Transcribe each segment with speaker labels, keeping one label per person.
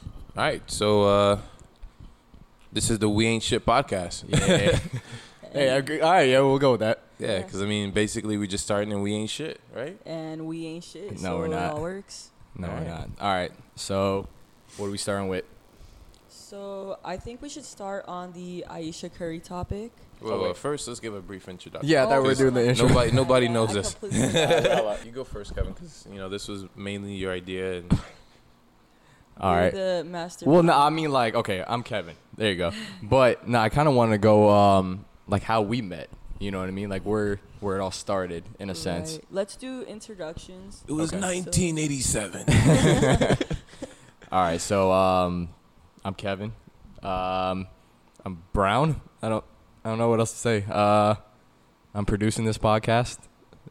Speaker 1: All right, so uh, this is the We Ain't Shit podcast.
Speaker 2: Yeah. hey, I agree. All right, yeah, we'll go with that.
Speaker 1: Yeah, because I mean, basically, we just starting and we ain't shit, right?
Speaker 3: and we ain't shit.
Speaker 2: No,
Speaker 3: so
Speaker 2: we're
Speaker 3: It
Speaker 2: not.
Speaker 3: all works.
Speaker 2: No,
Speaker 1: All
Speaker 2: we're
Speaker 1: right.
Speaker 2: not. All right. So, what are we starting with?
Speaker 3: So I think we should start on the Aisha Curry topic.
Speaker 1: Well,
Speaker 2: Oh, wait.
Speaker 1: uh, first, let's give a brief introduction.
Speaker 2: Yeah, I thought we were
Speaker 1: Because
Speaker 2: doing the intro.
Speaker 1: Nobody, nobody
Speaker 3: Yeah,
Speaker 1: knows
Speaker 3: I
Speaker 1: this.
Speaker 3: completely
Speaker 1: All
Speaker 3: forgot.
Speaker 1: right, well, you go first, Kevin, because you know this was mainly your idea. And
Speaker 2: All
Speaker 3: You're
Speaker 2: right.
Speaker 3: The master.
Speaker 2: Well, no, I mean like okay, I'm Kevin. There you go. But no, I kind of want to go um like how we met. You know what I mean? Like where where it all started in a sense.
Speaker 3: Right. Let's do introductions.
Speaker 1: it was
Speaker 2: Okay.
Speaker 1: 1987.
Speaker 2: All right. So um, I'm Kevin. Um, I'm brown. I don't I don't know what else to say. Uh, I'm producing this podcast,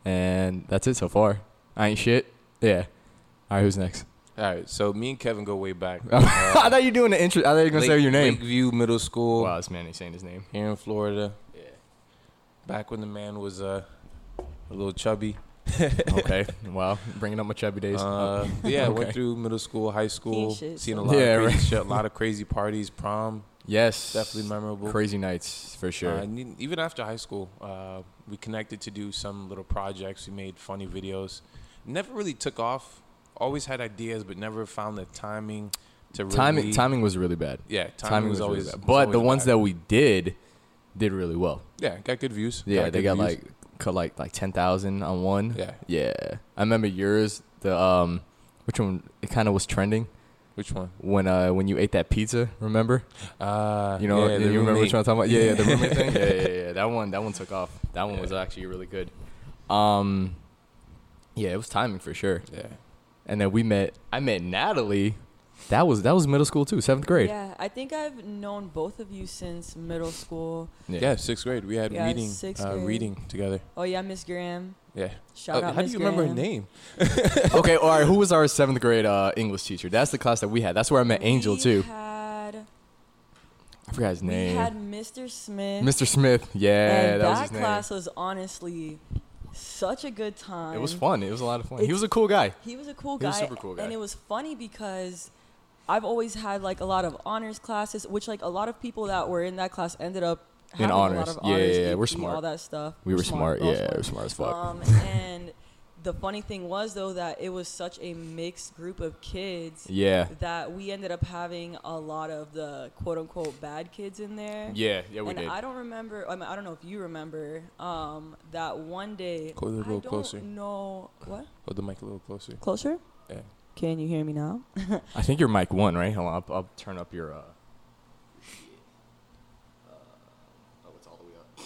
Speaker 2: and that's it so far. I ain't shit. Yeah. All right. Who's next?
Speaker 1: All right, so me and Kevin go way back.
Speaker 2: I thought you were doing an intro. I thought you were gonna say
Speaker 1: Lake-
Speaker 2: your name.
Speaker 1: Lakeview Middle School
Speaker 2: Wow, this man ain't saying his name.
Speaker 1: here in Florida.
Speaker 2: Yeah.
Speaker 1: Back when the man was uh, a little chubby.
Speaker 2: okay. Wow. Bringing up my chubby days.
Speaker 1: Uh, yeah, I
Speaker 2: Okay.
Speaker 1: went through middle school, high school,
Speaker 3: He ain't shit,
Speaker 1: seen a
Speaker 3: so-
Speaker 1: lot
Speaker 2: Yeah,
Speaker 1: of crazy
Speaker 2: right.
Speaker 1: shit, a lot of crazy parties, prom,
Speaker 2: yes.
Speaker 1: definitely memorable.
Speaker 2: Crazy nights for sure.
Speaker 1: Uh, and e- even after high school, uh, we connected to do some little projects. We made funny videos. Never really took off. Always had ideas, but never found the timing to really.
Speaker 2: timing timing was really bad.
Speaker 1: Yeah, timing,
Speaker 2: Timing,
Speaker 1: was,
Speaker 2: was, really
Speaker 1: always.
Speaker 2: bad.
Speaker 1: was
Speaker 2: But the
Speaker 1: always
Speaker 2: ones
Speaker 1: bad.
Speaker 2: that we did did really well.
Speaker 1: yeah got good views.
Speaker 2: Yeah, they
Speaker 1: good
Speaker 2: got
Speaker 1: views.
Speaker 2: like cut like like ten thousand on one.
Speaker 1: yeah.
Speaker 2: Yeah. I remember yours. The um, which one? It kind of was trending
Speaker 1: Which one?
Speaker 2: when uh when you ate that pizza. Remember?
Speaker 1: Uh,
Speaker 2: You know?
Speaker 1: yeah,
Speaker 2: you
Speaker 1: the
Speaker 2: remember which
Speaker 1: roommate.
Speaker 2: one I'm talking about? Yeah, yeah the roommate thing. Yeah, yeah, yeah. That one. That one took off. That one was
Speaker 1: Yeah.
Speaker 2: actually really good. Um, yeah, it was timing for sure.
Speaker 1: Yeah,
Speaker 2: and then we met. I met Natalie. That was that was middle school too, seventh grade.
Speaker 3: Yeah, I think I've known both of you since middle school.
Speaker 1: yeah. sixth grade. We had
Speaker 3: Yeah,
Speaker 1: reading,
Speaker 3: sixth
Speaker 1: uh,
Speaker 3: grade.
Speaker 1: reading together.
Speaker 3: Oh yeah, Miss Graham.
Speaker 1: Yeah.
Speaker 3: Shout
Speaker 1: Uh,
Speaker 3: out.
Speaker 1: how do
Speaker 3: Miss
Speaker 1: you remember her
Speaker 3: Graham.
Speaker 1: name?
Speaker 2: okay. All right. Who was our seventh grade uh, English teacher? That's the class that we had. That's where I met Angel
Speaker 3: We
Speaker 2: too.
Speaker 3: Had,
Speaker 2: I forgot his
Speaker 3: we
Speaker 2: name.
Speaker 3: had Mr. Smith.
Speaker 2: Mr. Smith. Yeah,
Speaker 3: and
Speaker 2: that, was his
Speaker 3: class was honestly such a good time.
Speaker 2: name. It was fun. It was a lot of fun. he
Speaker 3: It's-
Speaker 2: was a cool guy.
Speaker 3: He was a cool
Speaker 2: He
Speaker 3: guy.
Speaker 2: was super cool guy.
Speaker 3: And it was funny because I've always had like a lot of honors classes, which like a lot of people that were in that class ended up
Speaker 2: In
Speaker 3: having a lot
Speaker 2: honors.
Speaker 3: of
Speaker 2: Yeah,
Speaker 3: honors.
Speaker 2: yeah, yeah.
Speaker 3: AP,
Speaker 2: We're smart.
Speaker 3: All that stuff.
Speaker 2: We
Speaker 3: We're
Speaker 2: were smart.
Speaker 3: we're all
Speaker 2: Yeah, we were smart as fuck.
Speaker 3: Um, and the funny thing was though that it was such a mixed group of kids
Speaker 2: Yeah.
Speaker 3: that we ended up having a lot of the quote unquote bad kids in there.
Speaker 2: Yeah. Yeah. We
Speaker 3: and
Speaker 2: did.
Speaker 3: I don't remember. I, mean, I don't know if you remember um, that one day.
Speaker 1: Go a little
Speaker 3: I don't
Speaker 1: closer.
Speaker 3: know what
Speaker 1: Hold Oh, the mic a little closer.
Speaker 3: closer.
Speaker 1: Yeah.
Speaker 3: Can you hear me now?
Speaker 2: I think you're mic one, right? Hold on. I'll, I'll turn up your. Uh, oh, it's all the way up.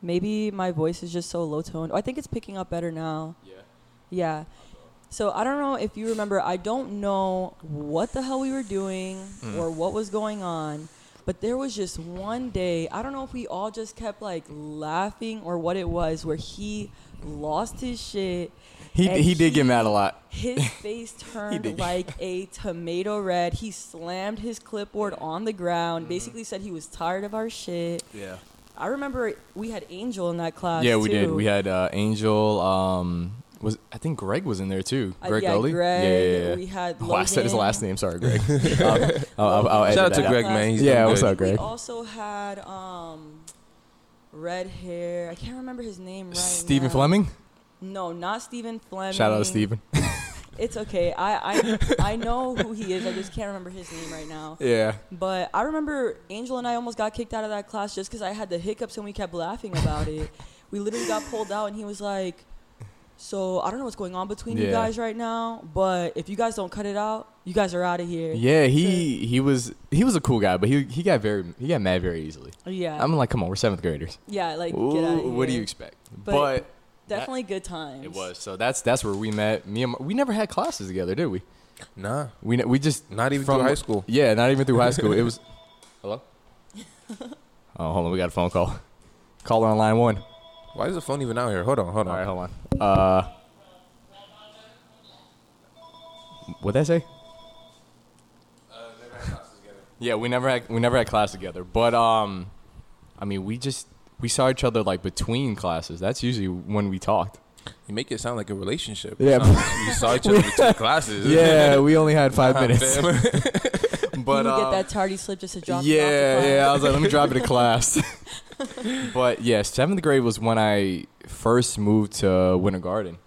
Speaker 3: Maybe my voice is just so low toned. I think it's picking up better now.
Speaker 2: Yeah.
Speaker 3: Yeah. So I don't know if you remember. I don't know what the hell we were doing
Speaker 2: Mm.
Speaker 3: or what was going on, but there was just one day. I don't know if we all just kept like laughing or what it was, where he lost his shit.
Speaker 2: He
Speaker 3: and
Speaker 2: he did get mad a lot.
Speaker 3: His face
Speaker 2: did.
Speaker 3: turned like a tomato red. He slammed his clipboard on the
Speaker 2: Mm-hmm.
Speaker 3: ground, basically said he was tired of our shit.
Speaker 2: Yeah.
Speaker 3: I remember we had Angel in that class.
Speaker 2: Yeah, we did.
Speaker 3: too.
Speaker 2: We had uh, Angel. Um, was I think Greg was in there too?
Speaker 3: Uh,
Speaker 2: Greg
Speaker 3: yeah,
Speaker 2: Gully.
Speaker 3: Greg,
Speaker 2: yeah, yeah, yeah.
Speaker 3: we had
Speaker 2: Oh, I said his
Speaker 3: Logan.
Speaker 2: last name. Sorry, Greg. I'll, I'll, I'll, I'll Oh, edit
Speaker 1: Shout out
Speaker 2: that
Speaker 1: to Greg,
Speaker 3: class.
Speaker 1: man. He's
Speaker 2: Yeah,
Speaker 1: doing
Speaker 2: what's
Speaker 1: good.
Speaker 2: up, Oh, Greg?
Speaker 3: We also had um, red hair. I can't remember his name right
Speaker 2: Stephen
Speaker 3: now.
Speaker 2: Fleming.
Speaker 3: No, not Stephen Fleming.
Speaker 2: Shout out to Stephen.
Speaker 3: It's okay. I, I I know who he is. I just can't remember his name right now.
Speaker 2: Yeah.
Speaker 3: But I remember Angel and I almost got kicked out of that class just because I had the hiccups and we kept laughing about it. We literally got pulled out, and he was like, "So I don't know what's going on between you
Speaker 2: Yeah.
Speaker 3: guys right now, but if you guys don't cut it out, you guys are out of here."
Speaker 2: Yeah. He he was he was a cool guy, but he he got very he got mad very easily.
Speaker 3: yeah,
Speaker 2: I'm like, come on, we're seventh graders.
Speaker 3: yeah. Uh, Like, get out of
Speaker 2: Ooh,
Speaker 3: here.
Speaker 2: what do you expect? But,
Speaker 3: But- Definitely good times.
Speaker 2: it was so that's that's where we met. Me and my, we never had classes together, did we?
Speaker 1: Nah,
Speaker 2: We ne- we just
Speaker 1: not even
Speaker 2: From-
Speaker 1: through high school.
Speaker 2: Yeah, not even through high school. It was. Hello. oh, hold on. We got a phone call. Caller on line one.
Speaker 1: Why is the phone even out here? Hold on, hold
Speaker 2: All right,
Speaker 1: on.
Speaker 2: hold on. Uh, what'd that say? Uh, Yeah, we never had we never had class together, but um, I mean, we just we saw each other like between classes. That's usually when we talked.
Speaker 1: You make it sound like a relationship.
Speaker 2: Yeah.
Speaker 1: Sound- you saw each other with two classes.
Speaker 2: Yeah, we only had five
Speaker 1: Nah,
Speaker 2: minutes.
Speaker 1: fam.
Speaker 2: But
Speaker 3: you
Speaker 2: um,
Speaker 3: get that tardy slip just to drop. you off the
Speaker 2: yeah,
Speaker 3: car.
Speaker 2: yeah. I was like, let me drop it to class. but yeah, seventh grade was when I first moved to Winter Garden,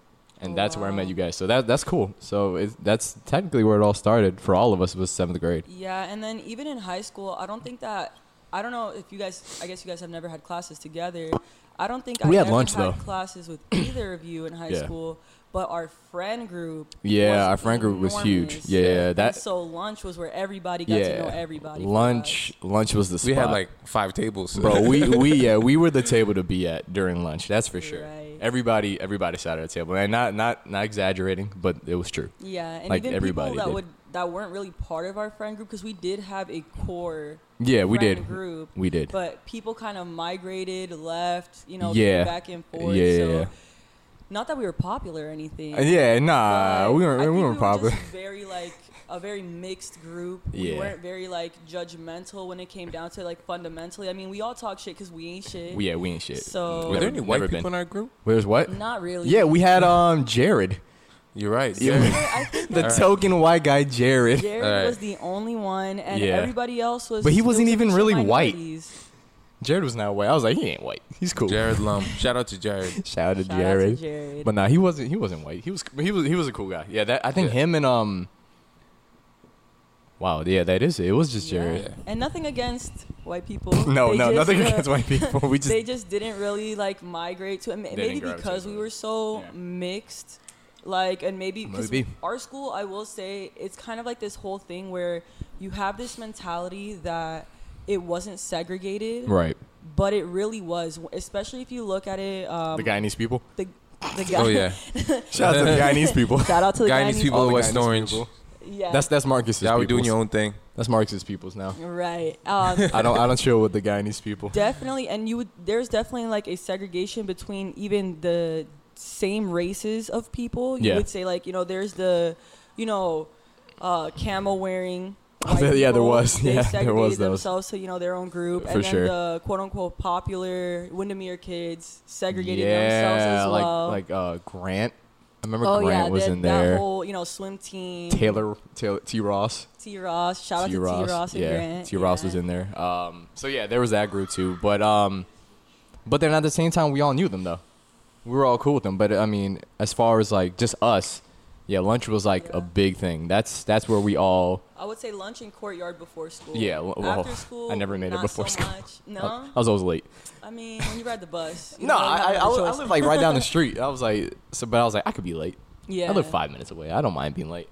Speaker 2: and
Speaker 3: Oh,
Speaker 2: that's where I met
Speaker 3: wow.
Speaker 2: you guys. So that that's cool. So it, that's technically where it all started for all of us was seventh grade.
Speaker 3: Yeah, and then even in high school, I don't think that I don't know if you guys. I guess you guys have never had classes together. I don't think
Speaker 2: We
Speaker 3: I
Speaker 2: had
Speaker 3: ever
Speaker 2: lunch,
Speaker 3: had
Speaker 2: though.
Speaker 3: Classes with either of you in high
Speaker 2: Yeah.
Speaker 3: school, but our friend group. was
Speaker 2: Yeah, our friend group was huge.
Speaker 3: enormous.
Speaker 2: Yeah, yeah,
Speaker 3: And
Speaker 2: that.
Speaker 3: so lunch was where everybody got to
Speaker 2: Yeah,
Speaker 3: know everybody. for
Speaker 2: lunch. Lunch was the spot.
Speaker 1: we had like five tables. so-
Speaker 2: bro we we yeah we were the table to be at during lunch that's for sure
Speaker 3: Right.
Speaker 2: everybody everybody sat at a table and not not not exaggerating but it was true
Speaker 3: us. Yeah, and
Speaker 2: like
Speaker 3: even
Speaker 2: everybody
Speaker 3: people that
Speaker 2: did.
Speaker 3: would that weren't really part of our friend group because we did have a core.
Speaker 2: yeah we
Speaker 3: friend
Speaker 2: did
Speaker 3: Group.
Speaker 2: we did
Speaker 3: but people kind of migrated left you know
Speaker 2: Yeah.
Speaker 3: back and forth
Speaker 2: Yeah,
Speaker 3: so
Speaker 2: yeah, yeah.
Speaker 3: not that we were popular or anything
Speaker 2: Uh, yeah
Speaker 3: but
Speaker 2: nah we
Speaker 3: I
Speaker 2: weren't
Speaker 3: think
Speaker 2: we weren't popular
Speaker 3: just very like a very mixed group we
Speaker 2: Yeah.
Speaker 3: weren't very like judgmental when it came down to it, like fundamentally i mean we all talk shit because we ain't shit
Speaker 2: We- yeah we ain't shit
Speaker 3: so
Speaker 1: Were there
Speaker 2: Never-
Speaker 1: any white
Speaker 2: never
Speaker 1: people
Speaker 2: been.
Speaker 1: in our group?
Speaker 2: where's what
Speaker 3: not really
Speaker 2: yeah we had um jared
Speaker 1: You're right.
Speaker 2: Yeah. Uh,
Speaker 1: Yeah.
Speaker 3: i think
Speaker 2: the
Speaker 3: that
Speaker 1: Alright.
Speaker 2: token white guy jared
Speaker 3: Jared
Speaker 1: Alright.
Speaker 3: was the only one, and
Speaker 2: Yeah.
Speaker 3: everybody else was.
Speaker 2: But he
Speaker 3: it was
Speaker 2: wasn't
Speaker 3: a
Speaker 2: even
Speaker 3: bunch of
Speaker 2: really white.
Speaker 3: minorities.
Speaker 2: jared was not white i was like he ain't white he's cool
Speaker 1: Jared Lum. Shout out to Jared.
Speaker 2: shout out to
Speaker 3: Shout out to
Speaker 2: jared
Speaker 3: Jared.
Speaker 2: But nah, he wasn't. He wasn't white. He was. He was. He was a cool guy. Yeah, that I think
Speaker 1: Yeah.
Speaker 2: him and um. Wow. Yeah, that is. It It was just
Speaker 3: Yeah.
Speaker 2: Jared.
Speaker 3: And nothing against white people.
Speaker 2: No,
Speaker 3: They
Speaker 2: no,
Speaker 3: just,
Speaker 2: nothing
Speaker 3: uh,
Speaker 2: against white people. We just.
Speaker 3: they just didn't really like migrate to it. Ma- Maybe
Speaker 2: didn't gravitate
Speaker 3: because we
Speaker 2: towards
Speaker 3: were so
Speaker 2: Yeah.
Speaker 3: mixed, like, and maybe because
Speaker 2: Maybe.
Speaker 3: our school, I will say, it's kind of like this whole thing where you have this mentality that it wasn't segregated,
Speaker 2: right.
Speaker 3: but it really was. Especially if you look at it, um,
Speaker 2: The Guyanese people.
Speaker 3: the, the guy.
Speaker 1: Oh yeah.
Speaker 2: Shout out to the Guyanese people.
Speaker 3: Shout out to the
Speaker 1: Guy
Speaker 3: guy.
Speaker 1: needs people
Speaker 2: All
Speaker 1: in
Speaker 2: the
Speaker 1: West
Speaker 2: Guyanese
Speaker 1: Orange.
Speaker 2: people.
Speaker 3: Yeah.
Speaker 2: That's that's Marcus's.
Speaker 1: Y'all were doing
Speaker 2: peoples.
Speaker 1: your own thing.
Speaker 2: That's Marcus's peoples now.
Speaker 3: right. Um,
Speaker 2: I don't I don't chill with the Guyanese people.
Speaker 3: definitely and you would there's definitely like a segregation between even the same races of people you
Speaker 2: Yeah.
Speaker 3: would say like you know there's the you know uh camel wearing
Speaker 2: Oh, there- yeah, there was.
Speaker 3: they
Speaker 2: Yeah, there
Speaker 3: segregated
Speaker 2: was those.
Speaker 3: themselves to you know their own group
Speaker 2: For
Speaker 3: and then
Speaker 2: sure.
Speaker 3: the quote unquote popular Windermere kids segregated themselves
Speaker 2: Yeah,
Speaker 3: as
Speaker 2: like
Speaker 3: well
Speaker 2: like uh Grant. I remember
Speaker 3: oh
Speaker 2: Grant
Speaker 3: yeah
Speaker 2: was
Speaker 3: that,
Speaker 2: in
Speaker 3: that
Speaker 2: there.
Speaker 3: whole you know swim team
Speaker 2: Taylor Taylor T Ross.
Speaker 3: T Ross shout out to T Ross and
Speaker 2: yeah,
Speaker 3: Grant
Speaker 2: T Ross
Speaker 3: yeah.
Speaker 2: was in there. Um, so yeah, there was that group too. But um, but then at the same time, we all knew them though. We were all cool with them. But I mean, as far as like just us, yeah, lunch was like
Speaker 3: Yeah.
Speaker 2: a big thing. That's that's where we all.
Speaker 3: I would say lunch in courtyard before school
Speaker 2: Yeah, well,
Speaker 3: after
Speaker 2: I
Speaker 3: school
Speaker 2: never made it
Speaker 3: not
Speaker 2: before
Speaker 3: so
Speaker 2: school.
Speaker 3: much. no
Speaker 2: I was always late.
Speaker 3: I mean, when you ride the bus. you
Speaker 2: No,
Speaker 3: don't really
Speaker 2: I
Speaker 3: have
Speaker 2: I, I,
Speaker 3: another
Speaker 2: I
Speaker 3: choice.
Speaker 2: live like right down the street. I was like, so but I was like, I could be late.
Speaker 3: Yeah.
Speaker 2: I live five minutes away. I don't mind being late.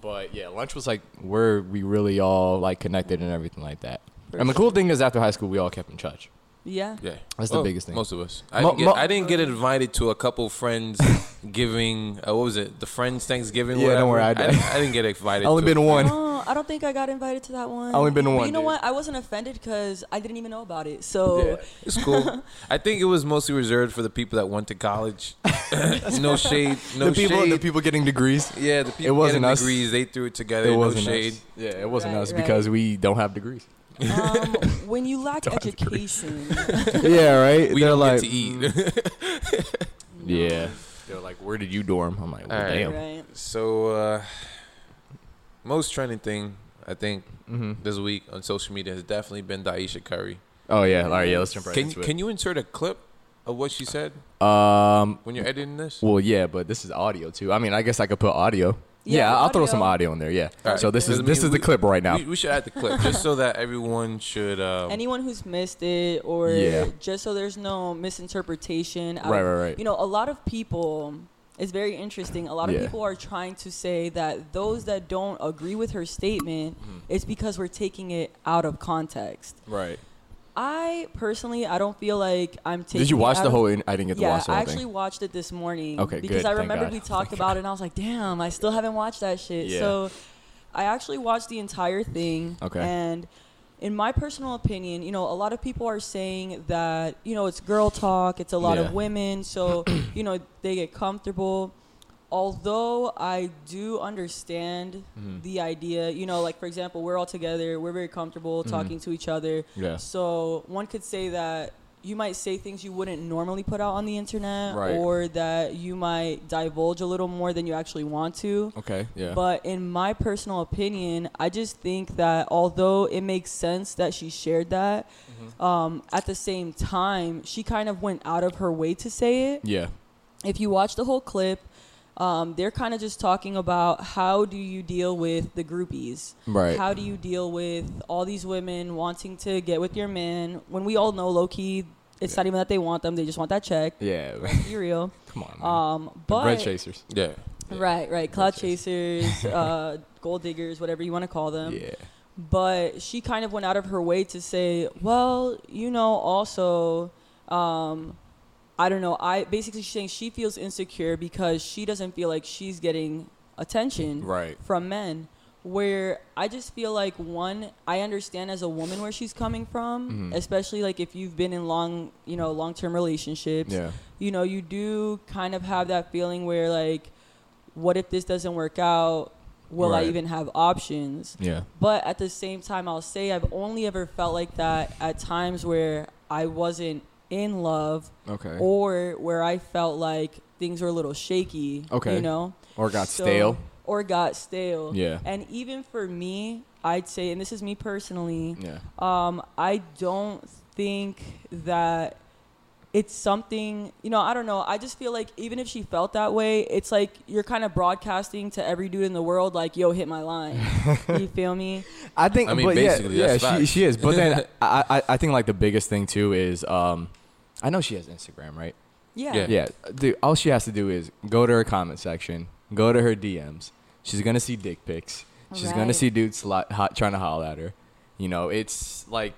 Speaker 2: But yeah, lunch was like where we really all like connected and everything like that.
Speaker 3: For
Speaker 2: and the cool thing is, after high school, we all kept in touch.
Speaker 3: Yeah.
Speaker 1: Yeah, Oh,
Speaker 2: That's the biggest thing.
Speaker 1: Most of us. I,
Speaker 2: Mo-
Speaker 1: didn't, get,
Speaker 2: mo-
Speaker 1: I didn't get invited to a couple friends giving. Uh, what was it? The friends Thanksgiving.
Speaker 2: Yeah, don't
Speaker 1: whatever.
Speaker 2: worry, I-
Speaker 1: I, didn't, I didn't get invited.
Speaker 2: I only
Speaker 1: to
Speaker 2: been
Speaker 1: it.
Speaker 2: to one.
Speaker 3: No, I don't think I got invited to that one.
Speaker 2: I only been to
Speaker 3: But
Speaker 2: one,
Speaker 3: You know
Speaker 2: dude.
Speaker 3: what? I wasn't offended because I didn't even know about it. So
Speaker 1: It's cool. I think it was mostly reserved for the people that went to college. no shade. No
Speaker 2: the people,
Speaker 1: shade.
Speaker 2: the people getting degrees.
Speaker 1: yeah, the people.
Speaker 2: wasn't
Speaker 1: getting
Speaker 2: us.
Speaker 1: Degrees. They threw it together.
Speaker 2: It
Speaker 1: no
Speaker 2: wasn't
Speaker 1: shade.
Speaker 2: us. Yeah, it wasn't
Speaker 3: Right,
Speaker 2: us
Speaker 3: right.
Speaker 2: because we don't have degrees.
Speaker 3: um, when you lack
Speaker 2: Don't agree.
Speaker 3: education,
Speaker 2: yeah, right.
Speaker 1: We
Speaker 2: They're
Speaker 1: don't
Speaker 2: like, mm.
Speaker 1: get to eat.
Speaker 2: yeah. They're like, where did you dorm? I'm like, well,
Speaker 1: All right.
Speaker 2: damn.
Speaker 3: right?
Speaker 1: so, uh, most trending thing I think
Speaker 2: hmm
Speaker 1: this week on social media has definitely been Daisha Curry.
Speaker 2: Oh yeah. All right. Yeah. Let's jump right
Speaker 1: can
Speaker 2: into
Speaker 1: can you insert a clip of what she said
Speaker 2: it. Um.
Speaker 1: when you're editing this?
Speaker 2: Well, yeah, but this is audio too. I mean, I guess I could put audio. Yeah,
Speaker 3: Yeah,
Speaker 2: I'll throw
Speaker 3: audio.
Speaker 2: some audio in there. Yeah.
Speaker 1: All right.
Speaker 2: So this is
Speaker 1: Doesn't
Speaker 2: this
Speaker 1: mean
Speaker 2: is the
Speaker 1: we-
Speaker 2: clip right now.
Speaker 1: We, we should add the clip just so that everyone should. Um,
Speaker 3: Anyone who's missed it, or
Speaker 2: Oh. Yeah.
Speaker 3: just so there's no misinterpretation. out
Speaker 2: Right,
Speaker 3: of-
Speaker 2: right, right.
Speaker 3: You know, a lot of people. It's very interesting. A lot of
Speaker 2: Yeah.
Speaker 3: people are trying to say that those that don't agree with her statement,
Speaker 2: Mm-hmm.
Speaker 3: it's because we're taking it out of context.
Speaker 2: Right.
Speaker 3: I personally, I don't feel like I'm taking.
Speaker 2: Did you
Speaker 3: it
Speaker 2: watch
Speaker 3: out
Speaker 2: the
Speaker 3: of-
Speaker 2: whole? In- I didn't get to
Speaker 3: Yeah,
Speaker 2: watch the
Speaker 3: I
Speaker 2: whole
Speaker 3: actually
Speaker 2: thing.
Speaker 3: watched it this morning.
Speaker 2: Okay,
Speaker 3: Because
Speaker 2: good.
Speaker 3: I
Speaker 2: Thank
Speaker 3: remembered
Speaker 2: God.
Speaker 3: we talked about it, and I was like, "Damn, I still haven't watched that shit."
Speaker 2: Yeah.
Speaker 3: So, I actually watched the entire thing.
Speaker 2: Okay.
Speaker 3: And in my personal opinion, you know, a lot of people are saying that you know it's girl talk. It's a lot
Speaker 2: Yeah.
Speaker 3: of women, so you know they get comfortable. Although I do understand
Speaker 2: Mm-hmm.
Speaker 3: the idea, you know, like for
Speaker 2: Mm-hmm.
Speaker 3: example, we're all together, we're very comfortable talking to each other.
Speaker 2: Yeah.
Speaker 3: So one could say that you might say things you wouldn't normally put out on the internet
Speaker 2: Right.
Speaker 3: or that you might divulge a little more than you actually want to.
Speaker 2: Okay. Yeah.
Speaker 3: But in my personal opinion, I just think that although it makes sense that she shared that,
Speaker 2: Mm-hmm.
Speaker 3: um, at the same time, she kind of went out of her way to say it.
Speaker 2: yeah.
Speaker 3: If you watch the whole clip, um, they're kind of just talking about how do you deal with the groupies?
Speaker 2: Right.
Speaker 3: How do you deal with all these women wanting to get with your man when we all know low key, it's
Speaker 2: Yeah.
Speaker 3: not even that they want them, they just want that check.
Speaker 2: yeah.
Speaker 3: Be real.
Speaker 2: Come on, man.
Speaker 3: Um,
Speaker 2: The
Speaker 3: but
Speaker 2: Bread chasers.
Speaker 1: Yeah.
Speaker 3: Right, right. Cloud
Speaker 2: chasers.
Speaker 3: chasers, uh, gold diggers, whatever you want to call them.
Speaker 2: yeah.
Speaker 3: But she kind of went out of her way to say, well, you know, also, um, I don't know. I basically she's saying she feels insecure because she doesn't feel like she's getting attention
Speaker 2: Right.
Speaker 3: from men. Where I just feel like one, I understand as a woman where she's coming from,
Speaker 2: Mhm.
Speaker 3: especially like if you've been in long, you know, long-term relationships
Speaker 2: Yeah.
Speaker 3: you know, you do kind of have that feeling where like, what if this doesn't work out? Will
Speaker 2: Right.
Speaker 3: I even have options?
Speaker 2: Yeah.
Speaker 3: But at the same time, I'll say I've only ever felt like that at times where I wasn't in love
Speaker 2: Okay. Or,
Speaker 3: or where I felt like things were a little shaky.
Speaker 2: Okay.
Speaker 3: You know?
Speaker 2: got
Speaker 3: So-
Speaker 2: stale.
Speaker 3: Or got stale.
Speaker 2: Yeah.
Speaker 3: And even for me, I'd say, and this is me personally,
Speaker 2: Yeah.
Speaker 3: um, I don't think that it's something, you know, I don't know. I just feel like even if she felt that way, it's like you're kind of broadcasting to every dude in the world, like, yo, hit my line. you feel me?
Speaker 2: I think.
Speaker 1: I mean,
Speaker 2: but yeah,
Speaker 1: basically,
Speaker 2: yeah,
Speaker 1: that's
Speaker 2: she
Speaker 1: facts.
Speaker 2: she is. But then I, I I think like the biggest thing too is um, I know she has Instagram, right?
Speaker 3: Yeah.
Speaker 1: Yeah.
Speaker 2: Yeah, dude. All she has to do is go to her comment section, go to her DMs. She's gonna see dick pics. She's gonna
Speaker 3: Right.
Speaker 2: see dudes lo- hot, trying to holler at her. You know, it's like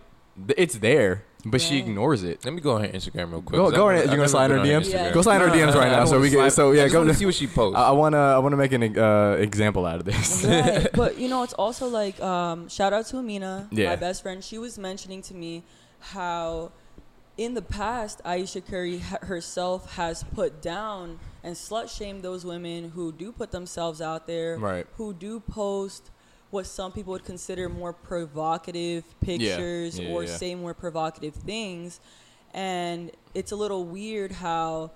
Speaker 2: th- it's there, but she
Speaker 3: Right.
Speaker 2: ignores it.
Speaker 1: Let me go on her Instagram real quick.
Speaker 2: Go-
Speaker 1: 'cause I've
Speaker 2: go on
Speaker 1: never-
Speaker 2: it. You're gonna
Speaker 1: I've never
Speaker 2: slide
Speaker 1: been
Speaker 2: her
Speaker 1: on
Speaker 2: DMs?
Speaker 3: Yeah.
Speaker 2: Go sign her DMs right
Speaker 1: I
Speaker 2: now,
Speaker 1: don't
Speaker 2: so we
Speaker 1: wanna
Speaker 2: can.
Speaker 1: slide-
Speaker 2: So
Speaker 1: I
Speaker 2: yeah, Uh,
Speaker 1: just
Speaker 2: go.
Speaker 1: wanna
Speaker 2: to-
Speaker 1: see what she posts.
Speaker 2: I, I wanna I wanna make an uh, example out of this.
Speaker 3: Right. But you know, it's also like um, shout out to Amina,
Speaker 2: Yeah.
Speaker 3: my best friend. She was mentioning to me how in the past Aisha Curry h- herself has put down and slut shamed those women who do put themselves out there,
Speaker 2: Right.
Speaker 3: who do post what some people would consider more provocative pictures
Speaker 2: Yeah,
Speaker 3: or
Speaker 2: yeah.
Speaker 3: say more provocative things. And it's a little weird how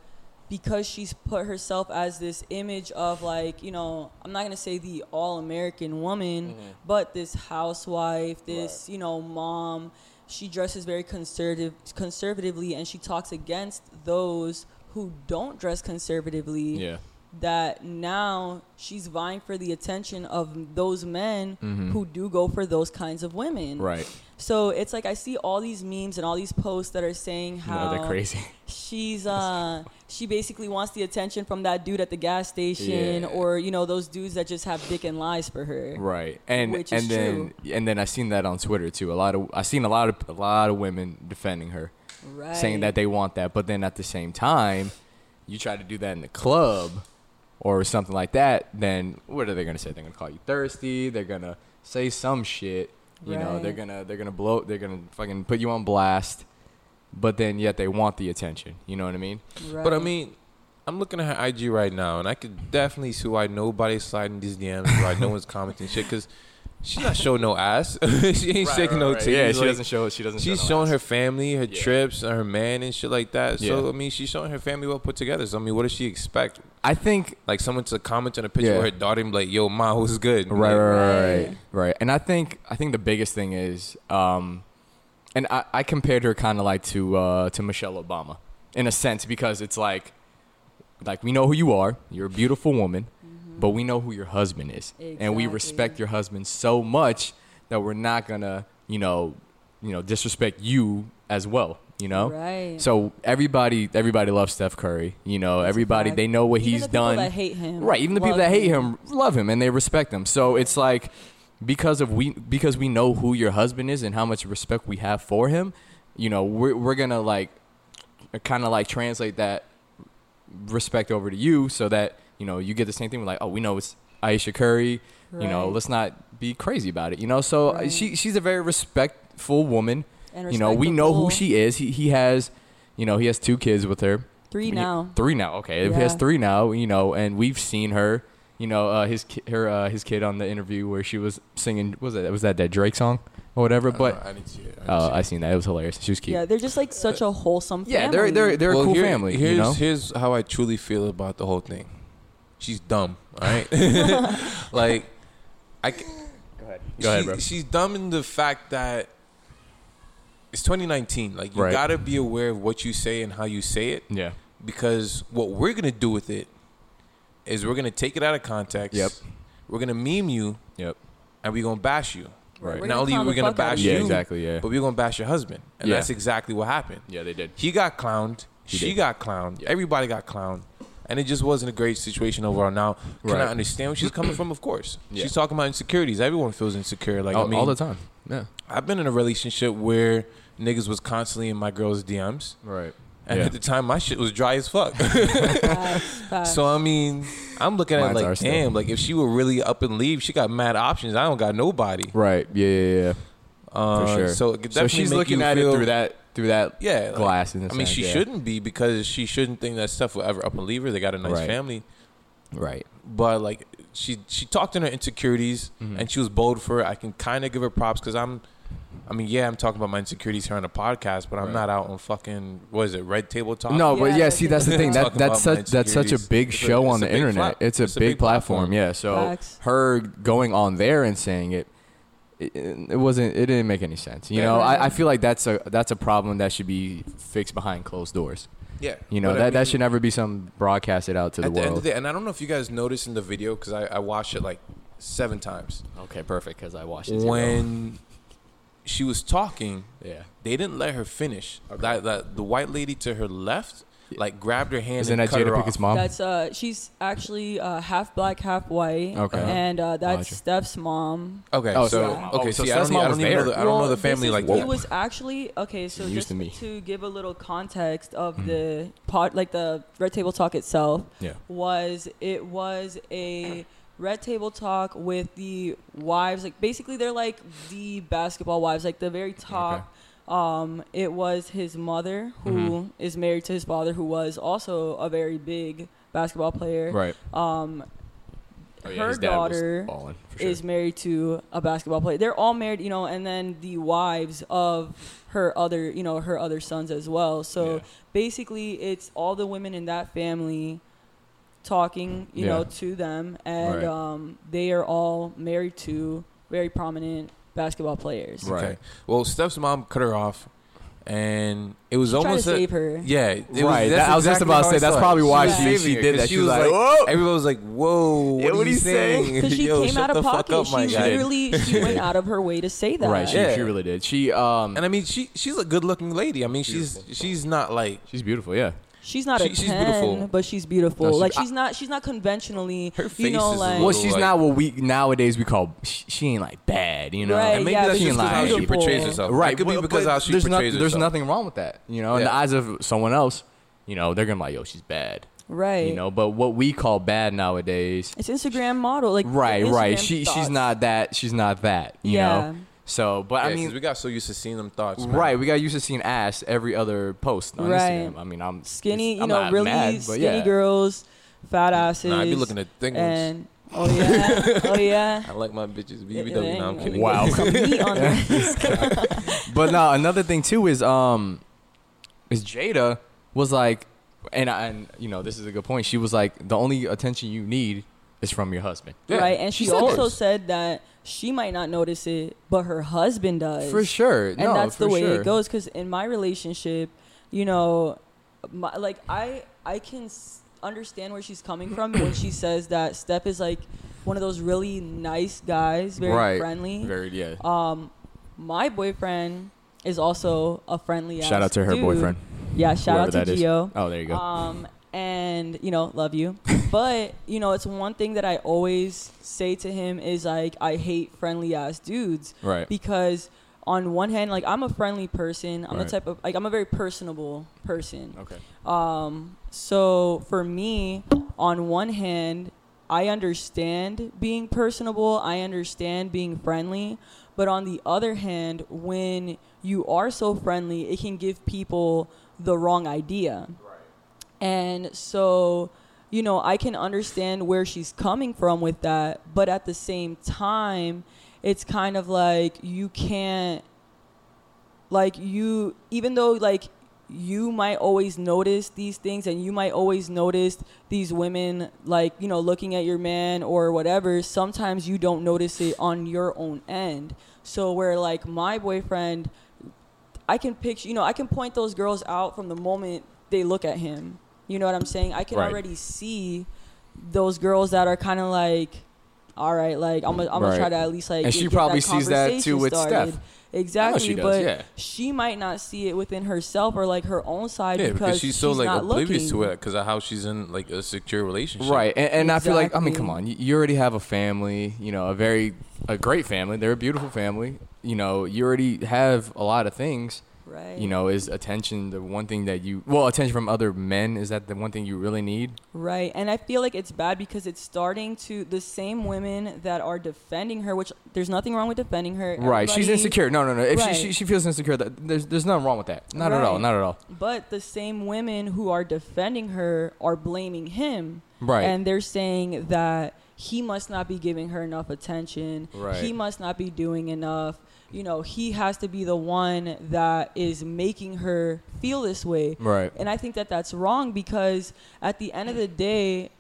Speaker 3: because she's put herself as this image of like you know i'm not going to say the all-american woman
Speaker 2: Mm-hmm.
Speaker 3: but this housewife this you know mom she dresses very conservative conservatively and she talks against those who don't dress conservatively
Speaker 2: yeah.
Speaker 3: that now she's vying for the attention of those men who do go for those kinds of women
Speaker 2: Mm-hmm. Right.
Speaker 3: so it's like i see all these memes and all these posts that are saying how
Speaker 2: No, they're crazy.
Speaker 3: she's uh she basically wants the attention from that dude at the gas station
Speaker 2: Yeah.
Speaker 3: or you know those dudes that just have dick and lies for her
Speaker 2: Right. And
Speaker 3: Which
Speaker 2: and
Speaker 3: is
Speaker 2: then and then I seen that on Twitter too. A lot of I seen a lot of a lot of women defending her.
Speaker 3: right
Speaker 2: saying that they want that, but then at the same time, you try to do that in the club or something like that, then what are they gonna say? They're gonna call you thirsty. They're gonna say some shit. You know, they're
Speaker 3: Right.
Speaker 2: gonna they're gonna blow. They're gonna fucking put you on blast. But then yet they want the attention. You know what I mean?
Speaker 3: right.
Speaker 1: But I mean, I'm looking at her IG right now, and I could definitely see why nobody's sliding these DMs, why no one's commenting shit, because she's not showing no ass. she ain't shaking no titties.
Speaker 2: Yeah, she
Speaker 1: like,
Speaker 2: doesn't show. She doesn't.
Speaker 1: She's
Speaker 2: show no
Speaker 1: showing
Speaker 2: ass.
Speaker 1: her family, her
Speaker 2: Yeah.
Speaker 1: trips, and her man, and shit like that. So
Speaker 2: Yeah.
Speaker 1: I mean, she's showing her family well put together. So I mean, what does she expect?
Speaker 2: I think
Speaker 1: Like someone to comment on a picture
Speaker 2: Yeah.
Speaker 1: of her daughter and be like, "Yo, ma, who's good?"
Speaker 2: Right,
Speaker 1: Like,
Speaker 2: right, right,
Speaker 3: Right.
Speaker 2: right, right. And I think I think the biggest thing is, um, and I, I compared her kind of like to uh, to Michelle Obama in a sense because it's like, like we know who you are. You're a beautiful woman, but we know who your husband is, and we
Speaker 3: Mm-hmm. Exactly.
Speaker 2: respect your husband so much that we're not gonna, you know, you know, disrespect you as well. You know.
Speaker 3: right
Speaker 2: So everybody, everybody loves Steph Curry. You know, everybody
Speaker 3: fact.
Speaker 2: they know what
Speaker 3: Even
Speaker 2: he's
Speaker 3: the people
Speaker 2: done.
Speaker 3: that hate him
Speaker 2: Right, even the people
Speaker 3: love
Speaker 2: that hate him love him and they respect him. So it's like because of we because we know who your husband is and how much respect we have for him, you know, we're we're gonna like kind of like translate that respect over to you so that you know you get the same thing. We're like, oh, we know it's Aisha Curry. You know,
Speaker 3: Right.
Speaker 2: let's not be crazy about it. You know, so uh,
Speaker 3: Right.
Speaker 2: she she's a very respectful woman.
Speaker 3: And
Speaker 2: you know, we know who
Speaker 3: respectable.
Speaker 2: she is. He he has, you know, he has two kids with her.
Speaker 3: Three
Speaker 2: He-
Speaker 3: now.
Speaker 2: Three now. Okay, he has
Speaker 3: Yeah.
Speaker 2: three now. You know, and we've seen her. You know, uh, his ki- her uh, his kid on the interview where she was singing. what Was that was that that Drake song? or whatever.
Speaker 1: I don't
Speaker 2: But
Speaker 1: know, I didn't see it. I didn't
Speaker 2: uh,
Speaker 1: see it.
Speaker 2: I seen that. It was hilarious. She was cute.
Speaker 3: Yeah, they're just like such a wholesome.
Speaker 2: Yeah,
Speaker 3: family.
Speaker 2: they're they're they're
Speaker 1: Well,
Speaker 2: a cool
Speaker 1: here-
Speaker 2: family.
Speaker 1: Here's
Speaker 2: you know?
Speaker 1: here's how I truly feel about the whole thing. She's dumb. All right, like I. c-
Speaker 2: Go ahead,
Speaker 1: she-
Speaker 2: bro.
Speaker 1: She's dumb in the fact that it's 2019. Like you
Speaker 2: Right.
Speaker 1: gotta be aware of what you say and how you say it,
Speaker 2: Yeah.
Speaker 1: because what we're gonna do with it is we're gonna take it out of context.
Speaker 2: Yep.
Speaker 1: We're gonna meme you
Speaker 2: Yep.
Speaker 1: and we're gonna bash you.
Speaker 2: Right.
Speaker 1: Not
Speaker 3: We're gonna
Speaker 1: only
Speaker 3: clown
Speaker 1: we're
Speaker 3: the
Speaker 1: gonna
Speaker 3: fuck out
Speaker 1: bash
Speaker 3: of
Speaker 1: you,
Speaker 2: Yeah. Exactly. Yeah.
Speaker 1: but we're gonna bash your husband, and
Speaker 2: Yeah.
Speaker 1: that's exactly what happened.
Speaker 2: Yeah, they did.
Speaker 1: He got clowned.
Speaker 2: He
Speaker 1: she
Speaker 2: did.
Speaker 1: got clowned.
Speaker 2: Yeah.
Speaker 1: Everybody got clowned. And it just wasn't a great situation overall. Now, can
Speaker 2: Right.
Speaker 1: I understand where she's coming from? Of course.
Speaker 2: Yeah.
Speaker 1: She's talking about insecurities. Everyone feels insecure. Like,
Speaker 2: all,
Speaker 1: I mean,
Speaker 2: all the time. Yeah.
Speaker 1: I've been in a relationship where niggas was constantly in my girl's DMs.
Speaker 2: Right.
Speaker 1: And
Speaker 2: Yeah.
Speaker 1: at the time, my shit was dry as fuck.
Speaker 3: Facts, facts.
Speaker 1: so, I mean, I'm looking at it
Speaker 2: Mine's are
Speaker 1: like,
Speaker 2: still.
Speaker 1: damn, like if she would really up and leave, she got mad options. I don't got nobody.
Speaker 2: Right. Yeah. Yeah. yeah.
Speaker 1: Uh,
Speaker 2: For sure.
Speaker 1: So, it could
Speaker 2: So
Speaker 1: definitely
Speaker 2: she's
Speaker 1: make
Speaker 2: looking
Speaker 1: you
Speaker 2: at it
Speaker 1: feel-
Speaker 2: through that through that
Speaker 1: Yeah. like,
Speaker 2: glass. in a
Speaker 1: I mean,
Speaker 2: sense,
Speaker 1: she
Speaker 2: yeah.
Speaker 1: shouldn't be because she shouldn't think that stuff will ever up and leave her. They got a nice
Speaker 2: Right.
Speaker 1: family,
Speaker 2: Right.
Speaker 1: but like she she talked in her insecurities
Speaker 2: Mhm.
Speaker 1: and she was bold for it. I can kind of give her props because I'm, I mean, yeah, I'm talking about my insecurities here on the podcast, but I'm
Speaker 2: Right.
Speaker 1: not out on fucking what is it, red table talk?
Speaker 2: No,
Speaker 3: Yeah,
Speaker 2: but yeah,
Speaker 3: that's
Speaker 2: see,
Speaker 3: it.
Speaker 2: that's the thing. That
Speaker 1: Talk
Speaker 2: that's
Speaker 1: about my
Speaker 2: such that's such a
Speaker 1: insecurities.
Speaker 2: big
Speaker 1: It's a-
Speaker 2: show
Speaker 1: it's
Speaker 2: on
Speaker 1: a
Speaker 2: the
Speaker 1: big
Speaker 2: internet.
Speaker 1: plat-
Speaker 2: it's a big, platform. Yeah. So
Speaker 3: Facts.
Speaker 2: her going on there and saying it, it, it wasn't. It didn't make any sense. You
Speaker 1: Yeah.
Speaker 2: know, I, I feel like that's a that's a problem that should be fixed behind closed doors.
Speaker 1: yeah,
Speaker 2: You know,
Speaker 1: but
Speaker 2: that
Speaker 1: I mean,
Speaker 2: that should never be some broadcasted out to the
Speaker 1: at the end of
Speaker 2: world.
Speaker 1: the day, and I don't know if you guys noticed in the video because I, I watched it like seven times
Speaker 2: okay, perfect. Because I watched
Speaker 1: when she was talking.
Speaker 2: yeah,
Speaker 1: They didn't let her finish. That, that the white lady to her left, like grabbed her hand
Speaker 2: isn't
Speaker 1: and
Speaker 2: that
Speaker 1: cut
Speaker 2: Jada
Speaker 1: her off.
Speaker 2: Pickett's mom?
Speaker 3: That's uh, she's actually uh, half black, half white.
Speaker 2: Okay.
Speaker 3: And uh, that's
Speaker 2: Roger.
Speaker 3: Steph's mom.
Speaker 1: Okay,
Speaker 2: Oh,
Speaker 1: so
Speaker 3: so-
Speaker 1: okay,
Speaker 2: oh, so
Speaker 1: see, I don't,
Speaker 2: Steph's mom
Speaker 1: I don't
Speaker 2: was
Speaker 1: even know
Speaker 2: there.
Speaker 1: the, I don't know
Speaker 3: Well,
Speaker 1: the
Speaker 3: this
Speaker 1: family
Speaker 3: is-
Speaker 1: like
Speaker 2: Whoa.
Speaker 1: that.
Speaker 3: It was actually okay. So
Speaker 2: News
Speaker 3: just
Speaker 2: to
Speaker 3: to,
Speaker 2: me.
Speaker 3: give a little context of
Speaker 1: Hmm.
Speaker 3: the pod, like the Red Table Talk itself,
Speaker 2: Yeah.
Speaker 3: was it was a Red Table Talk with the wives. Like basically, they're like the basketball wives, like the very top. Um, it was his mother who is
Speaker 1: Mm-hmm.
Speaker 3: married to his father, who was also a very big basketball player.
Speaker 2: Right.
Speaker 3: Um, her
Speaker 2: Oh, his dad was
Speaker 3: daughter
Speaker 2: balling, for sure.
Speaker 3: is married to a basketball player. They're all married, you know, and then the wives of her other, you know, her other sons as well. So
Speaker 2: Yeah.
Speaker 3: basically, it's all the women in that family talking, you
Speaker 2: Yeah.
Speaker 3: know, to them, and
Speaker 2: Right.
Speaker 3: um, they are all married to very prominent basketball players.
Speaker 2: Right.
Speaker 1: Okay. Well, Steph's mom cut her off, and it was
Speaker 3: Trying to
Speaker 1: almost a-
Speaker 3: save her.
Speaker 1: yeah. It was,
Speaker 2: Right, that- I was just about to
Speaker 1: how I
Speaker 2: say, that's
Speaker 1: saw it.
Speaker 2: probably why
Speaker 1: was
Speaker 3: she-
Speaker 1: saving
Speaker 2: she
Speaker 1: it,
Speaker 2: did
Speaker 1: 'cause
Speaker 2: that.
Speaker 1: She
Speaker 2: She
Speaker 1: was
Speaker 2: was
Speaker 1: like,
Speaker 2: like, "Whoa."
Speaker 1: everyone was like, "Whoa,
Speaker 2: Yeah,
Speaker 1: what,
Speaker 2: what
Speaker 1: are
Speaker 2: he
Speaker 1: you saying?"
Speaker 3: Because she
Speaker 1: Yo,
Speaker 3: came
Speaker 1: shut
Speaker 3: out of
Speaker 1: the fuck
Speaker 3: pocket.
Speaker 1: up, my
Speaker 3: she
Speaker 1: guy.
Speaker 3: literally she went out of her way to say that.
Speaker 2: Right. She,
Speaker 1: Yeah.
Speaker 2: she really did. She um
Speaker 1: And I mean, she she's a good looking lady. I mean,
Speaker 2: Beautiful.
Speaker 1: she's she's not like
Speaker 2: she's beautiful. Yeah.
Speaker 3: She's not
Speaker 1: She-
Speaker 3: a
Speaker 1: she's
Speaker 3: ten,
Speaker 1: beautiful.
Speaker 3: but she's beautiful.
Speaker 2: No, she's-
Speaker 3: like she's not. She's not conventionally.
Speaker 1: Her
Speaker 3: you
Speaker 1: face
Speaker 3: know,
Speaker 1: is a
Speaker 3: like
Speaker 1: little
Speaker 2: Well, she's
Speaker 1: like-
Speaker 2: not what we nowadays we call. She, she ain't like bad, you know.
Speaker 3: Right,
Speaker 1: and maybe
Speaker 3: yeah,
Speaker 1: that's
Speaker 3: but
Speaker 1: just
Speaker 3: she's
Speaker 1: because how she
Speaker 3: beautiful.
Speaker 1: portrays herself.
Speaker 2: Right.
Speaker 1: It could
Speaker 2: well,
Speaker 1: be because
Speaker 2: but
Speaker 1: how she
Speaker 2: there's
Speaker 1: portrays
Speaker 2: noth-
Speaker 1: herself.
Speaker 2: There's nothing wrong with that, you know. In the
Speaker 1: Yeah.
Speaker 2: eyes of someone else, you know, they're gonna be like, "Yo, she's bad,"
Speaker 3: right.
Speaker 2: you know. But what we call bad nowadays,
Speaker 3: It's Instagram model, like
Speaker 2: right,
Speaker 3: Instagram
Speaker 2: right. She she's
Speaker 3: thoughts.
Speaker 2: not that. She's not that, you
Speaker 3: Yeah.
Speaker 2: know. So, but
Speaker 1: Yeah,
Speaker 2: I
Speaker 1: 'cause
Speaker 2: mean,
Speaker 1: we got so used to seeing them thoughts. man.
Speaker 2: right? We got used to seeing ass every other post on
Speaker 3: Right.
Speaker 2: Instagram. I mean, I'm
Speaker 3: skinny, you
Speaker 2: I'm
Speaker 3: know,
Speaker 2: not
Speaker 3: really
Speaker 2: mad, but
Speaker 3: skinny
Speaker 2: yeah.
Speaker 3: girls, fat asses.
Speaker 1: Nah, I be looking at things.
Speaker 3: and oh yeah, oh yeah.
Speaker 1: I like my bitches.
Speaker 3: Yeah,
Speaker 1: BBW.
Speaker 3: yeah,
Speaker 1: no, I'm
Speaker 3: yeah.
Speaker 1: kidding.
Speaker 2: Wow.
Speaker 3: Some meat on there.
Speaker 2: But no, another thing too is um, is Jada was like, and I, and you know this is a good point. She was like, the only attention you need is from your husband.
Speaker 1: Yeah,
Speaker 3: right? And she
Speaker 1: of
Speaker 3: also
Speaker 1: course.
Speaker 3: said that she might not notice it, but her husband does.
Speaker 2: For sure,
Speaker 3: and that's the way it goes because in my relationship you know my, like i i can s- understand where she's coming from when she says that steph is like one of those really nice guys very friendly
Speaker 2: Very yeah.
Speaker 3: um my boyfriend is also a friendly
Speaker 2: Shout
Speaker 3: ass
Speaker 2: out to her
Speaker 3: dude.
Speaker 2: boyfriend.
Speaker 3: yeah shout out to
Speaker 2: whoever that is.
Speaker 3: Gio.
Speaker 2: Oh, there you go.
Speaker 3: Um, and you know, love you. But you know, it's one thing that I always say to him is like, I hate friendly ass dudes.
Speaker 2: Right.
Speaker 3: Because on one hand, like I'm a friendly person. I'm
Speaker 2: Right.
Speaker 3: the type of like I'm a very personable person.
Speaker 2: okay.
Speaker 3: Um, so for me, on one hand, I understand being personable, I understand being friendly, but on the other hand, when you are so friendly, it can give people the wrong idea. And so, you know, I can understand where she's coming from with that, but at the same time, it's kind of like you can't like you even though like you might always notice these things and you might always notice these women like you know looking at your man or whatever sometimes you don't notice it on your own end so where like my boyfriend i can picture you know i can point those girls out from the moment they look at him you know what i'm saying i can
Speaker 2: Right.
Speaker 3: already see those girls that are kind of like all right like i'm gonna I'm gonna
Speaker 2: Right.
Speaker 3: try to at least like
Speaker 2: And
Speaker 3: get-
Speaker 2: she
Speaker 3: get
Speaker 2: probably
Speaker 3: that
Speaker 2: sees that
Speaker 3: conversation
Speaker 2: too with Steph.
Speaker 3: started. Exactly,
Speaker 2: she does,
Speaker 3: but
Speaker 2: yeah.
Speaker 3: she might not see it within herself or like her own side
Speaker 1: Yeah,
Speaker 3: because,
Speaker 1: because she's so like
Speaker 3: not
Speaker 1: oblivious
Speaker 3: looking.
Speaker 1: to it because of how she's in like a secure relationship.
Speaker 2: Right, and, and I feel like I mean, come on,
Speaker 3: Exactly.
Speaker 2: you, you already have a family, you know, a very a great family. They're a beautiful family, you know. You already have a lot of things,
Speaker 3: Right.
Speaker 2: you know. Is attention the one thing that you well attention from other men? Is that the one thing you really need?
Speaker 3: Right. And I feel like it's bad because it's starting to the same women that are defending her, which there's nothing wrong with defending her.
Speaker 2: Right, she's
Speaker 3: Everybody-
Speaker 2: insecure. No, no, no. If
Speaker 3: Right.
Speaker 2: she, she she feels insecure, that there's there's nothing wrong with that. Not at all.
Speaker 3: Right.
Speaker 2: Not at all.
Speaker 3: But the same women who are defending her are blaming him.
Speaker 2: Right.
Speaker 3: And they're saying that he must not be giving her enough attention.
Speaker 2: Right.
Speaker 3: He must not be doing enough. You know, he has to be the one that is making her feel this way.
Speaker 2: Right.
Speaker 3: And I think that that's wrong because at the end of the day,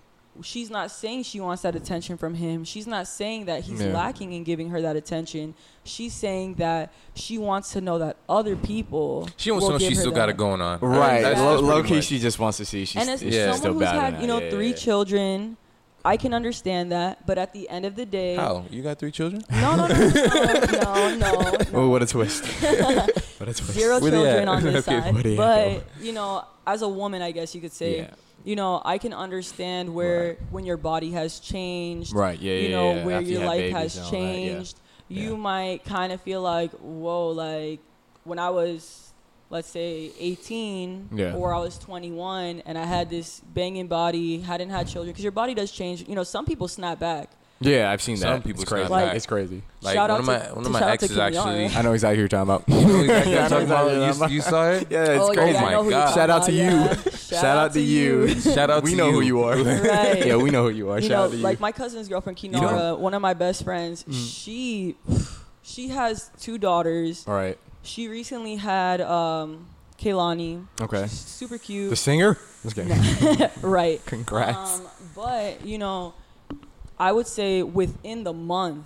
Speaker 3: she's not saying she wants that attention from him. She's not saying that he's
Speaker 2: Yeah.
Speaker 3: lacking in giving her that attention. She's saying that she wants to know that other people.
Speaker 1: She wants
Speaker 3: will
Speaker 1: to know
Speaker 3: give
Speaker 1: she's
Speaker 3: her
Speaker 1: still got it
Speaker 3: that.
Speaker 1: going on.
Speaker 2: Right.
Speaker 1: That's-
Speaker 2: Low,
Speaker 1: that's
Speaker 2: low
Speaker 1: pretty
Speaker 2: key,
Speaker 1: much-
Speaker 2: she just wants to see. She's,
Speaker 3: And as
Speaker 1: Yeah.
Speaker 2: she's still
Speaker 3: someone who's
Speaker 2: bad in
Speaker 3: had,
Speaker 2: that.
Speaker 3: you know,
Speaker 2: Yeah, yeah,
Speaker 3: three
Speaker 2: yeah.
Speaker 3: children, I can understand that. But at the end of the day,
Speaker 1: How you got three children?
Speaker 3: no, no, no, no, no, no, no.
Speaker 2: Oh, what a twist! what a twist!
Speaker 3: zero
Speaker 1: Where they
Speaker 3: children
Speaker 1: at?
Speaker 3: on this
Speaker 1: Okay,
Speaker 3: side.
Speaker 2: where they at,
Speaker 3: But you know, as a woman, I guess you could say,
Speaker 2: Yeah.
Speaker 3: you know, I can understand where when your body has changed,
Speaker 2: Right, yeah,
Speaker 3: you
Speaker 2: yeah,
Speaker 3: know,
Speaker 2: yeah,
Speaker 3: where
Speaker 2: after you
Speaker 3: your
Speaker 2: have
Speaker 3: life
Speaker 2: babies and
Speaker 3: has
Speaker 2: all that, yeah.
Speaker 3: changed. You
Speaker 2: Yeah.
Speaker 3: might kind of feel like, whoa, like when I was, let's say, 18,
Speaker 2: Yeah.
Speaker 3: or I was 21, and I had this banging body, hadn't had children, because your body does change. You know, some people snap back.
Speaker 2: Yeah, I've seen
Speaker 1: Some
Speaker 2: that.
Speaker 1: people
Speaker 2: it's crazy.
Speaker 1: snap
Speaker 3: back.
Speaker 2: it's crazy.
Speaker 1: Like
Speaker 3: Shout
Speaker 1: one
Speaker 3: out
Speaker 1: of
Speaker 3: to-
Speaker 1: my one
Speaker 3: to
Speaker 1: of my
Speaker 3: shout out to
Speaker 1: exes
Speaker 3: Kim Yara.
Speaker 1: actually.
Speaker 2: I know exactly who you're talking about.
Speaker 1: You know exactly what I'm
Speaker 2: Yeah, I know
Speaker 1: talking about?
Speaker 2: exactly what I'm
Speaker 1: You-
Speaker 2: talking
Speaker 1: You saw it?
Speaker 2: Yeah, it's
Speaker 3: Oh,
Speaker 2: crazy.
Speaker 1: Oh
Speaker 3: Yeah, I
Speaker 1: my
Speaker 3: know who you're
Speaker 1: God.
Speaker 2: Shout out to
Speaker 3: talking
Speaker 2: you.
Speaker 3: about, yeah.
Speaker 2: Shout, out to you.
Speaker 1: Shout out
Speaker 2: we
Speaker 1: to
Speaker 2: know
Speaker 1: you.
Speaker 2: who you are.
Speaker 3: Right.
Speaker 2: Yeah, we know who you are.
Speaker 3: you
Speaker 2: Shout
Speaker 3: know,
Speaker 2: out to
Speaker 3: like
Speaker 2: you. Mm.
Speaker 3: my cousin's girlfriend Kinara,
Speaker 1: know-
Speaker 3: one of my best friends, she she has two daughters.
Speaker 2: All right.
Speaker 3: She recently had um Kaylani.
Speaker 2: Okay.
Speaker 3: She's super
Speaker 2: The
Speaker 3: cute.
Speaker 2: singer? Just kidding.
Speaker 3: right.
Speaker 2: Congrats.
Speaker 3: Um, but you know, I would say within the month,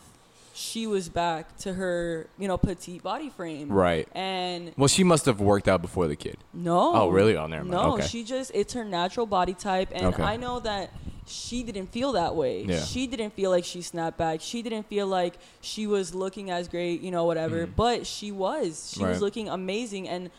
Speaker 3: she was back to her, you know, petite body frame.
Speaker 2: Right.
Speaker 3: And
Speaker 2: well, she must have worked out before the kid.
Speaker 3: No.
Speaker 2: Oh, really? Oh, never mind.
Speaker 3: No,
Speaker 2: Okay.
Speaker 3: she just it's her natural body type, and
Speaker 2: Okay.
Speaker 3: I know that she didn't feel that way.
Speaker 2: Yeah.
Speaker 3: She didn't feel like she snapped back. She didn't feel like she was looking as great, you know, whatever. But she was. She was
Speaker 2: Mm-hmm. Right.
Speaker 3: looking amazing, and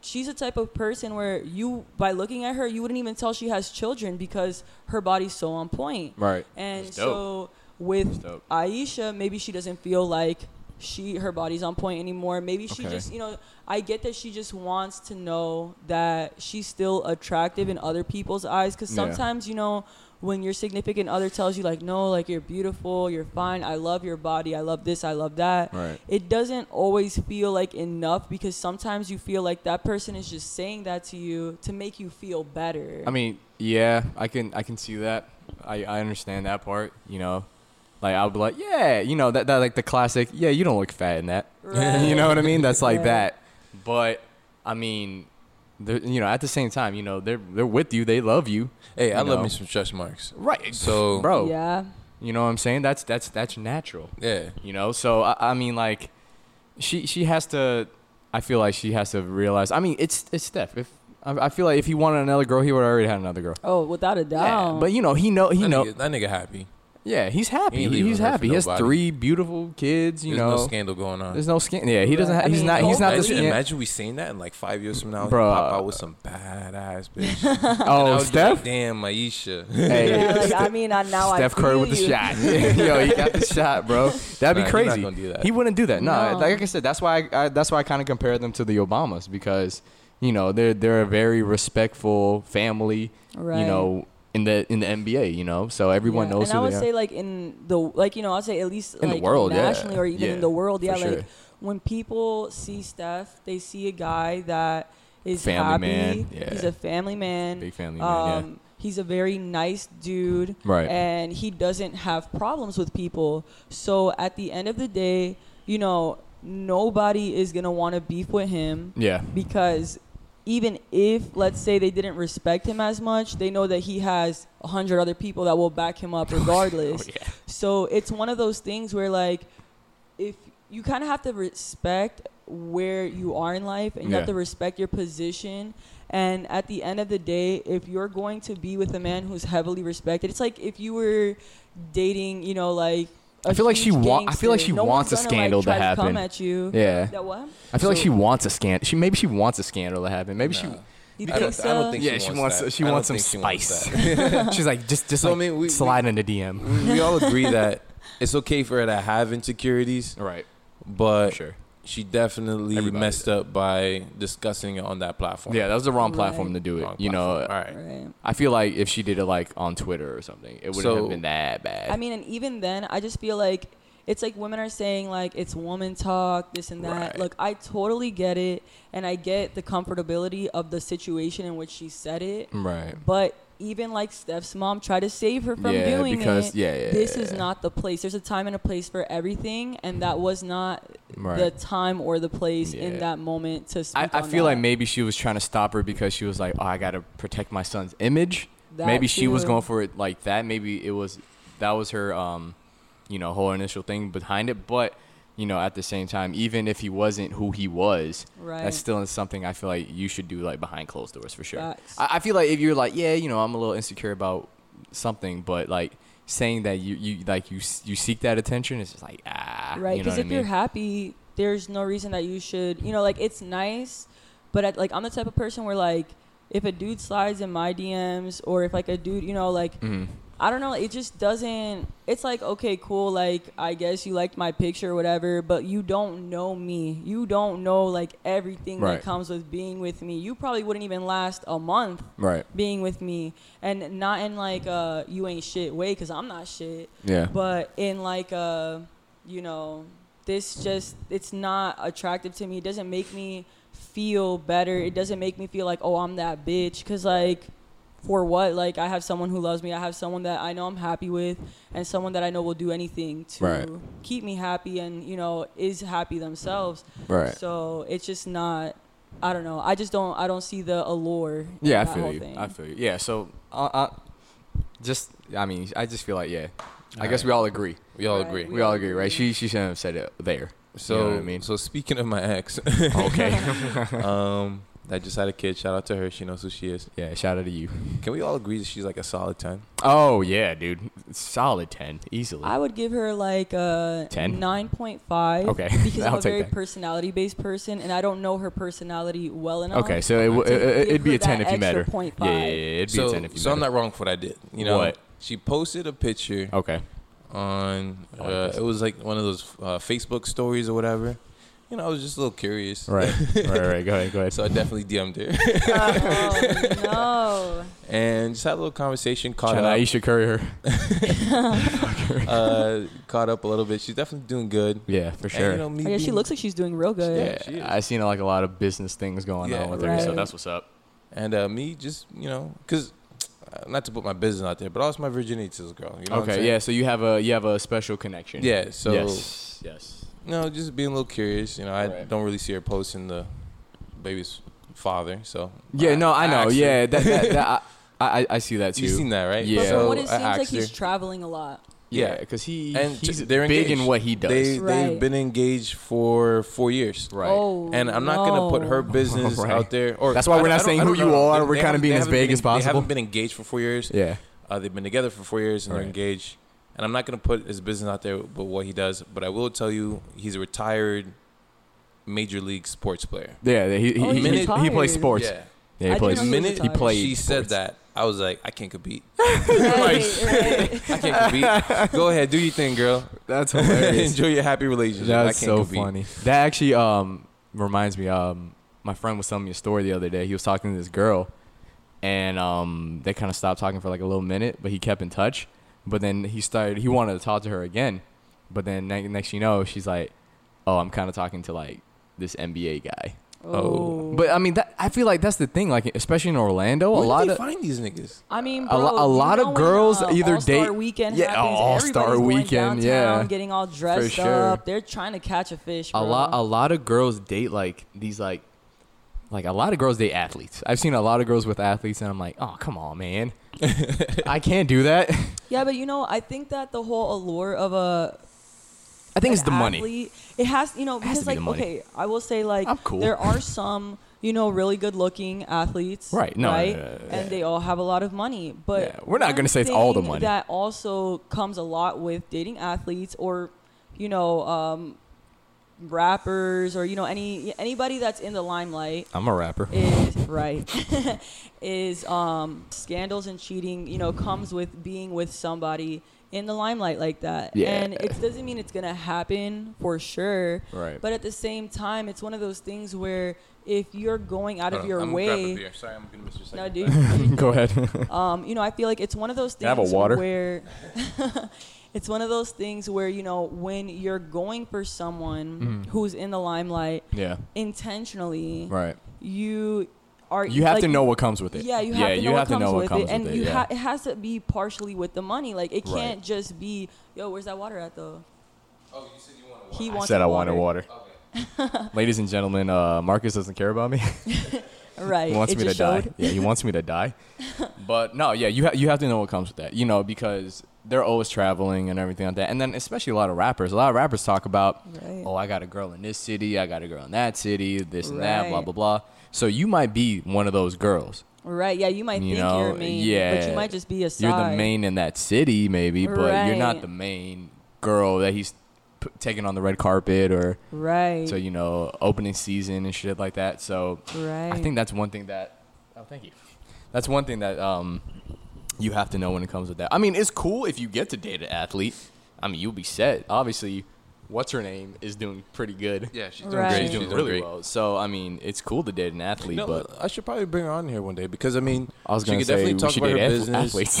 Speaker 3: she's a type of person where you by looking at her, you wouldn't even tell she has children because her body's so on point.
Speaker 2: Right.
Speaker 3: And
Speaker 2: That's dope.
Speaker 3: so with
Speaker 2: That's dope.
Speaker 3: Aisha, maybe she doesn't feel like she her body's on point anymore. Maybe she
Speaker 2: Okay.
Speaker 3: just you know I get that she just wants to know that she's still attractive in other people's eyes because
Speaker 2: Yeah.
Speaker 3: sometimes you know when your significant other tells you like no like you're beautiful you're fine I love your body I love this I love that
Speaker 2: Right.
Speaker 3: it doesn't always feel like enough because sometimes you feel like that person is just saying that to you to make you feel better.
Speaker 2: I mean, yeah, I can I can see that. I, I understand that part, you know. Like I'll be like, yeah, you know, that, that like the classic, yeah, you don't look fat in that.
Speaker 3: Right.
Speaker 2: you know what I mean? That's like
Speaker 3: Right.
Speaker 2: that. But I mean, they're- you know, at the same time, you know, they're they're with you, they love you.
Speaker 1: Hey, I
Speaker 2: you
Speaker 1: love
Speaker 2: know.
Speaker 1: me some stretch marks.
Speaker 2: Right.
Speaker 1: So-
Speaker 2: bro,
Speaker 3: yeah,
Speaker 2: you know what I'm saying? That's that's that's natural.
Speaker 1: Yeah.
Speaker 2: You know, so I, I mean, like, she she has to. I feel like she has to realize. I mean, it's it's Steph. If I, I feel like if he wanted another girl, he would already had another girl.
Speaker 3: oh without a doubt.
Speaker 2: Yeah, but you know, he know he
Speaker 1: That,
Speaker 2: know.
Speaker 1: nigga, that nigga happy.
Speaker 2: Yeah, he's
Speaker 1: He
Speaker 2: happy.
Speaker 1: ain't
Speaker 2: He-
Speaker 1: leaving
Speaker 2: he's
Speaker 1: her for
Speaker 2: happy. He has
Speaker 1: nobody.
Speaker 2: three beautiful kids. You
Speaker 1: There's
Speaker 2: know,
Speaker 1: no scandal going on.
Speaker 2: there's no skin. Yeah, he doesn't.
Speaker 3: Right.
Speaker 2: Have,
Speaker 3: I
Speaker 2: he's
Speaker 3: mean,
Speaker 2: not. He's not the.
Speaker 1: imagine,
Speaker 2: Skin.
Speaker 1: imagine we seen that in like five years from now, and
Speaker 2: Bruh.
Speaker 1: pop out with some badass bitch. And I
Speaker 2: Oh,
Speaker 1: would be like,
Speaker 2: Steph.
Speaker 1: Damn, Aisha.
Speaker 3: Yeah,
Speaker 2: Hey,
Speaker 3: like, I mean, I, now
Speaker 2: Steph
Speaker 3: I
Speaker 2: Curry
Speaker 3: feel
Speaker 2: with the
Speaker 3: you.
Speaker 2: shot. Yo, he got the shot, bro. That'd
Speaker 1: Nah,
Speaker 2: be
Speaker 1: he
Speaker 2: crazy.
Speaker 1: not gonna do that.
Speaker 2: He wouldn't do that. No,
Speaker 3: No.
Speaker 2: like I said, that's why I, I that's why I kind of compare them to the Obamas because you know they're they're a very respectful family. You
Speaker 3: Right.
Speaker 2: know, in the in the NBA, you know, so everyone
Speaker 3: Yeah,
Speaker 2: knows
Speaker 3: And I
Speaker 2: who
Speaker 3: would
Speaker 2: they
Speaker 3: say
Speaker 2: are.
Speaker 3: like in the like you know I'd say at least
Speaker 2: In the
Speaker 3: like
Speaker 2: world, yeah.
Speaker 3: nationally or even in
Speaker 2: Yeah,
Speaker 3: the world, yeah.
Speaker 2: for
Speaker 3: Like
Speaker 2: sure.
Speaker 3: when people see Steph, they see a guy that is
Speaker 2: Family
Speaker 3: happy.
Speaker 2: man, yeah.
Speaker 3: He's a family man. um,
Speaker 2: Big family man, yeah.
Speaker 3: He's a very nice dude.
Speaker 2: Right.
Speaker 3: And he doesn't have problems with people. So at the end of the day, you know, nobody is going to want to beef with him
Speaker 2: Yeah.
Speaker 3: because even if let's say they didn't respect him as much they know that he has a 100 other people that will back him
Speaker 2: Oh,
Speaker 3: up regardless so it's one of those things where like if you kind of have to respect where you are in life and you
Speaker 2: Yeah.
Speaker 3: have to respect your position and at the end of the day if you're going to be with a man who's heavily respected it's like if you were dating you know like I
Speaker 2: I feel like she wa- I feel like she wants a scandal to happen.
Speaker 3: come at you
Speaker 2: Yeah.
Speaker 3: that what
Speaker 2: I feel like
Speaker 1: So-
Speaker 2: she wants a scandal. She maybe she wants a scandal to happen. Maybe
Speaker 1: Nah.
Speaker 3: you
Speaker 1: I don't, I don't
Speaker 3: so?
Speaker 1: think
Speaker 2: Yeah, she
Speaker 1: she
Speaker 2: wants-
Speaker 1: wants that.
Speaker 2: she
Speaker 1: I don't
Speaker 2: wants some
Speaker 1: think she wants
Speaker 2: spice.
Speaker 1: that.
Speaker 2: she she's like just just
Speaker 1: So, I
Speaker 2: like,
Speaker 1: mean, we-
Speaker 2: slide in the DM.
Speaker 1: we, we all agree that it's okay for her to have insecurities,
Speaker 2: Right.
Speaker 1: but
Speaker 2: Sure.
Speaker 1: she definitely
Speaker 2: Everybody
Speaker 1: messed up by discussing it on that platform.
Speaker 2: Yeah, that was the wrong platform
Speaker 3: Right.
Speaker 2: to do it.
Speaker 1: Wrong
Speaker 2: you know, uh,
Speaker 1: platform. all right.
Speaker 3: Right.
Speaker 2: I feel like if she did it like on Twitter or something, it wouldn't have
Speaker 1: So-
Speaker 2: been that bad.
Speaker 3: I mean, and even then, I just feel like it's like women are saying like it's woman talk, this and that.
Speaker 2: Right.
Speaker 3: Look, I totally get it, and I get the comfortability of the situation in which she said it.
Speaker 2: right.
Speaker 3: But even like Steph's mom tried to save her from
Speaker 2: Yeah,
Speaker 3: doing
Speaker 2: because-
Speaker 3: it.
Speaker 2: yeah, yeah,
Speaker 3: this
Speaker 2: yeah,
Speaker 3: is
Speaker 2: yeah.
Speaker 3: not the place. There's a time and a place for everything, and that was not
Speaker 2: Right.
Speaker 3: the time or the place in
Speaker 2: Yeah.
Speaker 3: that moment to
Speaker 2: I,
Speaker 3: speak.
Speaker 2: I
Speaker 3: on
Speaker 2: feel
Speaker 3: that.
Speaker 2: like maybe she was trying to stop her because she was like, "Oh, I gotta protect my son's image."
Speaker 3: That
Speaker 2: maybe she was
Speaker 3: too.
Speaker 2: going for it like that. Maybe it was that was her, um, you know, whole initial thing behind it. But you know, at the same time, even if he wasn't who he was,
Speaker 3: Right.
Speaker 2: that's still something I feel like you should do like behind closed doors for sure. I,
Speaker 3: Facts.
Speaker 2: I feel like if you're like, yeah, you know, I'm a little insecure about something, but like saying that you you like you s- you seek that attention is just like ah,
Speaker 3: right
Speaker 2: You know
Speaker 3: because
Speaker 2: what
Speaker 3: if
Speaker 2: I
Speaker 3: you're
Speaker 2: mean?
Speaker 3: happy there's no reason that you should you know like it's nice but at, like i'm the type of person where like if a dude slides in my dms or if like a dude you know like
Speaker 2: Mhm.
Speaker 3: i don't know it just doesn't it's like okay cool like i guess you liked my picture or whatever but you don't know me you don't know like everything
Speaker 2: Right.
Speaker 3: that comes with being with me you probably wouldn't even last a month
Speaker 2: right,
Speaker 3: being with me and not in like uh you ain't shit way because i'm not shit
Speaker 2: yeah,
Speaker 3: but in like a you know this just it's not attractive to me it doesn't make me feel better it doesn't make me feel like oh i'm that bitch because like for what like i have someone who loves me i have someone that i know i'm happy with and someone that i know will do anything to
Speaker 2: Right.
Speaker 3: keep me happy and you know is happy themselves
Speaker 2: right.
Speaker 3: so it's just not i don't know i just don't i don't see the allure in
Speaker 2: Yeah, I
Speaker 3: that
Speaker 2: feel
Speaker 3: whole
Speaker 2: you.
Speaker 3: thing.
Speaker 2: I feel you. Yeah. So, uh, uh, just I mean, I just feel like yeah. I
Speaker 1: All
Speaker 2: guess
Speaker 1: right.
Speaker 2: we all agree.
Speaker 1: We all
Speaker 3: Right.
Speaker 1: agree.
Speaker 2: We all agree, right? She she shouldn't have said it there.
Speaker 1: So,
Speaker 2: know what I mean?
Speaker 1: so speaking of my ex,
Speaker 2: Okay.
Speaker 1: um, that just had a kid. Shout out to her. She knows who she is.
Speaker 2: yeah. Shout out to you.
Speaker 1: Can we all agree that she's like a solid ten?
Speaker 2: Oh yeah, dude. Solid ten easily.
Speaker 3: I would give her like uh, a
Speaker 2: 10?
Speaker 3: 9.5.
Speaker 2: Okay,
Speaker 3: Because
Speaker 2: I'll
Speaker 3: I'm
Speaker 2: take
Speaker 3: a very
Speaker 2: that.
Speaker 3: personality based person and I don't know her personality well enough.
Speaker 2: okay, so it, w-
Speaker 3: to
Speaker 2: it,
Speaker 3: give
Speaker 2: it'd be
Speaker 3: her
Speaker 2: a ten
Speaker 3: that
Speaker 2: if you met her.
Speaker 3: extra point
Speaker 2: Yeah, yeah,
Speaker 3: five.
Speaker 2: yeah, it'd be
Speaker 1: so,
Speaker 2: a ten if you
Speaker 1: so
Speaker 2: met
Speaker 1: I'm
Speaker 2: her.
Speaker 1: not wrong for what I did. You know,
Speaker 2: What?
Speaker 1: she posted a picture
Speaker 2: Okay.
Speaker 1: on.
Speaker 2: I like
Speaker 1: Uh,
Speaker 2: this.
Speaker 1: it was like one of those uh, Facebook stories or whatever. You know, I was just a little curious.
Speaker 2: Right. right. Right. Go ahead. Go ahead.
Speaker 1: So I definitely DM'd her
Speaker 3: oh,
Speaker 1: and just had a little conversation. Caught
Speaker 2: Shout out
Speaker 1: up.
Speaker 2: Aisha Curry.
Speaker 1: uh, caught up a little bit. She's definitely doing good.
Speaker 2: Yeah, for
Speaker 1: And,
Speaker 2: sure.
Speaker 1: you know, me
Speaker 3: no. I guess Oh, she
Speaker 1: being-
Speaker 3: looks like she's doing real good.
Speaker 1: Yeah, she is.
Speaker 2: I seen like a lot of business things going
Speaker 1: Yeah,
Speaker 2: on with her,
Speaker 3: right.
Speaker 2: so that's what's up.
Speaker 1: And uh, me just, you know, because not to put my business out there, but I lost my virginity to this girl. You know what I'm
Speaker 2: okay,
Speaker 1: saying?
Speaker 2: yeah. So you have a you have a special connection.
Speaker 1: Yeah, so,
Speaker 2: yes, yes.
Speaker 1: you know, just being a little curious. You know, I
Speaker 2: Right.
Speaker 1: don't really see her posting the baby's father. So,
Speaker 2: Yeah, no, I know.
Speaker 1: asked her.
Speaker 2: yeah, that, that, that I, I I see that too.
Speaker 1: You've seen that, right?
Speaker 2: Yeah.
Speaker 3: But
Speaker 2: But
Speaker 3: from
Speaker 1: So
Speaker 3: what it
Speaker 1: I
Speaker 3: seems like
Speaker 1: asked her.
Speaker 3: he's traveling a lot.
Speaker 2: yeah,
Speaker 1: yeah.
Speaker 2: because he
Speaker 1: And t-
Speaker 2: he's
Speaker 1: they're
Speaker 2: big in
Speaker 1: engaged.
Speaker 2: what he does.
Speaker 1: They, They've
Speaker 3: Right.
Speaker 1: been engaged for four years.
Speaker 2: right.
Speaker 3: Oh,
Speaker 1: And I'm not gonna put
Speaker 3: no.
Speaker 1: her business
Speaker 2: Right.
Speaker 1: out there. Or
Speaker 2: That's why
Speaker 1: I-
Speaker 2: we're
Speaker 1: I
Speaker 2: not
Speaker 1: don't-
Speaker 2: saying
Speaker 1: I
Speaker 2: who
Speaker 1: don't
Speaker 2: you
Speaker 1: know.
Speaker 2: are.
Speaker 1: They-
Speaker 2: We're
Speaker 1: they
Speaker 2: kinda
Speaker 1: haven't-
Speaker 2: being
Speaker 1: they
Speaker 2: as
Speaker 1: haven't
Speaker 2: vague
Speaker 1: been-
Speaker 2: as
Speaker 1: They
Speaker 2: possible.
Speaker 1: haven't been engaged for four years.
Speaker 2: Yeah.
Speaker 1: Uh, they've been together for four years and
Speaker 2: Right.
Speaker 1: they're engaged. And I'm not going to put his business out there, but what he does. But I will tell you, he's a retired major league sports player.
Speaker 2: Yeah. He he,
Speaker 3: Oh,
Speaker 2: he,
Speaker 1: he's
Speaker 2: he,
Speaker 1: retired.
Speaker 2: plays sports. Yeah.
Speaker 1: Yeah.
Speaker 2: he
Speaker 3: I didn't
Speaker 2: plays.
Speaker 3: know he was
Speaker 1: Minute
Speaker 2: he
Speaker 3: retired.
Speaker 2: played.
Speaker 1: She said
Speaker 2: sports.
Speaker 1: that. I was like, I can't compete.
Speaker 3: Right, right.
Speaker 1: I can't compete. Go ahead, do your thing, girl.
Speaker 2: That's hilarious.
Speaker 1: Enjoy your happy relationship.
Speaker 2: That's
Speaker 1: I can't
Speaker 2: so
Speaker 1: compete.
Speaker 2: funny. That actually um reminds me um my friend was telling me a story the other day. He was talking to this girl, and um they kind of stopped talking for like a little minute, but he kept in touch. But then he started. He wanted to talk to her again, but then ne- next you know she's like, "Oh, I'm kind of talking to like this NBA guy."
Speaker 1: Oh.
Speaker 2: But I mean, that I feel like that's the thing. Like, especially in Orlando,
Speaker 1: Where
Speaker 2: a
Speaker 1: do
Speaker 2: lot
Speaker 1: they
Speaker 2: of
Speaker 1: find these niggas?
Speaker 3: I mean,
Speaker 2: A
Speaker 3: bro,
Speaker 2: lo- a
Speaker 3: you
Speaker 2: lot of
Speaker 3: know when,
Speaker 2: girls
Speaker 3: uh,
Speaker 2: either
Speaker 3: All-Star
Speaker 2: date-
Speaker 3: weekend.
Speaker 2: Yeah,
Speaker 3: happens,
Speaker 2: All-Star
Speaker 3: everybody's going
Speaker 2: weekend,
Speaker 3: downtown,
Speaker 2: yeah.
Speaker 3: getting all dressed
Speaker 2: sure.
Speaker 3: up. They're trying to catch a fish.
Speaker 2: a
Speaker 3: bro.
Speaker 2: lot a lot of girls date like these like like a lot of girls date athletes. I've seen a lot of girls with athletes, and I'm like, oh come on, man, I can't do that.
Speaker 3: Yeah, but you know, I think that the whole allure of a
Speaker 2: I think
Speaker 3: an
Speaker 2: it's the money.
Speaker 3: athlete- It has, you
Speaker 2: has
Speaker 3: know, because
Speaker 2: to be
Speaker 3: like
Speaker 2: the money.
Speaker 3: okay, I will say like
Speaker 2: I'm cool.
Speaker 3: there are some you know really good looking athletes,
Speaker 2: Right, no, no,
Speaker 3: right,
Speaker 2: no, no, no,
Speaker 3: and they all have a lot of money. But
Speaker 2: Yeah, we're not
Speaker 3: one
Speaker 2: gonna say it's all the
Speaker 3: thing
Speaker 2: money.
Speaker 3: That also comes a lot with dating athletes or you know um, rappers or you know any anybody that's in the limelight
Speaker 2: I'm a rapper.
Speaker 3: is right is um scandals and cheating you know comes with being with somebody in the limelight like that
Speaker 2: Yeah.
Speaker 3: and it doesn't mean it's gonna happen for sure
Speaker 2: Right.
Speaker 3: but at the same time it's one of those things where if you're going out of
Speaker 1: Oh,
Speaker 3: your way
Speaker 1: Sorry, I'm gonna miss your
Speaker 3: no dude
Speaker 2: Go ahead.
Speaker 3: um, you know, I feel like it's one of those things
Speaker 2: Can I have a water?
Speaker 3: where it's one of those things where you know when you're going for someone who's in the limelight
Speaker 2: yeah.
Speaker 3: intentionally,
Speaker 2: Mm-hmm. Right.
Speaker 3: you are
Speaker 2: You have
Speaker 3: like,
Speaker 2: to know what comes with it.
Speaker 3: yeah, you have to know,
Speaker 2: you
Speaker 3: what,
Speaker 2: have
Speaker 3: comes
Speaker 2: to know
Speaker 3: with
Speaker 2: what comes
Speaker 3: it, and
Speaker 2: with it.
Speaker 3: you
Speaker 2: yeah.
Speaker 3: ha- it has to be partially with the money. Like it
Speaker 2: Right.
Speaker 3: can't just be, yo, where's that water at though?
Speaker 1: Oh, you said you want
Speaker 3: He
Speaker 2: I
Speaker 3: wants
Speaker 2: said I
Speaker 3: water.
Speaker 2: wanted water. Ladies and gentlemen, uh, Marcus doesn't care about me.
Speaker 3: Right,
Speaker 2: He wants
Speaker 3: it
Speaker 2: me to
Speaker 3: just
Speaker 2: die.
Speaker 3: showed.
Speaker 2: Yeah, he wants me to die. But no, yeah, you ha- you have to know what comes with that, you know, because they're always traveling and everything like that. And then especially a lot of rappers, a lot of rappers talk about,
Speaker 3: Right.
Speaker 2: oh, I got a girl in this city, I got a girl in that city, this and that, blah
Speaker 3: Right.
Speaker 2: blah blah. So you might be one of those girls.
Speaker 3: Right, yeah, you might
Speaker 2: You
Speaker 3: think
Speaker 2: know,
Speaker 3: you're a main, but
Speaker 2: yeah,
Speaker 3: you might just be a side.
Speaker 2: You're the main in that city, maybe, but you're
Speaker 3: Right.
Speaker 2: not the main girl that he's p- taking on the red carpet or
Speaker 3: right?
Speaker 2: so you know opening season and shit like that. So
Speaker 3: right.
Speaker 2: I think that's one thing that. Oh, thank you. That's one thing that um, you have to know when it comes with that. I mean, it's cool if you get to date an athlete. I mean, you'll be set. Obviously, what's her name is doing pretty good.
Speaker 1: Yeah, she's
Speaker 3: doing Right. great.
Speaker 2: She's doing really
Speaker 1: great.
Speaker 2: well. So I mean, it's cool to date an athlete,
Speaker 1: No,
Speaker 2: but
Speaker 1: I should probably bring her on here one day because I mean,
Speaker 2: I was
Speaker 1: she
Speaker 2: gonna
Speaker 1: could
Speaker 2: say
Speaker 1: definitely
Speaker 2: we
Speaker 1: talk
Speaker 2: should
Speaker 1: about
Speaker 2: date
Speaker 1: her
Speaker 2: ath-
Speaker 1: business.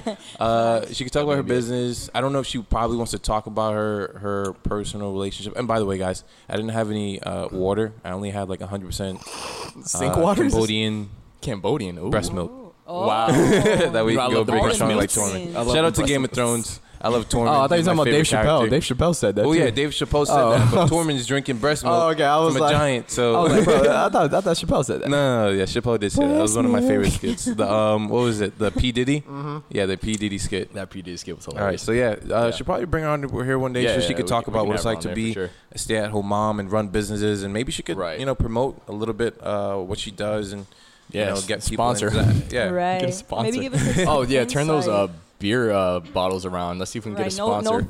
Speaker 1: Uh, she could talk about her business. I don't know if she probably wants to talk about her her personal relationship. And by the way, guys, I didn't have any uh, water. I only had like 100 percent
Speaker 2: Sink water,
Speaker 1: Uh, Cambodian
Speaker 2: Cambodian ooh.
Speaker 1: breast milk.
Speaker 3: Oh.
Speaker 2: Wow.
Speaker 1: that way
Speaker 2: You
Speaker 1: you
Speaker 2: know, I
Speaker 1: can go
Speaker 2: love the
Speaker 1: break
Speaker 2: breast
Speaker 1: Sean like
Speaker 2: milks.
Speaker 1: Torment.
Speaker 2: I love
Speaker 1: Shout
Speaker 2: the
Speaker 1: out to
Speaker 2: breast
Speaker 1: Game of Thrones. I love Torment.
Speaker 2: Oh, I thought you were
Speaker 1: He's my
Speaker 2: talking about Dave
Speaker 1: favorite
Speaker 2: Chappelle.
Speaker 1: character.
Speaker 2: Dave Chappelle said that.
Speaker 1: Oh
Speaker 2: too.
Speaker 1: yeah, Dave Chappelle said
Speaker 2: Oh.
Speaker 1: that. But Tormund's drinking breast milk.
Speaker 2: Oh, okay, I was
Speaker 1: from
Speaker 2: like-
Speaker 1: a giant. So
Speaker 2: I was like, bro, I thought I thought Chappelle said that.
Speaker 1: no, no, no, yeah, Chappelle did say that. That was one of my favorite skits. The um, what was it? The P Diddy. Mm-hmm. Yeah, the P Diddy skit.
Speaker 2: That PD skit was hilarious.
Speaker 1: All right, so yeah, uh, should probably bring her on to- here one day
Speaker 2: Oh, Yeah,
Speaker 1: so she
Speaker 2: yeah,
Speaker 1: could
Speaker 2: we
Speaker 1: talk
Speaker 2: can- we
Speaker 1: about
Speaker 2: can
Speaker 1: what it's
Speaker 2: have
Speaker 1: like
Speaker 2: her on
Speaker 1: to
Speaker 2: there for
Speaker 1: be
Speaker 2: sure.
Speaker 1: a stay-at-home mom and run businesses, and maybe she could,
Speaker 2: Right.
Speaker 1: you know, promote a little bit uh, what she does and you know
Speaker 2: Yes,
Speaker 1: get people into
Speaker 2: sponsor.
Speaker 1: that. Yeah,
Speaker 3: Right.
Speaker 2: Get a sponsor.
Speaker 3: Maybe give us. a
Speaker 2: oh yeah, turn those
Speaker 3: insight.
Speaker 2: uh, beer uh, bottles around. Let's see if we can
Speaker 3: Right,
Speaker 2: get a
Speaker 3: no- no-
Speaker 2: sponsor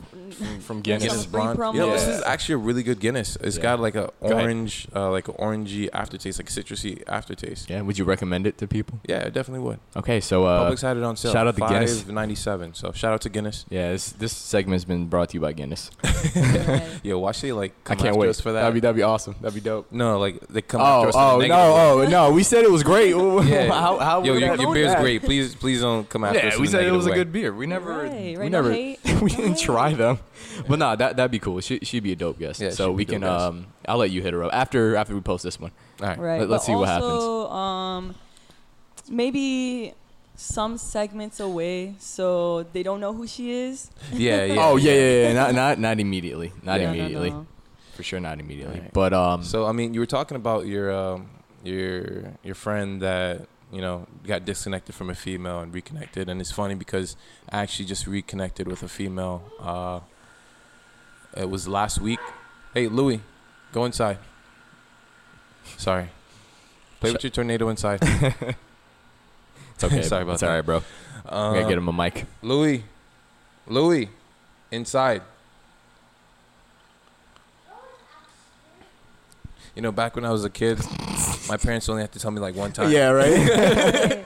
Speaker 2: from Guinness.
Speaker 1: Guinness
Speaker 3: Some free
Speaker 1: Blonde.
Speaker 3: promo.
Speaker 1: You know, this
Speaker 2: Yeah.
Speaker 1: is actually a really good Guinness. It's
Speaker 2: Yeah.
Speaker 1: got like a
Speaker 2: ahead.
Speaker 1: orange, uh, like an orangey aftertaste, like citrusy aftertaste.
Speaker 2: Yeah, would you recommend it to people?
Speaker 1: Yeah, I definitely would.
Speaker 2: Okay, so uh,
Speaker 1: Publix had it on sale.
Speaker 2: shout out to Guinness.
Speaker 1: ninety-seven. So shout out to Guinness.
Speaker 2: yeah, this this segment's been brought to you by Guinness.
Speaker 3: Right.
Speaker 1: Yo, watch they like come
Speaker 2: I can't
Speaker 1: after
Speaker 2: wait
Speaker 1: us for that.
Speaker 2: that'd be that'd be awesome. That'd be dope.
Speaker 1: no, like they come after
Speaker 2: Oh
Speaker 1: us. in a
Speaker 2: oh
Speaker 1: negative way.
Speaker 2: no oh no, we said it was great. yeah. How how
Speaker 1: Yo,
Speaker 2: would
Speaker 1: your,
Speaker 2: that-
Speaker 1: your beer's great. Please, please don't come after us.
Speaker 2: Yeah,
Speaker 1: in
Speaker 2: we
Speaker 1: a
Speaker 2: said it
Speaker 1: negative
Speaker 2: was a
Speaker 1: way.
Speaker 2: good beer. We never,
Speaker 3: Right, right,
Speaker 2: we
Speaker 3: no
Speaker 2: never,
Speaker 3: hate,
Speaker 2: we
Speaker 3: no
Speaker 2: didn't
Speaker 3: hate.
Speaker 2: try them. But nah, that that'd be cool. She she'd be a dope guest.
Speaker 1: Yeah, she'd
Speaker 2: so
Speaker 1: be
Speaker 2: we
Speaker 1: dope
Speaker 2: can.
Speaker 1: guest.
Speaker 2: Um, I'll let you hit her up after after we post this one.
Speaker 1: All right.
Speaker 3: Right.
Speaker 2: Let- let's
Speaker 3: but
Speaker 2: see what happens.
Speaker 3: also, Um, maybe some segments away, so they don't know who she is.
Speaker 1: Yeah, yeah.
Speaker 2: oh yeah, yeah, yeah. Not not not immediately. Not
Speaker 1: Yeah. No, no,
Speaker 2: immediately.
Speaker 3: no.
Speaker 2: For sure, not immediately.
Speaker 1: Alright.
Speaker 2: But um,
Speaker 1: So I mean, you were talking about your um, your your friend that you know got disconnected from a female and reconnected, and it's funny because I actually just reconnected with a female. Uh, it was last week. Hey, Louis, go inside. Sorry. Play with your tornado inside.
Speaker 2: it's okay.
Speaker 1: Sorry about
Speaker 2: it's
Speaker 1: that.
Speaker 2: all right, bro.
Speaker 1: Um,
Speaker 2: I'm gonna get him a mic.
Speaker 1: Louis, Louis, inside. You know, back when I was a kid, my parents only had to tell me like one time.
Speaker 2: right.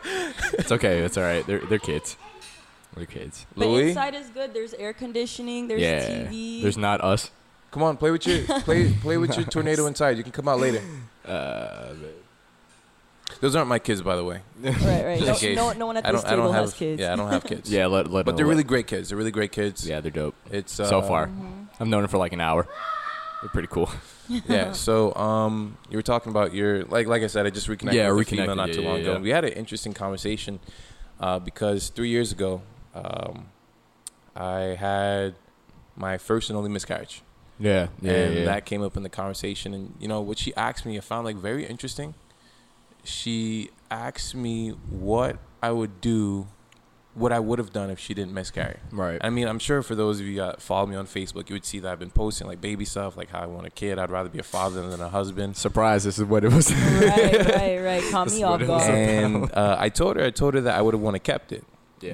Speaker 2: it's okay. It's all right. They're they're kids. We're kids.
Speaker 3: But
Speaker 1: Louis,
Speaker 3: inside is good. There's air conditioning. There's
Speaker 2: yeah.
Speaker 3: TV.
Speaker 2: There's not us.
Speaker 1: come on, play with your play play with your tornado inside. You can come out later.
Speaker 2: Uh,
Speaker 1: Those aren't my kids, by the way.
Speaker 3: right, right.
Speaker 1: Just in
Speaker 3: No, no,
Speaker 1: case.
Speaker 3: no one at
Speaker 1: I
Speaker 3: this
Speaker 1: don't. I don't
Speaker 3: table
Speaker 1: have.
Speaker 3: has kids.
Speaker 1: Yeah, I don't have kids.
Speaker 2: yeah. Let let.
Speaker 1: but
Speaker 2: them
Speaker 1: they're
Speaker 2: know.
Speaker 1: really great kids. They're really great kids.
Speaker 3: Mm-hmm.
Speaker 2: Yeah, they're dope.
Speaker 1: It's uh,
Speaker 2: so far, I've known her for like an hour. They're pretty cool.
Speaker 1: yeah. So um, you were talking about your like like I said, I just reconnected
Speaker 2: Yeah,
Speaker 1: with a female
Speaker 2: reconnected,
Speaker 1: not
Speaker 2: yeah,
Speaker 1: too
Speaker 2: yeah,
Speaker 1: long ago.
Speaker 2: yeah.
Speaker 1: We had an interesting conversation uh, because three years ago, um, I had my first and only miscarriage,
Speaker 2: Yeah, yeah,
Speaker 1: and
Speaker 2: yeah.
Speaker 1: that came up in the conversation. And you know what she asked me, I found like very interesting. She asked me what I would do, what I would have done if she didn't miscarry.
Speaker 2: right.
Speaker 1: I mean, I'm sure for those of you that follow me on Facebook, you would see that I've been posting like baby stuff, like how I want a kid. I'd rather be a father than a husband.
Speaker 2: Surprise! This is what it was.
Speaker 3: right, right, right. Caught me
Speaker 2: That's what
Speaker 3: off
Speaker 2: it was.
Speaker 3: guard.
Speaker 1: And uh, I told her, I told her that I would have want to kept it.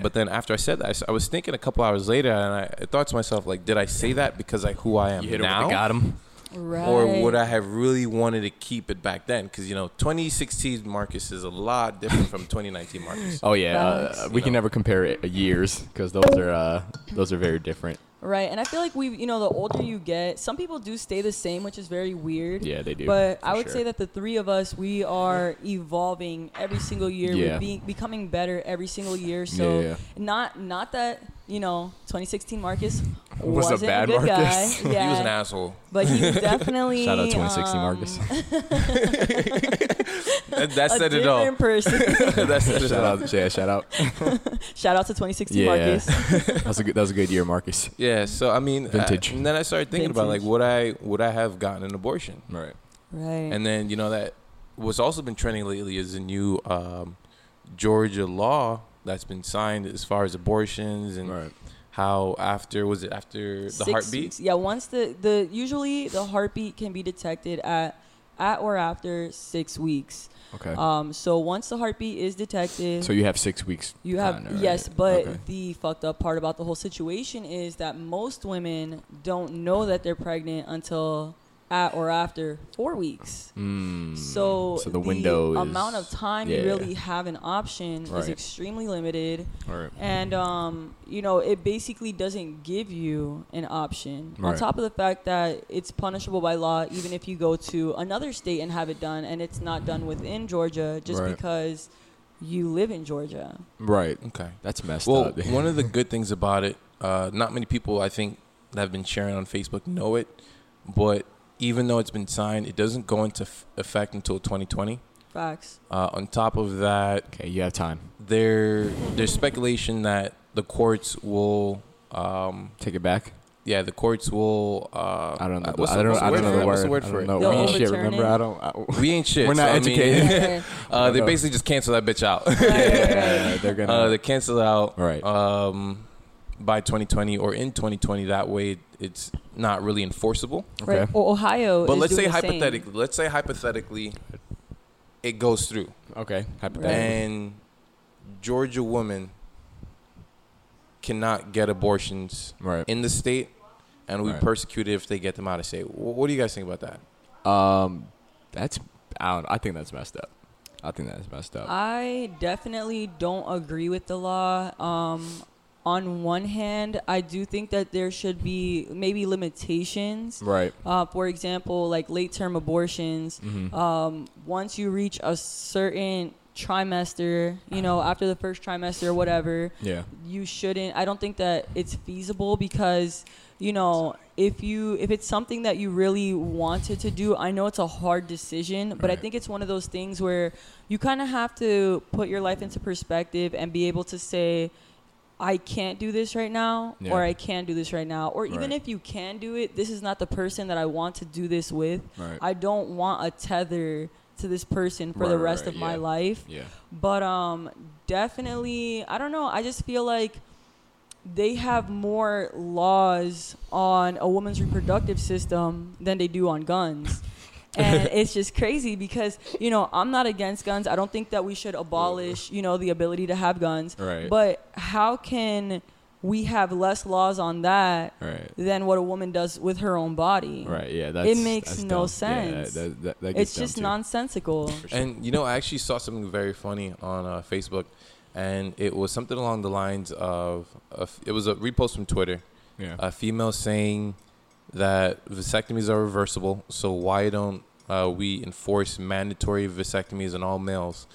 Speaker 1: But then after I said that, I s- I was thinking a couple hours later, and I, I thought to myself, like, did I say that because like who I am
Speaker 2: you hit him with the
Speaker 1: now,
Speaker 2: got him.
Speaker 3: Right.
Speaker 1: or would I have really wanted to keep it back then? Because you know, 2016 Marcus is a lot different from 2019 Marcus.
Speaker 2: Oh yeah, uh,
Speaker 3: Facts.
Speaker 2: we can never compare it- uh, years because those are uh, those are very different.
Speaker 3: Right, and I feel like we, you know, the older you get, some people do stay the same, which is very weird.
Speaker 2: Yeah, they do.
Speaker 3: But
Speaker 2: for
Speaker 3: I would
Speaker 2: sure.
Speaker 3: say that the three of us, we are evolving every single year.
Speaker 2: Yeah.
Speaker 3: We're being, becoming better every single year. So
Speaker 2: Yeah.
Speaker 3: not not that you know, 2016 Marcus
Speaker 2: Was a
Speaker 3: wasn't
Speaker 2: bad
Speaker 3: good
Speaker 2: Marcus.
Speaker 3: guy.
Speaker 1: He was an
Speaker 3: Yeah,
Speaker 1: asshole.
Speaker 3: but he was definitely
Speaker 2: Shout out 2016
Speaker 3: um,
Speaker 2: Marcus.
Speaker 1: That, that
Speaker 3: a
Speaker 1: said it all.
Speaker 3: different person.
Speaker 1: that said it
Speaker 2: shout
Speaker 1: all.
Speaker 2: out, yeah, shout out.
Speaker 3: Shout out to 2016
Speaker 2: Yeah.
Speaker 3: Marcus.
Speaker 2: That was a good, that was a good year, Marcus.
Speaker 1: Yeah, so I mean, I-
Speaker 2: Vintage.
Speaker 1: and then I started thinking about like,
Speaker 3: Vintage.
Speaker 1: would I would I have gotten an abortion?
Speaker 2: Right.
Speaker 3: Right.
Speaker 1: And then you know that what's also been trending lately is a new um, Georgia law that's been signed as far as abortions and
Speaker 2: Right.
Speaker 1: how after was it after the
Speaker 3: Six
Speaker 1: heartbeat?
Speaker 3: weeks. Yeah, once the the usually the heartbeat can be detected at at or after six weeks.
Speaker 2: Okay.
Speaker 3: Um, so once the heartbeat is detected,
Speaker 2: so you have six weeks.
Speaker 3: you have
Speaker 2: kinda, right?
Speaker 3: yes, but
Speaker 2: Okay.
Speaker 3: the fucked up part about the whole situation is that most women don't know that they're pregnant until at or after four weeks.
Speaker 2: Mm,
Speaker 3: So,
Speaker 2: the, window is-
Speaker 3: amount of time
Speaker 2: yeah.
Speaker 3: you really have an option
Speaker 2: Right.
Speaker 3: is extremely limited.
Speaker 2: Right.
Speaker 3: And um, you know, it basically doesn't give you an option.
Speaker 2: Right.
Speaker 3: On top of the fact that it's punishable by law, even if you go to another state and have it done, and it's not done within Georgia, just
Speaker 2: Right.
Speaker 3: because you live in Georgia.
Speaker 2: Right.
Speaker 1: Okay.
Speaker 2: That's messed
Speaker 1: Well,
Speaker 2: up.
Speaker 1: one of the good things about it, uh, not many people I think that have been sharing on Facebook know it, but even though it's been signed, it doesn't go into f- effect until 2020.
Speaker 3: Facts.
Speaker 1: Uh, on top of that,
Speaker 2: okay, you have time.
Speaker 1: there there's speculation that the courts will um
Speaker 2: Take it back.
Speaker 1: yeah the courts will uh
Speaker 2: I don't know.
Speaker 1: uh,
Speaker 2: the-
Speaker 1: what's
Speaker 2: I
Speaker 1: the-
Speaker 2: don't know.
Speaker 1: what's
Speaker 2: I don't know the word.
Speaker 1: what's the word
Speaker 2: I
Speaker 1: for
Speaker 2: don't
Speaker 1: it
Speaker 2: know.
Speaker 3: They'll
Speaker 2: We ain't shit.
Speaker 3: overturn
Speaker 2: Remember,
Speaker 3: it.
Speaker 2: I don't. I,
Speaker 1: we ain't shit
Speaker 2: We're not
Speaker 1: so, I mean,
Speaker 2: educated.
Speaker 3: Right.
Speaker 1: uh they
Speaker 2: No.
Speaker 1: basically just cancel that bitch out
Speaker 2: yeah, they're gonna.
Speaker 1: uh they cancel it out
Speaker 2: right.
Speaker 1: um by 2020 or in 2020 that way it's not really enforceable
Speaker 2: okay.
Speaker 3: Right. O- Ohio.
Speaker 1: but
Speaker 3: is
Speaker 1: let's say
Speaker 3: doing the same.
Speaker 1: hypothetically let's say hypothetically it goes through
Speaker 2: Okay.
Speaker 1: uh,
Speaker 3: Right.
Speaker 2: Hypothetically.
Speaker 1: and Georgia woman cannot get abortions
Speaker 2: Right.
Speaker 1: in the state, and we
Speaker 2: Right.
Speaker 1: persecute it if they get them out of state. Wh- What do you guys think about that?
Speaker 2: Um, that's. I don't. I think that's messed up. I think that's messed
Speaker 3: Uh,
Speaker 2: up.
Speaker 3: I definitely don't agree with the law. Um, on one hand, I do think that there should be maybe limitations.
Speaker 2: right.
Speaker 3: Uh, for example, like late term abortions.
Speaker 1: Mm-hmm.
Speaker 3: Um, once you reach a certain trimester, you know,
Speaker 1: Ah.
Speaker 3: after the first trimester or whatever,
Speaker 2: Yeah.
Speaker 3: you shouldn't. I don't think that it's feasible because, you know, if you if it's something that you really wanted to do, I know it's a hard decision, but
Speaker 2: Right.
Speaker 3: I think it's one of those things where you kind of have to put your life into perspective and be able to say, I can't do this right now,
Speaker 2: Yeah.
Speaker 3: or I can do this right now, or even
Speaker 2: Right.
Speaker 3: if you can do it, this is not the person that I want to do this with.
Speaker 2: Right.
Speaker 3: I don't want a tether to this person for
Speaker 2: Right,
Speaker 3: the
Speaker 2: right,
Speaker 3: rest
Speaker 2: right,
Speaker 3: of my
Speaker 2: yeah.
Speaker 3: life.
Speaker 2: yeah.
Speaker 3: But um, definitely, I don't know. I just feel like they have more laws on a woman's reproductive system than they do on guns. and it's just crazy because you know I'm not against guns. I don't think that we should abolish you know the ability to have guns.
Speaker 2: Right.
Speaker 3: But how can we have less laws on that
Speaker 2: Right.
Speaker 3: than what a woman does with her own body?
Speaker 2: Right. Yeah. That's.
Speaker 3: makes
Speaker 2: that's
Speaker 3: no
Speaker 2: dumb.
Speaker 3: sense.
Speaker 2: Yeah, that, that, that gets
Speaker 3: It's just
Speaker 2: dumb too.
Speaker 3: nonsensical.
Speaker 1: And you know, I actually saw something very funny on uh, Facebook, and it was something along the lines of a f it was a repost from Twitter,
Speaker 2: Yeah.
Speaker 1: a female saying that vasectomies are reversible, so why don't uh, we enforce mandatory vasectomies on all males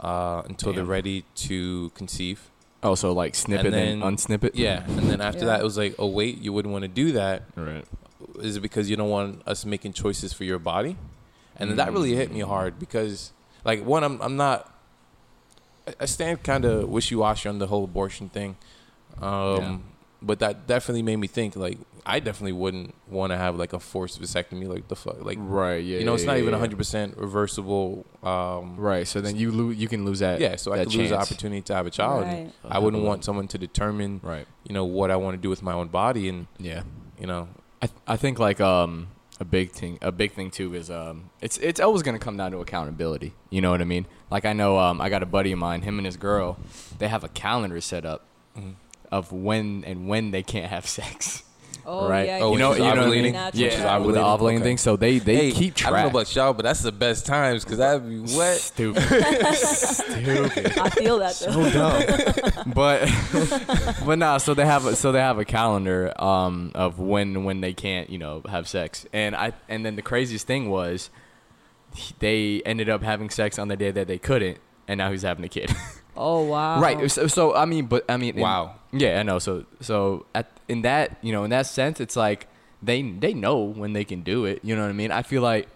Speaker 1: uh, until they're
Speaker 2: Damn.
Speaker 1: ready to conceive?
Speaker 2: oh, so like snip
Speaker 1: and
Speaker 2: it and
Speaker 1: then-
Speaker 2: unsnip it.
Speaker 1: Yeah, and then after
Speaker 3: Yeah.
Speaker 1: that, it was like, oh wait, you wouldn't want to do that.
Speaker 2: Right.
Speaker 1: is it because you don't want us making choices for your body? And that really hit me hard because, like, one, I'm I'm not. I- I stand kind of wishy-washy on the whole abortion thing, um,
Speaker 2: Yeah.
Speaker 1: but that definitely made me think. Like, I definitely wouldn't want to have like a forced vasectomy. Like the fuck, like
Speaker 2: right. Yeah.
Speaker 1: you know, it's
Speaker 2: yeah,
Speaker 1: not
Speaker 2: yeah,
Speaker 1: even
Speaker 2: yeah.
Speaker 1: 100 percent reversible. Um,
Speaker 2: Right. So then you lose. You can lose that.
Speaker 1: Yeah, so I
Speaker 2: that
Speaker 1: could lose the
Speaker 2: chance.
Speaker 1: opportunity to have a child. and
Speaker 3: Right.
Speaker 1: I wouldn't want someone to determine,
Speaker 2: Right.
Speaker 1: you know, what I want to do with my own body, and
Speaker 2: Yeah.
Speaker 1: you know,
Speaker 2: I th- I think like um a big thing a big thing too is um it's it's always gonna come down to accountability. You know what I mean? Like I know um I got a buddy of mine, him and his girl, they have a calendar set up of when and when they can't have sex.
Speaker 3: Oh
Speaker 2: right?
Speaker 3: yeah.
Speaker 1: Oh,
Speaker 2: you
Speaker 1: which
Speaker 2: know,
Speaker 1: is
Speaker 2: you know what I
Speaker 1: ovulating?
Speaker 2: mean?
Speaker 1: Which
Speaker 2: Yeah,
Speaker 1: is
Speaker 2: with the
Speaker 1: ovulating,
Speaker 2: ovulating
Speaker 1: okay.
Speaker 2: thing. So they they
Speaker 1: Hey,
Speaker 2: keep track.
Speaker 1: I don't know about y'all, but that's the best times because that'd be what.
Speaker 2: Stupid.
Speaker 3: I feel that though.
Speaker 2: so dumb. but but nah, so they have a, so they have a calendar um of when when they can't you know have sex and I and then the craziest thing was he- they ended up having sex on the day that they couldn't and now he's having a kid
Speaker 3: Oh wow.
Speaker 2: right so, so I mean but I mean in-
Speaker 1: Wow.
Speaker 2: yeah I know so so at in that you know in that sense it's like they they know when they can do it you know what I mean I feel like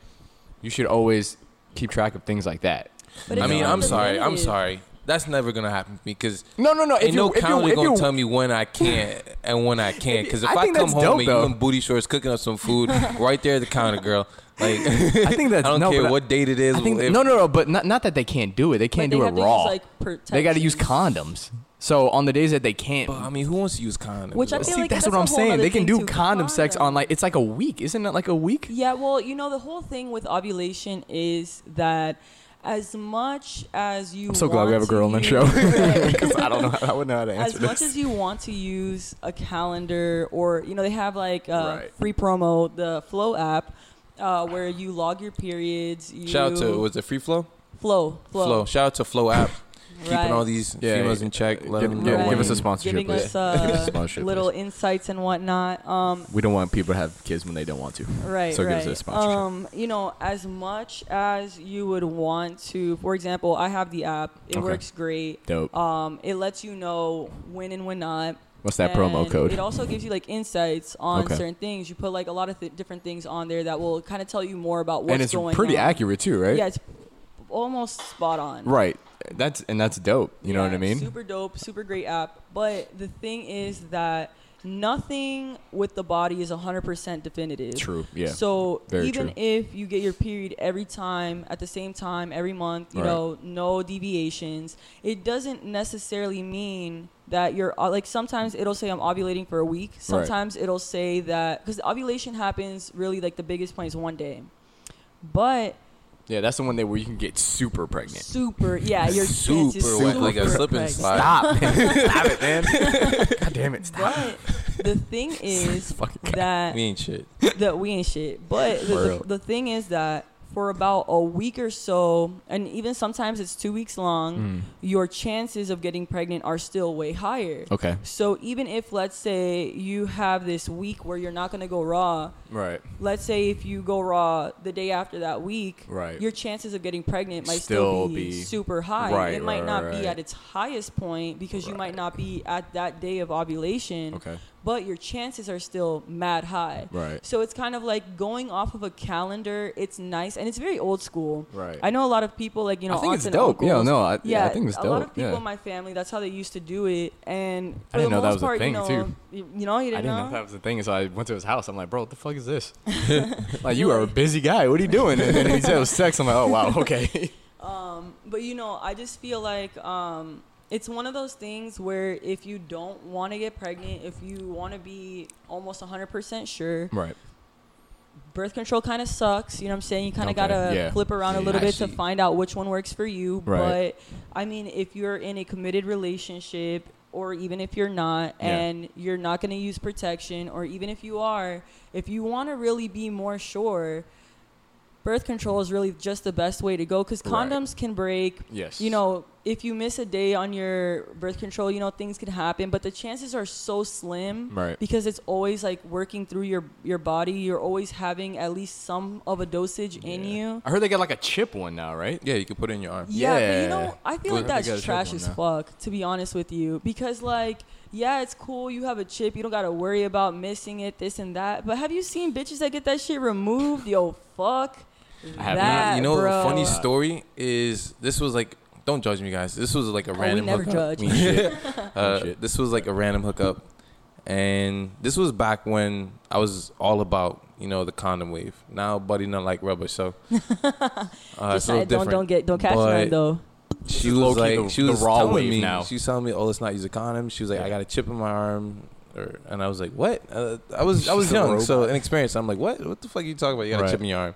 Speaker 2: you should always keep track of things like that
Speaker 3: But
Speaker 1: I
Speaker 3: it's
Speaker 1: mean,
Speaker 3: not
Speaker 1: I'm sorry, I'm
Speaker 3: limited.
Speaker 1: sorry. That's never gonna happen to me because
Speaker 2: no no no if
Speaker 1: ain't
Speaker 2: you
Speaker 1: no
Speaker 2: if you
Speaker 1: coward
Speaker 2: if
Speaker 1: gonna
Speaker 2: you
Speaker 1: tell me when I can't and when I can't. Because if
Speaker 2: I
Speaker 1: I,
Speaker 2: think
Speaker 1: come
Speaker 2: that's
Speaker 1: home
Speaker 2: dope,
Speaker 1: and
Speaker 2: though.
Speaker 1: you in booty shorts cooking up some food right there at the counter, girl, like I
Speaker 2: I think that's
Speaker 1: don't
Speaker 2: no,
Speaker 1: care
Speaker 2: but I-
Speaker 1: what date it is.
Speaker 2: I think
Speaker 1: if-
Speaker 2: no, no, no, but not not that they can't do it. They can't
Speaker 3: But
Speaker 2: do
Speaker 3: they
Speaker 2: it
Speaker 3: have to
Speaker 2: raw.
Speaker 3: Use, like,
Speaker 2: they got to use
Speaker 3: protection.
Speaker 2: condoms. So on the days that they can't,
Speaker 1: But, I mean, who wants to use condoms?
Speaker 3: Which I
Speaker 1: though?
Speaker 3: feel
Speaker 2: see,
Speaker 3: like
Speaker 2: that's,
Speaker 3: that's
Speaker 2: what
Speaker 3: a
Speaker 2: I'm
Speaker 3: whole
Speaker 2: saying.
Speaker 3: other
Speaker 2: They can
Speaker 3: thing
Speaker 2: do
Speaker 3: too,
Speaker 2: condom, sex on
Speaker 3: condoms.
Speaker 2: like it's like a week, isn't it? Like a week.
Speaker 3: Yeah, well, you know, the whole thing with ovulation is that as much as you
Speaker 2: I'm so glad we
Speaker 3: want
Speaker 2: have a girl
Speaker 3: to
Speaker 2: on the
Speaker 3: use-
Speaker 2: show
Speaker 3: Right.
Speaker 2: because I don't know, I wouldn't know how to answer
Speaker 3: as much as you want to use a calendar or you know they have like uh,
Speaker 2: Right.
Speaker 3: free promo the flow app uh, where you log your periods you
Speaker 1: Shout out to was it Free Flow?
Speaker 3: flow flow,
Speaker 1: Flow. Shout out to Flow app,
Speaker 3: Right.
Speaker 1: keeping all these
Speaker 2: Yeah,
Speaker 1: females
Speaker 2: yeah.
Speaker 1: in check. Let
Speaker 2: Give-
Speaker 1: them
Speaker 2: yeah,
Speaker 1: know
Speaker 2: give
Speaker 1: when-
Speaker 2: us a sponsorship,
Speaker 3: giving
Speaker 2: please.
Speaker 3: us,
Speaker 2: Give us a
Speaker 3: uh,
Speaker 2: sponsorship,
Speaker 3: little
Speaker 2: please.
Speaker 3: insights and whatnot um,
Speaker 2: we don't want people to have kids when they don't want to.
Speaker 3: Right,
Speaker 2: So give
Speaker 3: right.
Speaker 2: us a sponsorship.
Speaker 3: Um, you know, as much as you would want to, for example, I have the app. It
Speaker 2: Okay.
Speaker 3: works great.
Speaker 2: Dope.
Speaker 3: Um, it lets you know when and when not.
Speaker 2: What's that promo
Speaker 3: And
Speaker 2: code?
Speaker 3: It also gives you like insights on
Speaker 2: Okay.
Speaker 3: certain things. You put like a lot of th- different things on there that will kind of tell you more about what's
Speaker 2: and it's
Speaker 3: going
Speaker 2: pretty
Speaker 3: on.
Speaker 2: accurate too, right?
Speaker 3: Yeah, it's almost spot on.
Speaker 2: Right. That's and that's dope. You know what I
Speaker 3: Yeah,
Speaker 2: mean?
Speaker 3: Super dope, super great app. But the thing is that nothing with the body is 100% definitive.
Speaker 2: True, yeah.
Speaker 3: So
Speaker 2: Very
Speaker 3: even
Speaker 2: true.
Speaker 3: if you get your period every time at the same time every month, you
Speaker 2: Right.
Speaker 3: know, no deviations, it doesn't necessarily mean that you're uh, like sometimes it'll say I'm ovulating for a week. Sometimes it'll say that cuz ovulation happens really like the biggest point is one day. But
Speaker 2: yeah, that's the one that where you can get super pregnant.
Speaker 3: super, yeah, your
Speaker 1: super, wet, like a slip and slide.
Speaker 2: Stop. Uh, Stop it, man. God damn it. Stop.
Speaker 3: But the thing is
Speaker 2: Fucking guy.
Speaker 3: that
Speaker 1: We ain't shit.
Speaker 3: that we ain't shit. But the,
Speaker 2: For real.
Speaker 3: the, the thing is that for about a week or so, and even sometimes it's two weeks long,
Speaker 2: Mm.
Speaker 3: your chances of getting pregnant are still way higher.
Speaker 2: Okay.
Speaker 3: So even if let's say you have this week where you're not gonna go raw,
Speaker 2: Right.
Speaker 3: let's say if you go raw the day after that week,
Speaker 2: Right.
Speaker 3: your chances of getting pregnant might still,
Speaker 2: Still
Speaker 3: be,
Speaker 2: be-
Speaker 3: super high.
Speaker 2: Right,
Speaker 3: it might
Speaker 2: right,
Speaker 3: not
Speaker 2: right,
Speaker 3: be
Speaker 2: right.
Speaker 3: at its highest point because you might not be at that day of ovulation.
Speaker 2: Okay.
Speaker 3: But your chances are still mad high.
Speaker 2: Right.
Speaker 3: So it's kind of like going off of a calendar. It's nice and it's very old school.
Speaker 2: Right.
Speaker 3: I know a lot of people like you know.
Speaker 2: I think
Speaker 3: aunts
Speaker 2: it's
Speaker 3: and
Speaker 2: dope. Yeah,
Speaker 3: uncles.
Speaker 2: no, I- yeah, I think it's
Speaker 3: A lot
Speaker 2: dope,
Speaker 3: of people
Speaker 2: yeah.
Speaker 3: in my family, that's how they used to do it. And for
Speaker 2: I didn't
Speaker 3: the
Speaker 2: know that
Speaker 3: most
Speaker 2: was a
Speaker 3: part,
Speaker 2: thing,
Speaker 3: you know,
Speaker 2: too.
Speaker 3: You, you know, you
Speaker 2: I
Speaker 3: didn't,
Speaker 2: didn't
Speaker 3: know.
Speaker 2: know that was the thing, so I went to his house. I'm like, bro, what the fuck is this? like, you are a busy guy. What are you doing? And then he said it was sex. I'm like, oh, wow, okay.
Speaker 3: but you know, I just feel like um, it's one of those things where if you don't want to get pregnant, if you want to be almost 100% sure,
Speaker 2: right.
Speaker 3: birth control kind of sucks. You know what I'm saying? You kind of
Speaker 2: Okay,
Speaker 3: gotta
Speaker 2: yeah.
Speaker 3: flip around a
Speaker 2: Yeah,
Speaker 3: little
Speaker 2: I
Speaker 3: bit to
Speaker 2: see.
Speaker 3: find out which one works for you.
Speaker 2: Right.
Speaker 3: But I mean, if you're in a committed relationship, or even if you're not,
Speaker 2: Yeah.
Speaker 3: and you're not gonna use protection, or even if you are, if you want to really be more sure. Birth control is really just the best way to go because
Speaker 2: Right.
Speaker 3: condoms can break.
Speaker 2: Yes.
Speaker 3: You know, if you miss a day on your birth control, you know things can happen, but the chances are so slim
Speaker 2: Right.
Speaker 3: because it's always like working through your your body. You're always having at least some of a dosage in you.
Speaker 2: I heard they got like a chip one now, right?
Speaker 1: Yeah, you can put it in your arm.
Speaker 3: Yeah, but
Speaker 2: Yeah.
Speaker 3: you know, I feel
Speaker 2: Well,
Speaker 3: like
Speaker 2: I think I
Speaker 3: that's
Speaker 2: should
Speaker 3: trash
Speaker 2: one
Speaker 3: as
Speaker 2: now.
Speaker 3: fuck, to be honest with you. Because like, yeah, it's cool, you have a chip, you don't gotta worry about missing it, this and that. But have you seen bitches that get that shit removed? Yo, fuck.
Speaker 2: I have not.
Speaker 3: that,
Speaker 1: you know,
Speaker 3: bro.
Speaker 1: funny story is this was like don't judge me, guys. This was like a
Speaker 3: Oh, we
Speaker 1: random
Speaker 3: never
Speaker 1: hookup.
Speaker 3: judge.
Speaker 1: We shit. uh,
Speaker 2: shit.
Speaker 1: This was like a random hookup, and this was back when I was all about you know the condom wave. Now, buddy, not like rubber, so uh,
Speaker 3: Just,
Speaker 1: it's a little
Speaker 3: I don't
Speaker 1: different.
Speaker 3: don't get don't catch
Speaker 1: But
Speaker 3: none though.
Speaker 1: She
Speaker 2: is
Speaker 1: was
Speaker 2: low-key
Speaker 1: like,
Speaker 2: the-
Speaker 1: she
Speaker 2: the
Speaker 1: was
Speaker 2: raw
Speaker 1: telling
Speaker 2: wave
Speaker 1: me,
Speaker 2: now.
Speaker 1: she was telling me, oh, let's not use a condom. She was like,
Speaker 2: Yeah.
Speaker 1: I got a chip in my arm, or, and I was like, what? Uh, I was I
Speaker 2: She's
Speaker 1: was
Speaker 2: a
Speaker 1: young,
Speaker 2: robot.
Speaker 1: so inexperienced. I'm like, what? What the fuck are you talking about? You got a
Speaker 2: Right.
Speaker 1: chip in your arm,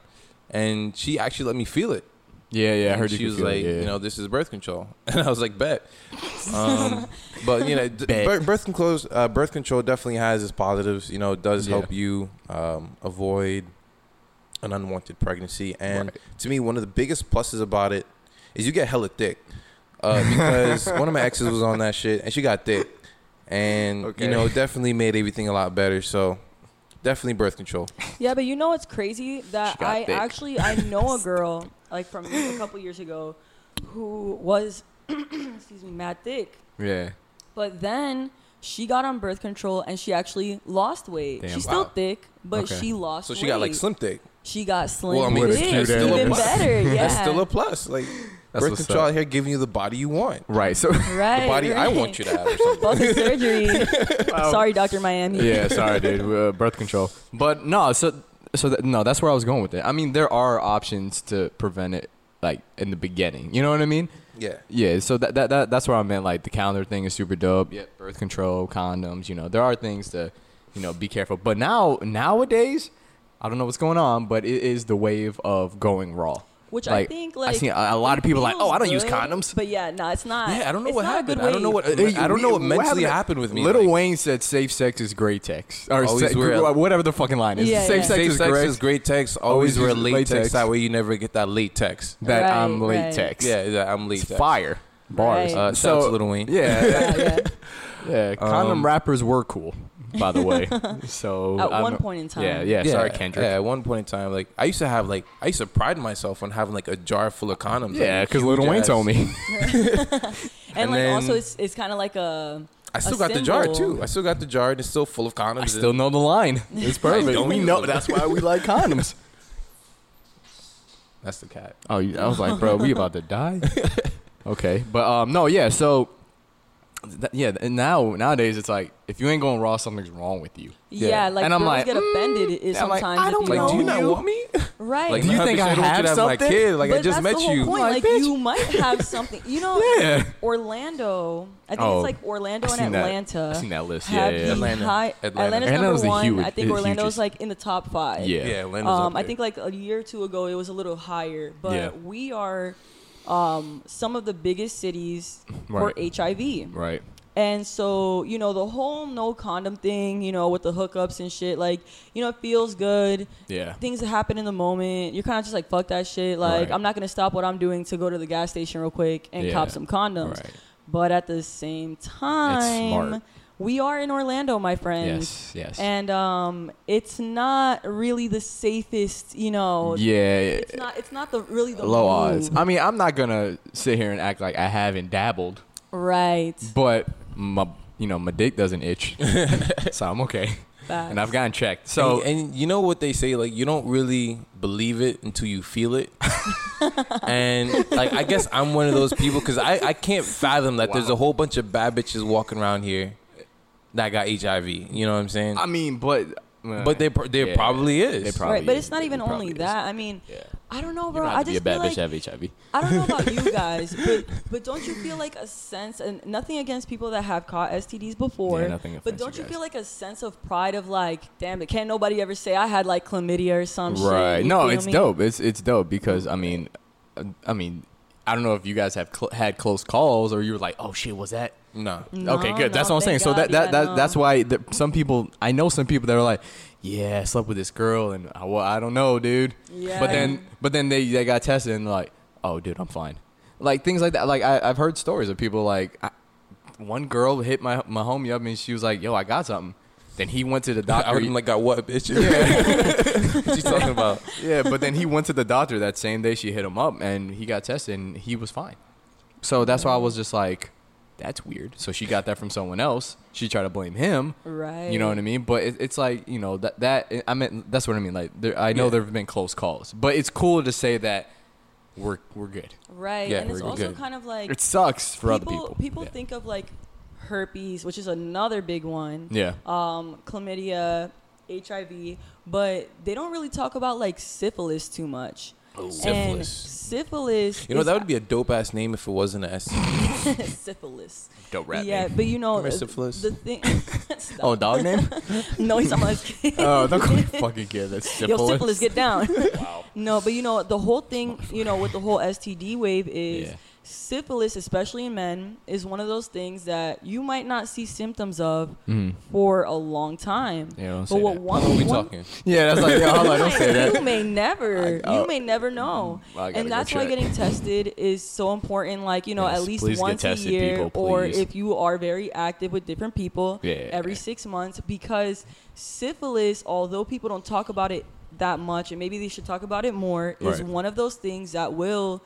Speaker 1: and she actually let me feel it.
Speaker 2: Yeah, yeah. I
Speaker 1: And
Speaker 2: heard
Speaker 1: she
Speaker 2: you could
Speaker 1: was
Speaker 2: feel it,
Speaker 1: like,
Speaker 2: yeah, yeah.
Speaker 1: you know, this is birth control, and I was like, bet. Um, but you know, d-
Speaker 2: Bet.
Speaker 1: bir- birth control, uh, birth control definitely has its positives. You know, it does
Speaker 2: Yeah.
Speaker 1: help you um, avoid an unwanted pregnancy, and
Speaker 2: Right.
Speaker 1: to me, one of the biggest pluses about it is you get hella thick. Uh, because one of my exes was on that shit, and she got thick, and
Speaker 2: Okay.
Speaker 1: you know, definitely made everything a lot better. So, definitely birth control.
Speaker 3: Yeah, but you know what's crazy that
Speaker 2: She got
Speaker 3: I
Speaker 2: thick.
Speaker 3: actually I know a girl like from a couple years ago who was excuse me mad thick,
Speaker 2: yeah.
Speaker 3: but then she got on birth control and she actually lost weight.
Speaker 2: Damn.
Speaker 3: She's still
Speaker 1: Wow.
Speaker 3: thick, but
Speaker 2: Okay.
Speaker 3: she lost.
Speaker 1: So she got like
Speaker 3: weight.
Speaker 1: slim thick.
Speaker 3: She got slim.
Speaker 1: Well, I mean,
Speaker 3: thick.
Speaker 2: it's cute, eh?
Speaker 3: even
Speaker 1: That's-
Speaker 3: better. Yeah,
Speaker 1: That's still a plus. Like
Speaker 2: That's
Speaker 1: birth
Speaker 2: what's
Speaker 1: control
Speaker 2: up.
Speaker 1: out here giving you the body you want.
Speaker 2: Right. So
Speaker 3: right.
Speaker 1: the body I want you to have. Or something.
Speaker 3: Bucket surgery. Sorry, Doctor Miami.
Speaker 2: yeah, sorry, dude. Uh, birth control. But no, so so that, no, that's where I was going with it. I mean, there are options to prevent it, like in the beginning. You know what I mean?
Speaker 1: yeah.
Speaker 2: Yeah. So that, that that that's where I meant. Like the calendar thing is super dope. Yeah, birth control, condoms. You know, there are things to, you know, be careful. But now nowadays, I don't know what's going on, but it is the wave of going raw.
Speaker 3: Which I think,
Speaker 2: I
Speaker 3: like,
Speaker 2: see a, a lot of people like,
Speaker 3: Feels
Speaker 2: oh, I don't use
Speaker 3: good,
Speaker 2: condoms.
Speaker 3: But yeah, no, it's not.
Speaker 1: Yeah, I don't know
Speaker 3: it's
Speaker 1: what
Speaker 3: not a
Speaker 1: happened.
Speaker 3: good
Speaker 1: I don't know
Speaker 3: wait.
Speaker 1: what I don't know what mentally happened with me.
Speaker 2: Little
Speaker 1: like,
Speaker 2: Wayne said, "Safe sex is great text," or
Speaker 1: Always
Speaker 2: se-
Speaker 1: wear-
Speaker 2: whatever the fucking line is.
Speaker 3: Yeah,
Speaker 2: safe
Speaker 3: yeah.
Speaker 2: sex,
Speaker 1: safe
Speaker 2: is,
Speaker 1: sex
Speaker 2: great.
Speaker 1: is great text. Always,
Speaker 2: Always
Speaker 1: wear
Speaker 2: use
Speaker 1: late
Speaker 2: latex.
Speaker 1: text. That way you never get that late text.
Speaker 2: that
Speaker 3: Right,
Speaker 2: I'm late
Speaker 3: right.
Speaker 2: text.
Speaker 1: Yeah, yeah I'm late
Speaker 2: it's
Speaker 1: text.
Speaker 2: fire bars.
Speaker 3: Right.
Speaker 1: Uh, shout out to Little Wayne.
Speaker 2: Yeah, Um,
Speaker 3: Yeah, yeah.
Speaker 2: yeah. Condom rappers were cool, by the way. So
Speaker 3: At
Speaker 2: I'm-
Speaker 3: one point in time.
Speaker 2: Yeah, yeah. Sorry, Kendrick.
Speaker 1: Yeah, at one point in time, like I used to have, like I used to pride myself on having like a jar full of condoms.
Speaker 2: Yeah,
Speaker 1: like,
Speaker 2: because Little
Speaker 1: huge
Speaker 2: Wayne
Speaker 1: ass-
Speaker 2: told me.
Speaker 3: And,
Speaker 1: And
Speaker 3: like,
Speaker 1: then-
Speaker 3: also, it's it's kind of like a.
Speaker 1: I still
Speaker 3: a
Speaker 1: got the jar
Speaker 3: symbol.
Speaker 1: too. I still got the jar, and it's still full of condoms.
Speaker 2: I
Speaker 1: and-
Speaker 2: still know the line. It's perfect.
Speaker 1: don't
Speaker 2: we
Speaker 1: use
Speaker 2: know.
Speaker 1: them.
Speaker 2: That's why we like condoms.
Speaker 1: that's the cat.
Speaker 2: Oh, you- I was like, bro, we about to die. okay, but um, no, yeah. So, th- yeah, and now nowadays it's like if you ain't going raw, something's wrong with you.
Speaker 3: Yeah,
Speaker 1: Yeah.
Speaker 3: like
Speaker 2: And I'm
Speaker 3: girls
Speaker 2: like, "Mm,
Speaker 3: get offended i-
Speaker 2: I'm like,
Speaker 3: sometimes.
Speaker 2: I
Speaker 3: if
Speaker 2: don't
Speaker 3: you
Speaker 1: Like,
Speaker 2: know
Speaker 1: do you not
Speaker 2: you.
Speaker 1: want me?
Speaker 3: Right.
Speaker 1: Like,
Speaker 2: Do you
Speaker 1: nah,
Speaker 2: think
Speaker 1: bitch,
Speaker 2: I
Speaker 1: don't
Speaker 2: have
Speaker 1: you have my
Speaker 2: something?
Speaker 1: kid? Like, I
Speaker 3: But
Speaker 1: just
Speaker 3: that's
Speaker 1: met
Speaker 3: the whole
Speaker 1: you.
Speaker 3: Point.
Speaker 2: Like,
Speaker 3: Like,
Speaker 2: bitch.
Speaker 3: you might have something. You know,
Speaker 2: Yeah.
Speaker 3: Orlando. I think
Speaker 2: Oh,
Speaker 3: it's like Orlando
Speaker 2: I
Speaker 3: and
Speaker 2: seen that-
Speaker 3: Atlanta.
Speaker 2: I seen that list. Yeah,
Speaker 3: Have
Speaker 2: yeah,
Speaker 3: the
Speaker 1: Atlanta.
Speaker 3: High,
Speaker 1: Atlanta.
Speaker 3: Atlanta's
Speaker 2: Atlanta's a
Speaker 3: number one.
Speaker 2: huge-
Speaker 3: I think
Speaker 2: the
Speaker 3: Orlando's
Speaker 2: hugest.
Speaker 3: like in the top five.
Speaker 2: Yeah.
Speaker 1: Yeah, Atlanta's up
Speaker 3: Um, I
Speaker 1: there.
Speaker 3: think like a year or two ago, it was a little higher, but
Speaker 2: Yeah.
Speaker 3: we are um, some of the biggest cities
Speaker 2: Right.
Speaker 3: for HIV.
Speaker 2: Right.
Speaker 3: And so, you know, the whole no condom thing, you know, with the hookups and shit, like, you know, it feels good.
Speaker 2: Yeah.
Speaker 3: Things that happen in the moment, you're kind of just like, fuck that shit. Like,
Speaker 2: Right.
Speaker 3: I'm not going to stop what I'm doing to go to the gas station real quick and
Speaker 2: Yeah.
Speaker 3: cop some condoms.
Speaker 2: Right.
Speaker 3: But at the same time,
Speaker 2: smart.
Speaker 3: we are in Orlando, my friends.
Speaker 2: Yes, yes.
Speaker 3: And um, it's not really the safest, you know.
Speaker 2: Yeah.
Speaker 3: It's not, it's not the really the
Speaker 2: Low
Speaker 3: move.
Speaker 2: odds. I mean, I'm not gonna sit here and act like I haven't dabbled,
Speaker 3: Right.
Speaker 2: but my you know my dick doesn't itch, so I'm okay. And I've gotten checked. So
Speaker 1: So and, and you know what they say, like you don't really believe it until you feel it. and like I guess I'm one of those people because I I can't fathom that there's
Speaker 2: Wow.
Speaker 1: a whole bunch of bad bitches walking around here that got HIV. You know what I'm saying?
Speaker 2: I mean, but
Speaker 1: but they pro- there
Speaker 2: Yeah.
Speaker 1: probably is.
Speaker 2: They probably
Speaker 3: Right, but
Speaker 2: is.
Speaker 3: it's not even
Speaker 2: It probably
Speaker 3: only
Speaker 2: is.
Speaker 3: that. I mean,
Speaker 2: Yeah.
Speaker 3: I don't know,
Speaker 2: You
Speaker 3: bro.
Speaker 2: don't
Speaker 3: I
Speaker 2: have to
Speaker 3: just
Speaker 2: be a bad
Speaker 3: feel
Speaker 2: bitch
Speaker 3: like
Speaker 2: to have HIV.
Speaker 3: I don't know about you guys, but but don't you feel like a sense and nothing against people that have caught STDs before,
Speaker 2: Yeah, nothing
Speaker 3: but
Speaker 2: offends
Speaker 3: don't
Speaker 2: you
Speaker 3: you
Speaker 2: guys.
Speaker 3: feel like a sense of pride of like, damn it, can't nobody ever say I had like chlamydia or some shit?
Speaker 2: Right.
Speaker 3: you
Speaker 2: No,
Speaker 3: feel
Speaker 2: it's
Speaker 3: me?
Speaker 2: dope. It's it's dope because I mean, uh, I mean, I don't know if you guys have cl- had close calls or you were like, oh shit, was that?
Speaker 1: no.
Speaker 3: No,
Speaker 2: okay, good. That's
Speaker 3: no,
Speaker 2: what I'm saying.
Speaker 3: thank
Speaker 2: so that
Speaker 3: God,
Speaker 2: that,
Speaker 3: yeah,
Speaker 2: that
Speaker 3: no.
Speaker 2: that's why the, some people I know some people that are like, yeah, I slept with this girl and I, well, I don't know, dude.
Speaker 3: Yeah.
Speaker 2: But then but then they they got tested and like, oh, dude, I'm fine. like things like that. Like I, I've heard stories of people like I, one girl hit my my homie up and she was like, "Yo, I got something." Then he went to the
Speaker 1: I
Speaker 2: doctor.
Speaker 1: would like got what bitch? Yeah. what you talking about?
Speaker 2: yeah, but then he went to the doctor that same day. She hit him up and he got tested and he was fine. So that's why I was just like, "That's weird." So she got that from someone else. She tried to blame him.
Speaker 3: Right.
Speaker 2: You know what I mean? But it, it's like you know that that I mean that's what I mean. Like there, I know
Speaker 1: Yeah.
Speaker 2: there have been close calls, but it's cool to say that we're we're good.
Speaker 3: Right.
Speaker 1: Yeah,
Speaker 3: and it's
Speaker 1: we're
Speaker 3: also
Speaker 1: good.
Speaker 3: kind of like
Speaker 2: It sucks for other people. yeah.
Speaker 3: think of like herpes, which is another big one.
Speaker 2: yeah.
Speaker 3: Um, chlamydia, HIV, but they don't really talk about like syphilis too much.
Speaker 2: Oh,
Speaker 3: And
Speaker 1: Syphilis.
Speaker 3: syphilis.
Speaker 1: You know
Speaker 3: is-
Speaker 1: that would be a dope ass name if it wasn't an STD.
Speaker 3: syphilis.
Speaker 2: Dope rap
Speaker 3: yeah,
Speaker 2: name.
Speaker 3: but you know
Speaker 1: Come here,
Speaker 3: uh,
Speaker 1: syphilis.
Speaker 3: the thing. Stop.
Speaker 2: Oh, dog name?
Speaker 3: no, he's talking about his kid.
Speaker 2: oh, don't call me fucking kid. That's
Speaker 3: Yo,
Speaker 2: syphilis.
Speaker 3: syphilis, get down. No, but you know the whole thing. You know with the whole STD wave is
Speaker 2: Yeah.
Speaker 3: syphilis, especially in men, is one of those things that you might not see symptoms of for a long time.
Speaker 2: Mm-hmm. Yeah, don't
Speaker 3: but
Speaker 2: say
Speaker 3: what
Speaker 2: that.
Speaker 1: What
Speaker 3: one
Speaker 1: are we
Speaker 3: one-
Speaker 1: talking?
Speaker 2: Yeah, that's like, yo, hold on, don't say
Speaker 3: You
Speaker 2: that.
Speaker 3: may never,
Speaker 2: I- oh.
Speaker 3: you may never know,
Speaker 2: I gotta go
Speaker 3: and that's why
Speaker 2: check.
Speaker 3: getting tested is so important. Like you know,
Speaker 2: Yes,
Speaker 3: at least
Speaker 2: please get
Speaker 3: once
Speaker 2: tested,
Speaker 3: a year,
Speaker 2: people,
Speaker 3: or
Speaker 2: please.
Speaker 3: if you are very active with different people,
Speaker 2: Yeah.
Speaker 3: every six months. Because syphilis, although people don't talk about it that much, and maybe they should talk about it more, is
Speaker 1: Right.
Speaker 3: one of those things that will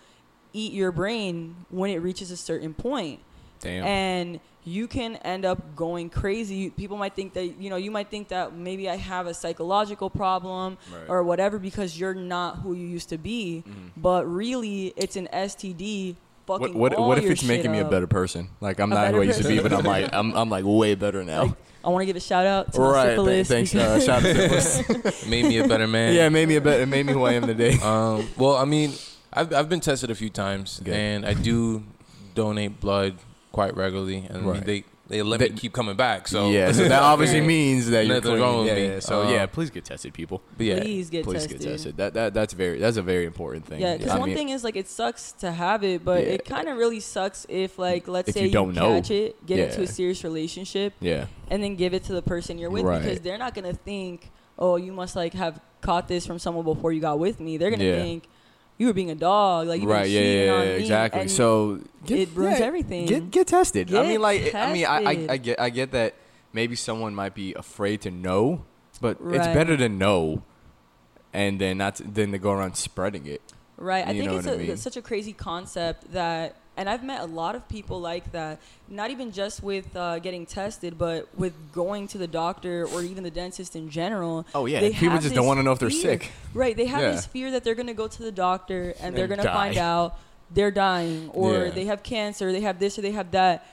Speaker 3: eat your brain when it reaches a certain point
Speaker 2: Damn.
Speaker 3: and you can end up going crazy. You- People might think that you know you might think that maybe I have a psychological problem
Speaker 2: Right. Mm-hmm.
Speaker 3: or whatever because you're not who you used to be, but really it's an STD.
Speaker 2: what
Speaker 3: Fucking
Speaker 2: what,
Speaker 3: all
Speaker 2: what if
Speaker 3: your
Speaker 2: it's making
Speaker 3: shit
Speaker 2: me a
Speaker 3: up.
Speaker 2: better person? Like I'm
Speaker 3: A
Speaker 2: not who I
Speaker 3: better
Speaker 2: used to be,
Speaker 3: person.
Speaker 2: but I'm like I'm I'm like way better now.
Speaker 3: Like, I want to give a shout out to my
Speaker 2: right.
Speaker 3: syphilis.
Speaker 2: Thanks.
Speaker 3: because-
Speaker 2: Uh, shout out to syphilis.
Speaker 1: Made me a better man.
Speaker 2: yeah, it made me a better. It made me who I am today.
Speaker 1: Um, well, I mean, I've I've been tested a few times,
Speaker 2: Good.
Speaker 1: and I do donate blood quite regularly, and
Speaker 2: Right.
Speaker 1: they they let
Speaker 2: They-
Speaker 1: me keep coming back. So
Speaker 2: yeah, so that obviously means that you're
Speaker 1: Nothing
Speaker 2: clean.
Speaker 1: wrong with
Speaker 2: yeah,
Speaker 1: me.
Speaker 2: yeah, so
Speaker 1: Uh,
Speaker 2: yeah, please get tested, people.
Speaker 1: But yeah,
Speaker 3: Please get
Speaker 2: please
Speaker 3: tested.
Speaker 2: get tested. That, that that's very that's a very important thing.
Speaker 3: Yeah, because
Speaker 2: I
Speaker 3: one
Speaker 2: mean,
Speaker 3: thing is like it sucks to have it, but
Speaker 2: Yeah.
Speaker 3: it kind of really sucks if like let's
Speaker 2: If
Speaker 3: say
Speaker 2: you don't know.
Speaker 3: catch it, get into
Speaker 2: Yeah.
Speaker 3: a serious relationship,
Speaker 2: Yeah,
Speaker 3: and then give it to the person you're with because
Speaker 2: Right.
Speaker 3: they're not gonna think, oh, you must like have caught this from someone before you got with me. They're gonna
Speaker 2: Yeah.
Speaker 3: think you were being a dog, like you
Speaker 2: right. Yeah, yeah, yeah,
Speaker 3: on me,
Speaker 2: exactly.
Speaker 3: and
Speaker 2: So
Speaker 3: it ruins
Speaker 2: yeah,
Speaker 3: everything.
Speaker 2: Get get tested. I
Speaker 3: Get
Speaker 2: mean, like it- I mean, I, I
Speaker 3: tested.
Speaker 2: I get I get that maybe someone might be afraid to know, but it's
Speaker 3: Right.
Speaker 2: better to know, and then not to, than to go around spreading it.
Speaker 3: Right. I
Speaker 2: You
Speaker 3: think
Speaker 2: know
Speaker 3: it's,
Speaker 2: what I
Speaker 3: a,
Speaker 2: mean.
Speaker 3: it's such a crazy concept that, and I've met a lot of people like that, not even just with uh, getting tested, but with going to the doctor or even the dentist in general.
Speaker 2: Oh, yeah.
Speaker 3: They
Speaker 2: People
Speaker 3: have
Speaker 2: just don't
Speaker 3: this
Speaker 2: wanna know if they're
Speaker 3: fear.
Speaker 2: sick.
Speaker 3: Right. They have
Speaker 2: Yeah.
Speaker 3: this fear that they're going to go to the doctor and they're
Speaker 2: And
Speaker 3: going to find
Speaker 2: die.
Speaker 3: out they're dying or
Speaker 2: Yeah.
Speaker 3: they have cancer, they have this or they have that.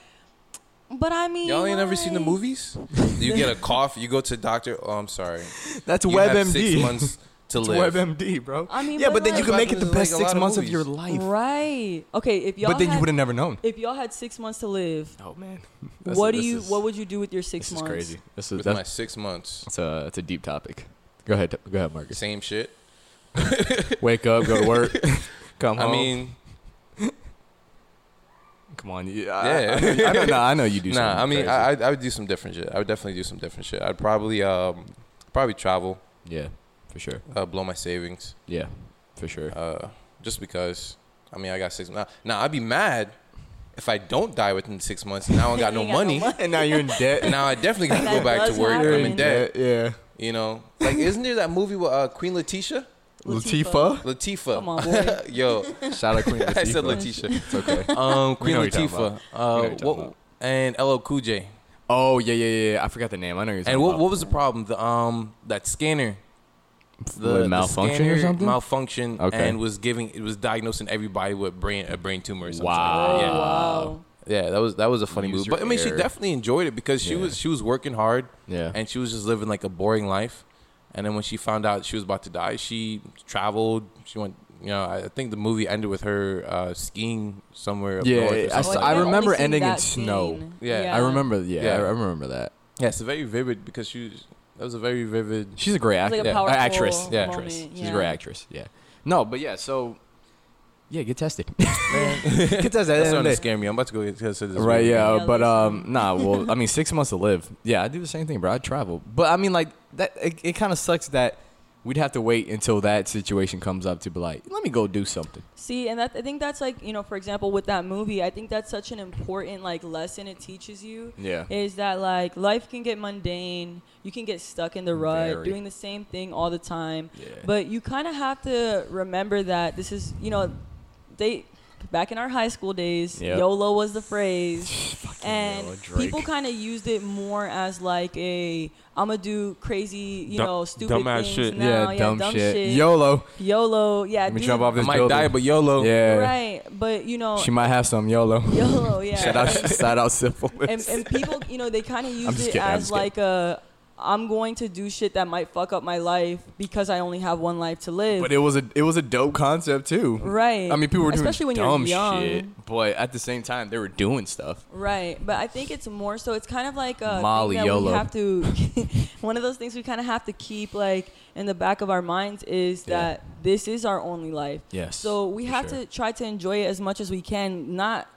Speaker 3: But I mean,
Speaker 1: y'all ain't never seen the
Speaker 3: like-
Speaker 1: movies. You get a cough, you go to the doctor. Oh, I'm sorry.
Speaker 2: That's
Speaker 1: You have six
Speaker 2: WebMD.
Speaker 1: months to
Speaker 2: It's
Speaker 1: live.
Speaker 2: WebMD, bro.
Speaker 3: I mean,
Speaker 2: yeah, but,
Speaker 3: but
Speaker 2: then you
Speaker 3: like-
Speaker 2: can make it the
Speaker 1: There's, like,
Speaker 2: best
Speaker 1: a
Speaker 2: six
Speaker 1: lot of
Speaker 2: months of
Speaker 1: movies.
Speaker 2: your life.
Speaker 3: Right. Okay. If y'all,
Speaker 2: But then
Speaker 3: had,
Speaker 2: you would have never known.
Speaker 3: if y'all had six months to live,
Speaker 2: Oh man,
Speaker 3: what do you? what would you do with your six
Speaker 2: This is
Speaker 3: months?
Speaker 2: crazy. This is
Speaker 1: With my six months,
Speaker 2: It's a it's a deep topic. Go ahead, go ahead, Marcus.
Speaker 1: same shit.
Speaker 2: Wake up, go to work, come
Speaker 1: I
Speaker 2: home.
Speaker 1: mean,
Speaker 2: come on.
Speaker 1: Yeah.
Speaker 2: I, I, know, I, know, nah, I know you do.
Speaker 1: nah. I
Speaker 2: something
Speaker 1: mean,
Speaker 2: crazy.
Speaker 1: I, I I would do some different shit. I would definitely do some different shit. I'd probably um probably travel,
Speaker 2: yeah, for sure.
Speaker 1: uh, blow my savings.
Speaker 2: Yeah, for sure.
Speaker 1: Uh, just because. I mean, I got six. Now, now I'd be mad if I don't die within six months. and I don't got no
Speaker 3: Ain't got no
Speaker 1: money.
Speaker 3: money.
Speaker 2: and now you're in debt.
Speaker 1: now I definitely got to go
Speaker 3: That
Speaker 1: back to
Speaker 3: does
Speaker 1: work.
Speaker 3: happen.
Speaker 1: I'm in debt.
Speaker 2: Yeah,
Speaker 1: You know, like isn't there that movie with uh, Queen Letitia?
Speaker 2: Latifa.
Speaker 1: Latifa.
Speaker 3: Come on, boy.
Speaker 1: Yo,
Speaker 2: Shout out Queen Latifah.
Speaker 1: I said Letitia.
Speaker 2: It's okay.
Speaker 1: Um, Queen
Speaker 2: know what you're
Speaker 1: Latifah.
Speaker 2: talking
Speaker 1: Uh,
Speaker 2: We know what you're talking
Speaker 1: what?
Speaker 2: about.
Speaker 1: And LL Cool J.
Speaker 2: Oh yeah, yeah, yeah, yeah. I forgot the name. I know you're.
Speaker 1: And what, what was the problem? The um that scanner.
Speaker 2: What, malfunction or
Speaker 1: scanner
Speaker 2: something?
Speaker 1: Malfunction
Speaker 2: Okay.
Speaker 1: and was giving it was diagnosing everybody with brain a brain tumor or something.
Speaker 2: Wow.
Speaker 1: Like that.
Speaker 3: Oh,
Speaker 1: Yeah.
Speaker 3: wow.
Speaker 1: Yeah, that was that was a funny
Speaker 2: User
Speaker 1: movie. But I mean, she
Speaker 2: error.
Speaker 1: definitely enjoyed it because she
Speaker 2: Yeah.
Speaker 1: was she was working hard
Speaker 2: Yeah.
Speaker 1: and she was just living like a boring life. And then when she found out she was about to die, she traveled. She went. You know, I I think the movie ended with her uh, skiing somewhere. Up
Speaker 2: Yeah,
Speaker 1: north or
Speaker 2: I
Speaker 1: something
Speaker 2: s-
Speaker 1: like
Speaker 3: Well,
Speaker 1: that.
Speaker 2: I
Speaker 3: think I've
Speaker 2: remember
Speaker 3: only seen
Speaker 2: ending in
Speaker 3: that
Speaker 2: snow.
Speaker 3: scene.
Speaker 1: Yeah,
Speaker 2: I remember. Yeah,
Speaker 1: Yeah.
Speaker 2: I remember that.
Speaker 1: Yeah, it's very vivid because she was. That was a very vivid.
Speaker 2: She's a great
Speaker 3: It's
Speaker 2: actor.
Speaker 3: like a
Speaker 1: Yeah.
Speaker 3: powerful
Speaker 2: actress.
Speaker 1: Yeah.
Speaker 3: moment,
Speaker 2: actress. She's
Speaker 3: yeah.
Speaker 2: a great actress. Yeah. No, but yeah. So, yeah, get tested. get tested.
Speaker 1: That's
Speaker 2: And
Speaker 1: starting to
Speaker 2: they-
Speaker 1: scare me. I'm about to go get tested. This
Speaker 2: right.
Speaker 1: week.
Speaker 2: Yeah.
Speaker 3: Yeah,
Speaker 2: But um,
Speaker 3: listen.
Speaker 2: nah. Well, I mean, six months to live. Yeah, I do the same thing, bro. I travel, but I mean, like that. It, it kind of sucks that we'd have to wait until that situation comes up to be like, let me go do something.
Speaker 3: See, and that, I think that's like you know, for example, with that movie, I think that's such an important like lesson it teaches you.
Speaker 2: Yeah.
Speaker 3: Is that like life can get mundane. You can get stuck in the rut,
Speaker 2: Very.
Speaker 3: doing the same thing all the time.
Speaker 2: Yeah.
Speaker 3: But you kind of have to remember that this is you know, they back in our high school days,
Speaker 2: Yep.
Speaker 3: YOLO was the phrase. and
Speaker 2: YOLO, Drake.
Speaker 3: people kind of used it more as like a I'm gonna do crazy, you
Speaker 1: Dumb-
Speaker 3: know, stupid
Speaker 1: dumbass
Speaker 3: things
Speaker 1: shit.
Speaker 3: now. Yeah, dumb, shit.
Speaker 2: YOLO.
Speaker 3: YOLO. Yeah.
Speaker 2: Let me
Speaker 3: do
Speaker 2: jump
Speaker 3: the-
Speaker 2: off
Speaker 1: I
Speaker 2: this
Speaker 1: might
Speaker 2: building.
Speaker 1: die, but YOLO.
Speaker 2: Yeah.
Speaker 3: Right, but you know,
Speaker 2: She might have some YOLO.
Speaker 3: YOLO, yeah.
Speaker 2: shout out, shout out, syphilis.
Speaker 3: and, and people, you know, they kind of use
Speaker 2: just
Speaker 3: it
Speaker 2: kidding, I'm
Speaker 3: as
Speaker 2: just kidding.
Speaker 3: like a, I'm going to do shit that might fuck up my life because I only have one life to live.
Speaker 2: but it was a it was a dope concept too.
Speaker 3: Right.
Speaker 2: I mean, people were doing
Speaker 3: Especially when you're
Speaker 2: dumb
Speaker 3: young.
Speaker 2: shit, but at the same time, they were doing stuff.
Speaker 3: right, but I think it's more so. It's kind of like a
Speaker 2: Molly
Speaker 3: thing that
Speaker 2: YOLO.
Speaker 3: we have to. one of those things we kind of have to keep like in the back of our minds is
Speaker 2: Yeah.
Speaker 3: that this is our only life.
Speaker 2: Yes,
Speaker 3: So we
Speaker 2: for
Speaker 3: have
Speaker 2: sure.
Speaker 3: to try to enjoy it as much as we can, not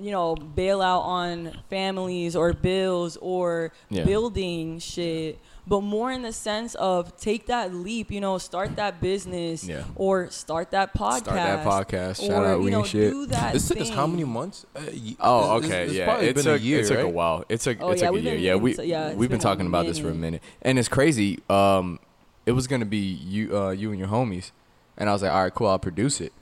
Speaker 3: you know bail out on families or bills or
Speaker 2: Yeah.
Speaker 3: building shit but more in the sense of take that leap you know start that business
Speaker 2: Yeah.
Speaker 3: or start that podcast
Speaker 2: that podcast. Shout
Speaker 3: or,
Speaker 2: out
Speaker 3: you
Speaker 2: we
Speaker 3: know,
Speaker 2: and shit.
Speaker 3: do that
Speaker 1: This took us how
Speaker 3: thing.
Speaker 1: many months? Uh, y-
Speaker 2: Oh,
Speaker 1: it's- it's-
Speaker 2: okay,
Speaker 1: it's
Speaker 2: yeah.
Speaker 1: probably
Speaker 2: it
Speaker 1: been
Speaker 2: took,
Speaker 1: a year,
Speaker 2: It took a
Speaker 1: right?
Speaker 2: while. It took.
Speaker 3: Oh,
Speaker 2: it
Speaker 3: yeah,
Speaker 2: took a
Speaker 3: we've
Speaker 2: year.
Speaker 3: been
Speaker 2: yeah,
Speaker 3: in-
Speaker 2: we
Speaker 3: yeah, it's
Speaker 2: we've been,
Speaker 3: been a
Speaker 2: talking about this for a minute,
Speaker 3: minute.
Speaker 2: and it's crazy. Um, it was gonna be you, uh, you and your homies, and I was like, all right, cool, I'll produce it,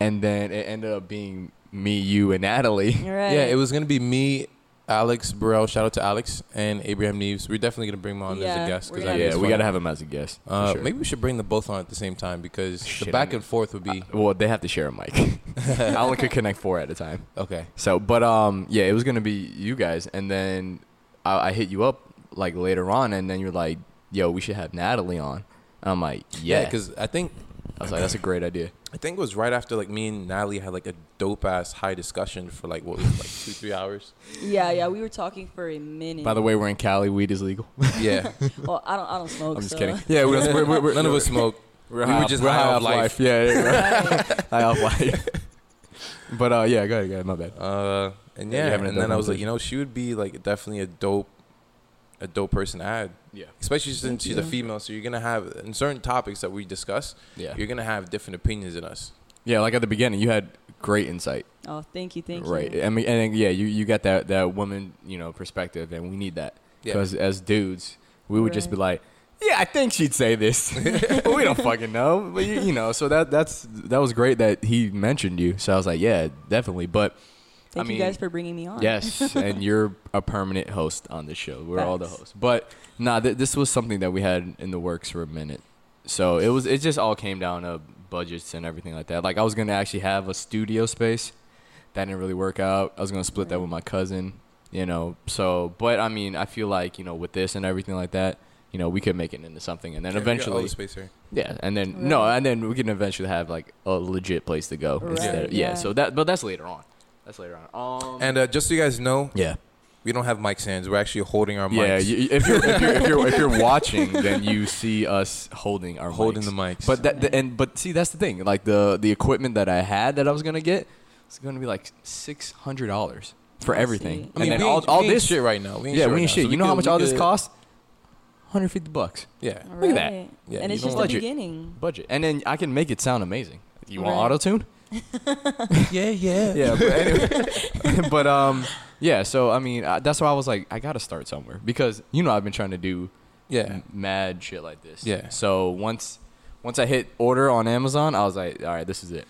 Speaker 2: and then it ended up being me, you, and Natalie.
Speaker 3: right.
Speaker 1: Yeah, it was gonna be me, Alex Burrell. Shout out to Alex and Abraham Neves. We're definitely gonna bring him on as
Speaker 3: Yeah,
Speaker 1: a guest
Speaker 3: we're
Speaker 1: because
Speaker 3: gonna
Speaker 2: yeah, we gotta
Speaker 1: gotta.
Speaker 2: have him as a guest. for
Speaker 1: Uh,
Speaker 2: sure.
Speaker 1: Maybe we should bring them both on at the same time because the
Speaker 2: Shit,
Speaker 1: back
Speaker 2: I'm-
Speaker 1: and forth would be
Speaker 2: Well, they have to share a mic. I only could connect four at a time.
Speaker 1: okay.
Speaker 2: So, but um, yeah, it was gonna be you guys, and then I, I hit you up like later on, and then you're like, "Yo, we should have Natalie on." I'm like, "Yeah," because
Speaker 1: because I think
Speaker 2: I was like, "That's a great idea."
Speaker 1: I think it was right after like me and Natalie had like a dope ass high discussion for like what was it, like two three hours.
Speaker 3: yeah yeah we were talking for a minute
Speaker 2: By the way, we're in Cali. Weed is legal.
Speaker 1: Yeah,
Speaker 3: well i don't i don't smoke
Speaker 2: I'm just
Speaker 3: so.
Speaker 2: kidding. Yeah, we're, we're, we're, we're
Speaker 1: none of us smoke.
Speaker 2: We're
Speaker 1: we
Speaker 2: high
Speaker 1: were
Speaker 2: off-
Speaker 1: just
Speaker 2: we're
Speaker 1: high off
Speaker 2: off
Speaker 1: life.
Speaker 2: Yeah, yeah, we're high off life. But uh, yeah, go ahead, go ahead. My bad.
Speaker 1: Uh, and
Speaker 2: Yeah,
Speaker 1: yeah,
Speaker 2: you're having a
Speaker 1: and
Speaker 2: dope
Speaker 1: then I was like,
Speaker 2: conversation.
Speaker 1: you know, she would be like definitely a dope, a dope person to add.
Speaker 2: Yeah,
Speaker 1: Especially since she's a
Speaker 3: you.
Speaker 1: female, so you're gonna have in certain topics that we discuss,
Speaker 2: yeah,
Speaker 1: you're gonna have different opinions than us.
Speaker 2: yeah. Like at the beginning, you had great insight.
Speaker 3: oh thank you thank
Speaker 2: right.
Speaker 3: you
Speaker 2: I mean, and then, yeah, you, you got that that woman, you know, perspective, and we need that
Speaker 1: Yeah.
Speaker 2: because as dudes, we would just be like, yeah, I think she'd say this, but we don't fucking know. But you, you know, so that that's that was great that he mentioned you. So I was like, yeah, definitely. But
Speaker 3: thank
Speaker 2: I
Speaker 3: you
Speaker 2: mean,
Speaker 3: guys for bringing me on
Speaker 2: Yes, and you're a permanent host on the show. We're all the
Speaker 3: Facts.
Speaker 2: hosts. But nah, th- this was something that we had in the works for a minute. So it was it just all came down to budgets and everything like that. Like I was gonna actually have a studio space. That didn't really work out. I was gonna split that with my cousin, you know. So but I mean I feel like, you know, with this and everything like that, you know, we could make it into something and then
Speaker 1: Yeah, we got all
Speaker 2: eventually
Speaker 1: the space here.
Speaker 2: yeah, and then no, and then we can eventually have like a legit place to go
Speaker 3: Right,
Speaker 2: instead. Of, yeah.
Speaker 3: yeah.
Speaker 2: so that but that's later on. That's later on. Um,
Speaker 1: And uh, just so you guys know,
Speaker 2: yeah,
Speaker 1: we don't have mic stands. We're actually holding our mics.
Speaker 2: Yeah, you, if, you're, if, you're, if you're if you're watching, then you see us holding our
Speaker 1: holding
Speaker 2: mics.
Speaker 1: the mics.
Speaker 2: But that the, and but see that's the thing. Like the the equipment that I had that I was gonna get, it's gonna be like six hundred dollars for
Speaker 3: I see.
Speaker 2: everything.
Speaker 1: I mean,
Speaker 2: and
Speaker 1: we
Speaker 2: then all,
Speaker 1: ain't-
Speaker 2: all
Speaker 1: we ain't
Speaker 2: this
Speaker 1: shit right now. We ain't
Speaker 2: yeah,
Speaker 1: shit
Speaker 2: we
Speaker 1: right
Speaker 2: ain't
Speaker 1: now.
Speaker 2: shit.
Speaker 1: So we
Speaker 2: you know how
Speaker 1: could-
Speaker 2: much
Speaker 1: we
Speaker 2: all this
Speaker 1: could-
Speaker 2: costs? Hundred fifty bucks
Speaker 1: Yeah.
Speaker 3: All
Speaker 2: Look at that.
Speaker 3: right.
Speaker 1: Yeah,
Speaker 3: and
Speaker 1: you
Speaker 3: it's just
Speaker 1: don't-
Speaker 3: the
Speaker 2: Budget.
Speaker 3: beginning
Speaker 2: budget, and then I can make it sound amazing. You want
Speaker 3: Right.
Speaker 2: auto tune?
Speaker 1: yeah, yeah.
Speaker 2: yeah but anyway but um yeah so i mean I, that's why i was like i gotta start somewhere because you know i've been trying to do
Speaker 1: Yeah.
Speaker 2: mad shit like this
Speaker 1: Yeah.
Speaker 2: so once once i hit order on amazon i was like all right this is it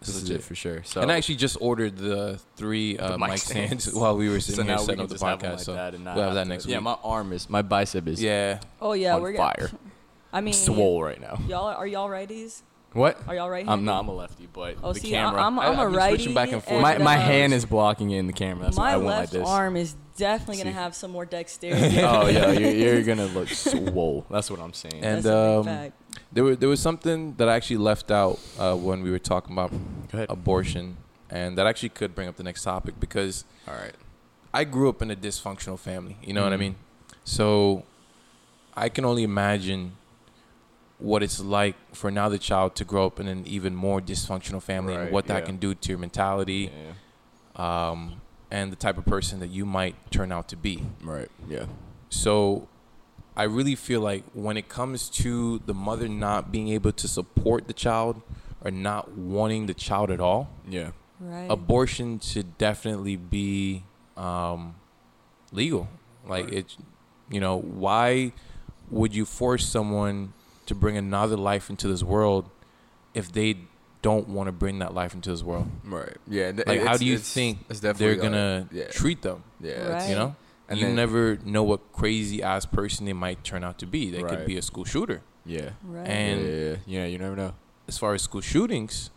Speaker 2: this, is, it for sure so
Speaker 1: And I actually just ordered the three uh,
Speaker 2: mic
Speaker 1: mic, stands
Speaker 2: stands.
Speaker 1: while we were
Speaker 2: so
Speaker 1: sitting
Speaker 2: now
Speaker 1: here
Speaker 2: we
Speaker 1: setting
Speaker 2: can
Speaker 1: up the
Speaker 2: just have them
Speaker 1: podcast.
Speaker 2: like
Speaker 1: so
Speaker 2: that and not
Speaker 1: we'll have
Speaker 2: have
Speaker 1: that
Speaker 2: to-
Speaker 1: next
Speaker 2: yeah
Speaker 1: week.
Speaker 2: my arm is my bicep is
Speaker 1: yeah.
Speaker 3: oh yeah
Speaker 2: on
Speaker 3: we're gonna-
Speaker 2: fire
Speaker 3: i mean
Speaker 2: swole right now
Speaker 3: y'all are y'all righties
Speaker 2: what
Speaker 3: are y'all right
Speaker 2: i'm not i'm a lefty but
Speaker 3: Oh,
Speaker 2: the
Speaker 3: see, I-
Speaker 2: camera
Speaker 3: I'm,
Speaker 1: I-
Speaker 3: I'm a
Speaker 1: I've been
Speaker 3: righty.
Speaker 1: switching back and forth.
Speaker 2: my, my
Speaker 3: uh,
Speaker 2: hand is blocking in the camera that's why
Speaker 3: my
Speaker 2: i went like
Speaker 3: left
Speaker 2: this
Speaker 3: arm is definitely gonna
Speaker 2: See.
Speaker 3: have some more dexterity.
Speaker 2: oh yeah you're, you're gonna look swole that's what i'm saying
Speaker 1: And
Speaker 3: That's a big
Speaker 1: um,
Speaker 3: fact.
Speaker 1: there, were, there was something that I actually left out uh, when we were talking about
Speaker 2: go ahead
Speaker 1: abortion, and that actually could bring up the next topic because
Speaker 2: all right
Speaker 1: I grew up in a dysfunctional family. You know what I mean?
Speaker 2: Mhm.
Speaker 1: So I can only imagine what it's like for another child to grow up in an even more dysfunctional family
Speaker 2: Right,
Speaker 1: and what that
Speaker 2: yeah.
Speaker 1: can do to your mentality
Speaker 2: yeah.
Speaker 1: um, and the type of person that you might turn out to be.
Speaker 2: Right. Yeah.
Speaker 1: So I really feel like when it comes to the mother not being able to support the child or not wanting the child at all,
Speaker 2: Yeah.
Speaker 3: Right.
Speaker 1: abortion should definitely be um, legal. Like it, you know, why would you force someone to bring another life into this world if they don't want to bring that life into this world?
Speaker 4: Right. Yeah. th-
Speaker 1: Like, how
Speaker 4: it's-
Speaker 1: do you
Speaker 4: it's-
Speaker 1: think
Speaker 4: it's
Speaker 1: They're
Speaker 4: definitely like-
Speaker 1: gonna
Speaker 4: yeah.
Speaker 1: treat them,
Speaker 4: Yeah.
Speaker 3: Right.
Speaker 1: you know.
Speaker 4: And
Speaker 1: you
Speaker 4: then-
Speaker 1: never know what crazy ass person they might turn out to be. They could
Speaker 4: Right.
Speaker 1: be a school shooter.
Speaker 2: Yeah.
Speaker 3: right.
Speaker 1: And-
Speaker 2: yeah, yeah, you never know.
Speaker 1: As far as school shootings,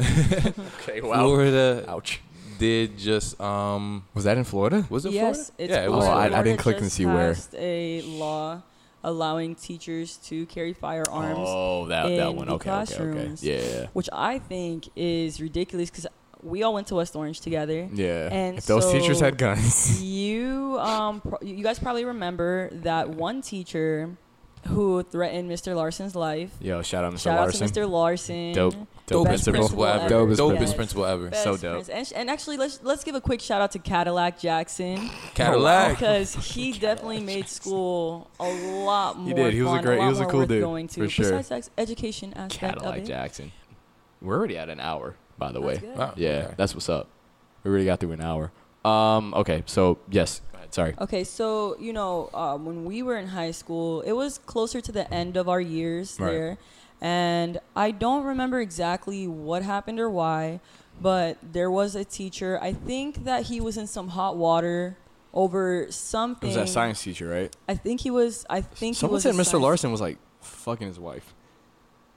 Speaker 2: Okay,
Speaker 1: Florida
Speaker 2: Ouch.
Speaker 1: did just um
Speaker 2: Was that in Florida?
Speaker 1: was it
Speaker 3: yes,
Speaker 1: Florida?
Speaker 3: it's
Speaker 1: yeah, it
Speaker 2: Oh,
Speaker 1: was.
Speaker 3: Florida.
Speaker 2: I- I
Speaker 1: Florida.
Speaker 2: didn't
Speaker 3: Florida
Speaker 2: click and
Speaker 3: just
Speaker 2: see where.
Speaker 3: passed a law allowing teachers to carry firearms,
Speaker 2: Oh, that that
Speaker 3: in
Speaker 2: one. Okay, okay,
Speaker 3: the
Speaker 2: okay.
Speaker 3: classrooms.
Speaker 2: Yeah.
Speaker 3: which I think is ridiculous because we all went to West Orange together.
Speaker 2: Yeah.
Speaker 3: And
Speaker 2: if those teachers
Speaker 3: so-
Speaker 2: had guns.
Speaker 3: you um pro- you guys probably remember that one teacher who threatened Mr. Larson's life.
Speaker 2: Yo, shout out Mr.
Speaker 3: Shout
Speaker 2: Larson.
Speaker 3: out to Mr. Larson.
Speaker 2: Dope.
Speaker 1: Dopest
Speaker 2: Dope principal.
Speaker 1: principal ever.
Speaker 2: Dope as
Speaker 1: Dopest
Speaker 2: principal.
Speaker 1: principal ever.
Speaker 3: Best
Speaker 2: So dope.
Speaker 3: friends. And, sh- and actually, let's let's give a quick shout out to Cadillac Jackson
Speaker 1: Cadillac.
Speaker 3: because he definitely made school a lot more.
Speaker 2: He did. He was a
Speaker 3: fun,
Speaker 2: great- he
Speaker 3: lot
Speaker 2: was a
Speaker 3: more
Speaker 2: cool
Speaker 3: worth
Speaker 2: dude,
Speaker 3: Going to
Speaker 2: for sure.
Speaker 3: besides the ex- education aspect of
Speaker 2: Cadillac
Speaker 3: it.
Speaker 2: Jackson. We're already at an hour, by the way.
Speaker 3: That's good.
Speaker 1: Wow,
Speaker 2: Yeah,
Speaker 1: okay.
Speaker 2: that's what's up. We already got through an hour. Um, okay, so yes, sorry.
Speaker 3: Okay, so you know, um, when we were in high school, it was closer to the end of our years
Speaker 2: Right.
Speaker 3: there, and I don't remember exactly what happened or why, but there was a teacher. I think that he was in some hot water over something.
Speaker 2: teacher, right?
Speaker 3: I think he was. I think he
Speaker 2: Someone
Speaker 3: was
Speaker 2: said
Speaker 3: a
Speaker 2: Mr.
Speaker 3: science-
Speaker 2: Larson was like fucking his wife.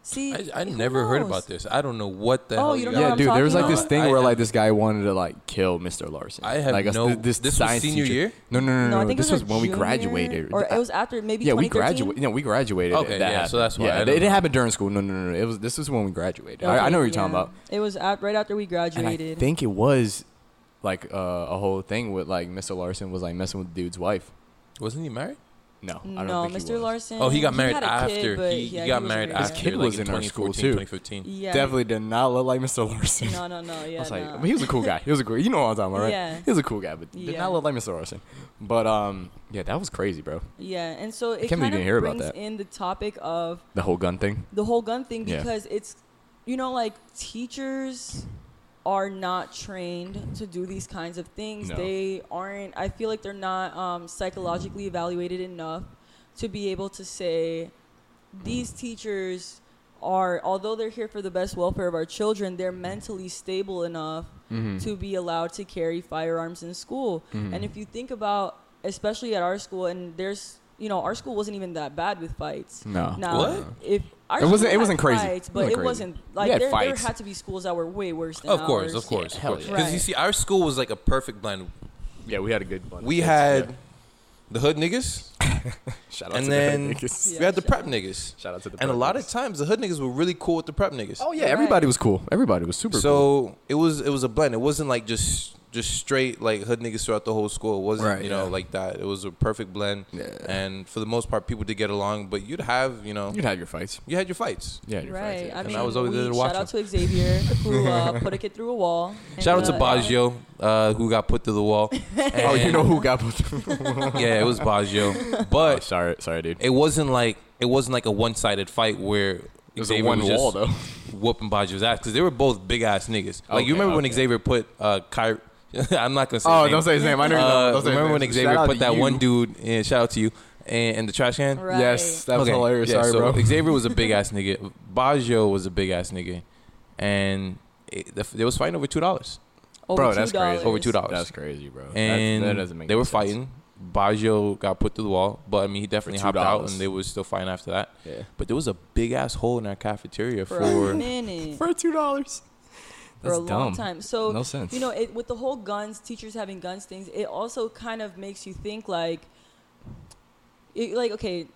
Speaker 3: See,
Speaker 1: I, I
Speaker 3: who
Speaker 1: never heard
Speaker 3: knows?
Speaker 1: about this. I don't know what the
Speaker 3: Oh,
Speaker 1: hell.
Speaker 3: you don't
Speaker 1: guys-
Speaker 3: know what
Speaker 2: Yeah,
Speaker 3: I'm
Speaker 2: dude, there was like
Speaker 3: talking
Speaker 2: this
Speaker 1: about?
Speaker 2: thing
Speaker 1: I
Speaker 2: where
Speaker 1: have-
Speaker 2: like this guy wanted to like kill Mr. Larson.
Speaker 1: I have
Speaker 2: like us-
Speaker 1: no-
Speaker 2: th- this,
Speaker 1: this was
Speaker 2: science
Speaker 1: senior
Speaker 2: teacher.
Speaker 1: year?
Speaker 2: No, no, no, no.
Speaker 3: No, I
Speaker 2: no,
Speaker 3: think
Speaker 2: this
Speaker 3: it was
Speaker 2: was,
Speaker 3: our
Speaker 2: when we
Speaker 3: junior-
Speaker 2: graduated.
Speaker 3: or
Speaker 2: I-
Speaker 3: it was after maybe.
Speaker 2: yeah, we
Speaker 3: 2013?
Speaker 2: graduated. No, we graduated.
Speaker 1: Okay,
Speaker 2: that
Speaker 1: yeah, so
Speaker 2: happened.
Speaker 1: that's why I
Speaker 2: Yeah, it
Speaker 1: don't
Speaker 2: didn't
Speaker 1: know.
Speaker 2: happen during school. No, no, no, no. It was this was when we graduated. I, I
Speaker 3: Okay,
Speaker 2: know what you're talking
Speaker 3: yeah.
Speaker 2: about.
Speaker 3: It was at, right after we
Speaker 2: And I
Speaker 3: graduated.
Speaker 2: think it was like uh, a whole thing with like Mr. Larson was like messing with dude's wife.
Speaker 1: Wasn't he married?
Speaker 2: No, I don't
Speaker 3: no,
Speaker 2: think
Speaker 3: Mr.
Speaker 2: He was.
Speaker 3: Larson.
Speaker 1: Oh, he got married
Speaker 3: had a
Speaker 1: after.
Speaker 3: Kid, but
Speaker 1: he, he
Speaker 3: yeah,
Speaker 1: got
Speaker 3: was
Speaker 1: married
Speaker 3: married.
Speaker 1: after.
Speaker 2: His kid
Speaker 1: like,
Speaker 2: was in our school,
Speaker 1: 2014, 2015.
Speaker 2: too.
Speaker 3: Yeah.
Speaker 2: Definitely did not look like Mr. Larson.
Speaker 3: No, no, no. Yeah.
Speaker 2: I was like,
Speaker 3: nah.
Speaker 2: but he was a cool guy. He was a cool. You know what I'm talking about, right?
Speaker 3: Yeah.
Speaker 2: He was a cool guy, but did
Speaker 3: Yeah.
Speaker 2: not look like Mr. Larson. But um, yeah, that was crazy, bro.
Speaker 3: Yeah, and so it
Speaker 2: can't believe
Speaker 3: kind
Speaker 2: you
Speaker 3: of
Speaker 2: didn't hear about
Speaker 3: brings
Speaker 2: that.
Speaker 3: in the topic of
Speaker 2: The whole gun thing.
Speaker 3: the whole gun thing
Speaker 2: Yeah.
Speaker 3: because it's, you know, like teachers are not trained to do these kinds of things.
Speaker 2: No.
Speaker 3: They aren't. I feel like they're not um, psychologically evaluated enough to be able to say these teachers are although they're here for the best welfare of our children they're mentally stable enough
Speaker 2: Mm-hmm.
Speaker 3: to be allowed to carry firearms in school and if you think about especially at our school and there's you know our school wasn't even that bad with fights
Speaker 2: No.
Speaker 3: now
Speaker 1: What?
Speaker 3: if our
Speaker 2: It wasn't-
Speaker 3: school
Speaker 2: it
Speaker 3: had
Speaker 2: wasn't crazy.
Speaker 3: fights,
Speaker 2: It
Speaker 3: but
Speaker 2: wasn't
Speaker 3: it
Speaker 2: crazy.
Speaker 3: wasn't
Speaker 2: We
Speaker 3: like
Speaker 2: had
Speaker 3: there, there
Speaker 2: fights.
Speaker 3: had to be schools that were way worse than
Speaker 1: Of course,
Speaker 3: ours.
Speaker 1: of course,
Speaker 2: hell yeah.
Speaker 1: Because you
Speaker 3: Right.
Speaker 1: see, our school was like a perfect blend.
Speaker 2: Yeah, we had a good one.
Speaker 1: We had the hood niggas,
Speaker 2: shout
Speaker 1: and then
Speaker 3: Yeah,
Speaker 1: we had the
Speaker 3: shout
Speaker 1: prep
Speaker 3: out.
Speaker 1: niggas.
Speaker 2: Shout out to the
Speaker 1: And a
Speaker 2: prep
Speaker 1: lot
Speaker 2: niggas.
Speaker 1: of times, the hood niggas were really cool with the prep niggas.
Speaker 2: oh yeah,
Speaker 3: Right.
Speaker 2: everybody was cool. Everybody was super. cool.
Speaker 1: So it was it was a blend. It wasn't like just just straight like hood niggas throughout the whole school. It wasn't
Speaker 2: Right,
Speaker 1: you know
Speaker 2: yeah.
Speaker 1: like that. It was a perfect blend. And for the most part, people did get along. But you'd have you know
Speaker 2: you'd have your fights.
Speaker 1: you had your fights.
Speaker 2: Yeah, your fights.
Speaker 3: Right,
Speaker 2: yeah.
Speaker 3: I
Speaker 1: And
Speaker 3: mean,
Speaker 1: I was always
Speaker 3: we,
Speaker 1: there to watch
Speaker 3: shout out to Xavier who uh, put a kid through a wall. and,
Speaker 1: Shout out to
Speaker 3: uh,
Speaker 1: Baggio, uh, who got put to the wall.
Speaker 2: oh, you
Speaker 1: And-
Speaker 2: know who got put?
Speaker 1: yeah, it was Baggio,
Speaker 2: oh,
Speaker 1: but
Speaker 2: sorry, sorry, dude.
Speaker 1: it wasn't like it wasn't like a one-sided fight where
Speaker 2: It was a
Speaker 1: Xavier
Speaker 2: one
Speaker 1: was just
Speaker 2: wall though.
Speaker 1: whooping Baggio's ass because they were both big ass niggas. Like
Speaker 2: Okay,
Speaker 1: you remember
Speaker 2: okay.
Speaker 1: when Xavier put uh, Kyrie? I'm not gonna say. his
Speaker 2: Oh,
Speaker 1: name.
Speaker 2: don't say his name. I know. you
Speaker 1: Uh,
Speaker 2: don't- don't say his
Speaker 1: remember
Speaker 2: name.
Speaker 1: when
Speaker 2: Shout
Speaker 1: Xavier
Speaker 2: out
Speaker 1: put
Speaker 2: to
Speaker 1: that
Speaker 2: you.
Speaker 1: one dude? And shout out to you. And, and the trash can.
Speaker 3: Right.
Speaker 2: Yes, that was
Speaker 1: Okay,
Speaker 2: hilarious.
Speaker 1: yeah,
Speaker 2: sorry,
Speaker 1: so
Speaker 2: bro.
Speaker 1: Xavier was a big ass nigga. Baggio was a big ass nigga, and it, the, they was fighting over two dollars.
Speaker 3: Over
Speaker 2: Bro, that's crazy.
Speaker 3: $2.
Speaker 1: Over two dollars.
Speaker 2: That's crazy, bro.
Speaker 1: And
Speaker 2: that, that doesn't make
Speaker 1: they
Speaker 2: any
Speaker 1: were
Speaker 2: sense.
Speaker 1: fighting. Baggio got put through the wall, but I mean he definitely
Speaker 2: two
Speaker 1: hopped out,
Speaker 2: dollars.
Speaker 1: and they was still fighting after that.
Speaker 2: Yeah.
Speaker 1: But there was a big ass hole in our cafeteria
Speaker 3: for,
Speaker 1: for,
Speaker 3: a minute.
Speaker 2: for two dollars.
Speaker 3: for a long time. So
Speaker 2: No sense.
Speaker 3: You know, it, with the whole guns, teachers having guns things, it also kind of makes you think like, it, like okay,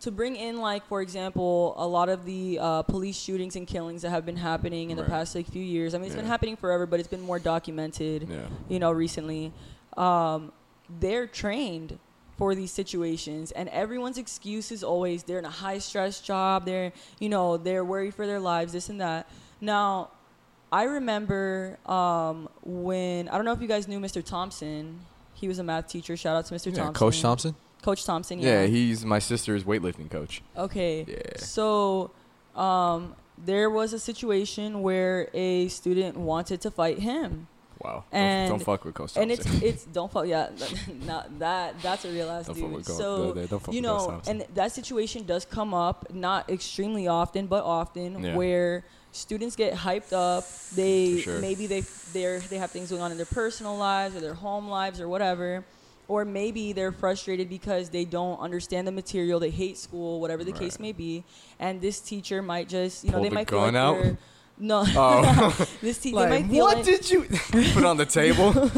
Speaker 3: to bring in like for example, a lot of the uh, police shootings and killings that have been happening in the
Speaker 2: Right.
Speaker 3: past like few years. I mean, it's been
Speaker 2: Yeah.
Speaker 3: happening forever, but it's been more documented.
Speaker 2: Yeah.
Speaker 3: You know, recently, um, they're trained. For these situations, and everyone's excuse is always they're in a high stress job, they're, you know, they're worried for their lives, this and that. Now, I remember um, when I don't know if you guys knew Mr. Thompson. He was a math teacher. Shout out to Mr. Thompson.
Speaker 2: Coach Thompson.
Speaker 3: Coach Thompson. you
Speaker 2: Yeah,
Speaker 3: know?
Speaker 2: he's my sister's weightlifting coach.
Speaker 3: okay.
Speaker 2: Yeah.
Speaker 3: So, um, there was a situation where a student wanted to fight him,
Speaker 2: Wow. Don't-
Speaker 3: And-
Speaker 2: don't, fuck with Coach
Speaker 3: and
Speaker 2: Thompson.
Speaker 3: it's it's don't fuck yeah, not that that's a real ass
Speaker 2: don't fuck
Speaker 3: dude.
Speaker 2: with Coach.
Speaker 3: So
Speaker 2: don't, don't fuck
Speaker 3: you
Speaker 2: with Coach
Speaker 3: know,
Speaker 2: Thompson.
Speaker 3: and that situation does come up, not extremely often, but often
Speaker 2: Yeah.
Speaker 3: where students get hyped up. They
Speaker 2: For sure.
Speaker 3: maybe they they they have things going on in their personal lives or their home lives or whatever, or maybe they're frustrated because they don't understand the material. They hate school, whatever the case
Speaker 2: Right.
Speaker 3: may be, and this teacher might just you know
Speaker 2: Pull
Speaker 3: they
Speaker 2: the
Speaker 3: might feel
Speaker 2: gun
Speaker 3: like
Speaker 2: out?
Speaker 3: they're- no,
Speaker 2: Oh.
Speaker 3: this teacher
Speaker 2: Like,
Speaker 3: they might feel
Speaker 2: what
Speaker 3: like,
Speaker 2: did you put on the table?
Speaker 3: you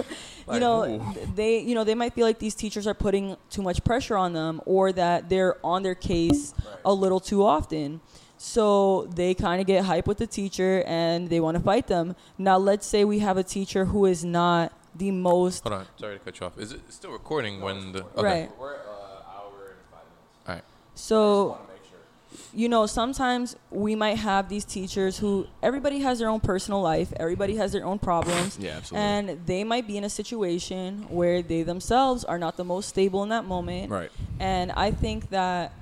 Speaker 2: Like,
Speaker 3: know
Speaker 2: ooh.
Speaker 3: th- they you know they might feel like these teachers are putting too much pressure on them or that they're on their case a little too often so they kind of get hype with the teacher and they want to fight them now let's say we have a teacher who is not the most
Speaker 1: Hold on, sorry to cut you off. Is it still recording when the? Okay.
Speaker 3: right
Speaker 2: We're an hour and five minutes.
Speaker 1: All right.
Speaker 3: so
Speaker 2: make sure.
Speaker 3: you know, sometimes we might have these teachers who everybody has their own personal life, everybody has their own problems.
Speaker 2: Yeah, absolutely.
Speaker 3: And they might be in a situation where they themselves are not the most stable in that moment.
Speaker 2: Right.
Speaker 3: And I think that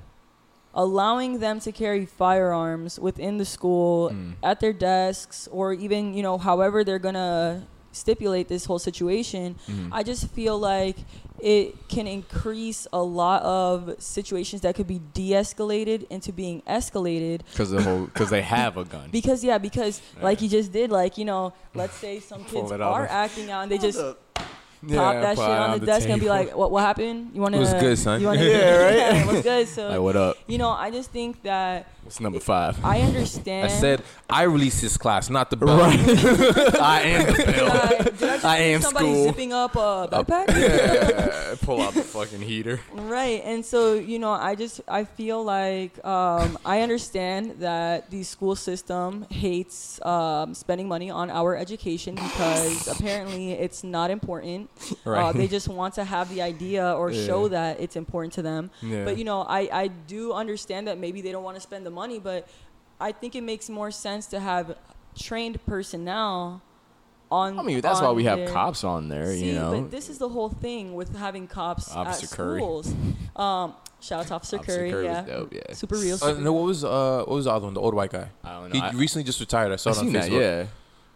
Speaker 3: allowing them to carry firearms within the school
Speaker 2: Mm.
Speaker 3: at their desks or even, you know, however they're going to stipulate this whole situation,
Speaker 2: Mm-hmm.
Speaker 3: I just feel like it can increase a lot of situations that could be de-escalated into being escalated
Speaker 2: Because the whole, because they have a gun.
Speaker 3: because yeah, because like
Speaker 2: Yeah.
Speaker 3: you just did, like you know, let's say some
Speaker 2: Pull
Speaker 3: kids
Speaker 2: it out
Speaker 3: are
Speaker 2: of-
Speaker 3: acting out and they just pop
Speaker 2: yeah,
Speaker 3: that shit
Speaker 2: put it
Speaker 3: on the, desk and be
Speaker 2: table.
Speaker 3: like, "What? What happened? You want to?
Speaker 1: What's good, son?"
Speaker 3: You wanna,
Speaker 2: Yeah, right?
Speaker 3: what's good? So
Speaker 2: Like, what up?
Speaker 3: you know, I just think that
Speaker 2: What's number five?
Speaker 3: I understand.
Speaker 1: I said I released this class, not the bill.
Speaker 2: Right. I am the bill.
Speaker 3: Uh, did I, just
Speaker 2: I
Speaker 3: see
Speaker 2: am
Speaker 3: somebody
Speaker 2: school.
Speaker 3: zipping up a backpack.
Speaker 2: Yeah, pull out the fucking heater.
Speaker 3: Right. And so, you know, I just I feel like um, I understand that the school system hates um, spending money on our education because apparently it's not important. Uh,
Speaker 2: Right.
Speaker 3: they just want to have the idea or
Speaker 2: Yeah.
Speaker 3: show that it's important to them.
Speaker 2: Yeah.
Speaker 3: But you know, I I do understand that maybe they don't want to spend the money, but I think it makes more sense to have trained personnel on
Speaker 2: I mean, that's why
Speaker 3: on
Speaker 2: we have
Speaker 3: their-
Speaker 2: cops on there,
Speaker 3: See,
Speaker 2: you know.
Speaker 3: but this is the whole thing with having cops
Speaker 2: Officer
Speaker 3: at
Speaker 2: Curry.
Speaker 3: schools. Um, shout out to
Speaker 2: Officer
Speaker 3: Officer, Curry,
Speaker 2: Curry was
Speaker 3: yeah.
Speaker 2: dope, yeah.
Speaker 3: super real.
Speaker 1: Uh,
Speaker 3: super-
Speaker 1: no, what was uh what was the other one? The old white guy.
Speaker 2: I don't know.
Speaker 1: He
Speaker 2: I-
Speaker 1: recently just retired. I saw
Speaker 2: I
Speaker 1: it on
Speaker 2: seen that,
Speaker 1: Facebook.
Speaker 2: yeah.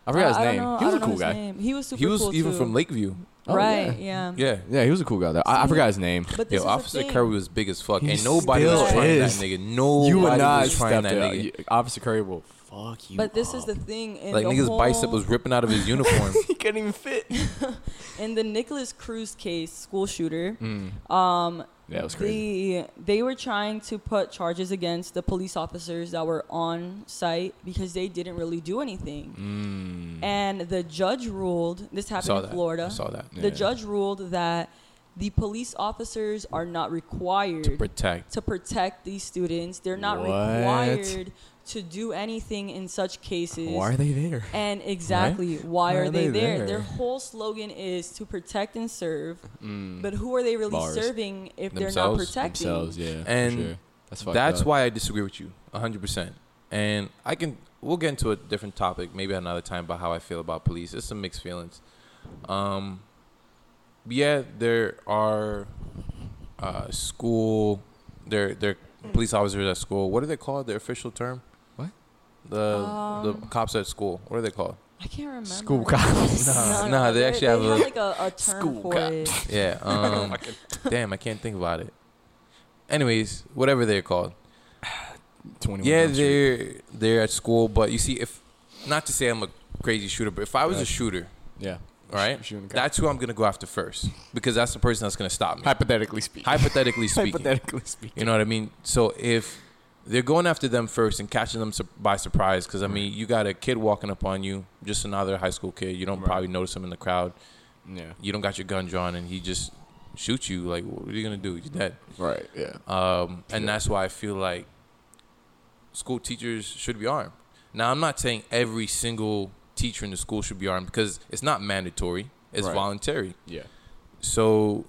Speaker 2: I forgot his
Speaker 3: I- I don't
Speaker 2: name.
Speaker 3: know-
Speaker 2: he
Speaker 3: I
Speaker 2: was a
Speaker 3: don't know
Speaker 2: cool
Speaker 3: his
Speaker 2: guy.
Speaker 3: name. He was super
Speaker 1: He was
Speaker 3: cool
Speaker 1: even
Speaker 3: too.
Speaker 1: from Lakeview.
Speaker 2: Oh,
Speaker 3: right?
Speaker 2: yeah.
Speaker 3: Yeah.
Speaker 1: Yeah.
Speaker 2: Yeah, he was a cool guy. Though. I, I
Speaker 3: See?
Speaker 2: forgot his name.
Speaker 3: But this
Speaker 1: Yo,
Speaker 3: is
Speaker 1: Officer
Speaker 3: the thing.
Speaker 1: Curry was big as fuck,
Speaker 2: He
Speaker 1: and nobody
Speaker 2: still
Speaker 1: was trying that
Speaker 2: is.
Speaker 1: nigga. Nobody
Speaker 2: you and I
Speaker 1: was trying
Speaker 2: stepped
Speaker 1: that
Speaker 2: out.
Speaker 1: nigga.
Speaker 2: You- Officer Curry will fuck you.
Speaker 3: But this
Speaker 2: up.
Speaker 3: is the thing. In
Speaker 1: Like
Speaker 3: the
Speaker 1: nigga's
Speaker 3: whole,
Speaker 1: bicep was ripping out of his uniform.
Speaker 2: he couldn't even fit.
Speaker 3: in the Nicholas Cruz case, school shooter.
Speaker 2: Yeah, it was crazy.
Speaker 3: The, they were trying to put charges against the police officers that were on site because they didn't really do anything. And the judge ruled this
Speaker 1: I saw
Speaker 3: happened in
Speaker 1: that.
Speaker 3: Florida.
Speaker 1: I saw that.
Speaker 2: Yeah.
Speaker 3: The judge ruled that the police officers are not required
Speaker 1: To protect.
Speaker 3: to protect these students. They're not
Speaker 2: What?
Speaker 3: required to do anything in such cases.
Speaker 2: Why are they there?
Speaker 3: And exactly, why, are, they, there? Their
Speaker 2: there?
Speaker 3: whole slogan is to protect and serve, but who are they really
Speaker 2: Bars.
Speaker 3: serving if
Speaker 1: Themselves.
Speaker 3: they're not protecting?
Speaker 2: Themselves, yeah. for
Speaker 1: And
Speaker 2: sure. that's fucked
Speaker 1: That's
Speaker 2: up.
Speaker 1: why I disagree with you 100%. And I can we'll get into a different topic maybe another time about how I feel about police. It's some mixed feelings. Um yeah, there are uh school there there police officers at school. What are they called? The official term?
Speaker 2: What?
Speaker 1: The the
Speaker 3: Um,
Speaker 1: cops at school. What are they called?
Speaker 3: I can't remember.
Speaker 2: School cops.
Speaker 1: Nah, nah, they actually have a-
Speaker 3: like a, a term
Speaker 2: School
Speaker 3: for
Speaker 2: cop.
Speaker 3: it.
Speaker 1: Yeah. Um, damn, I can't think about it. Anyways, whatever they're called.
Speaker 2: 21
Speaker 1: Yeah,
Speaker 2: Jump Street.
Speaker 1: they're they're at school, but you see, if not to say I'm a crazy shooter, but if I was a
Speaker 2: Right.
Speaker 1: shooter,
Speaker 2: Yeah.
Speaker 1: right,
Speaker 2: Sh- shooting cops.
Speaker 1: that's who I'm gonna go after first because that's the person that's gonna stop me.
Speaker 2: Hypothetically speaking.
Speaker 1: Hypothetically speaking,
Speaker 2: Hypothetically speaking.
Speaker 1: you know what I mean. So if they're going after them first and catching them sur- by surprise, because I mean, you got a kid walking up on you, just another high school kid. You don't
Speaker 2: Right.
Speaker 1: probably notice him in the crowd.
Speaker 2: Yeah.
Speaker 1: You don't got your gun drawn, and he just shoots you. Like, what are you gonna do? You're dead.
Speaker 2: Right. Yeah.
Speaker 1: Um, and
Speaker 2: Yeah.
Speaker 1: that's why I feel like school teachers should be armed. Now, I'm not saying every single teacher in the school should be armed because it's not mandatory, it's
Speaker 2: Right.
Speaker 1: voluntary.
Speaker 2: Yeah.
Speaker 1: So,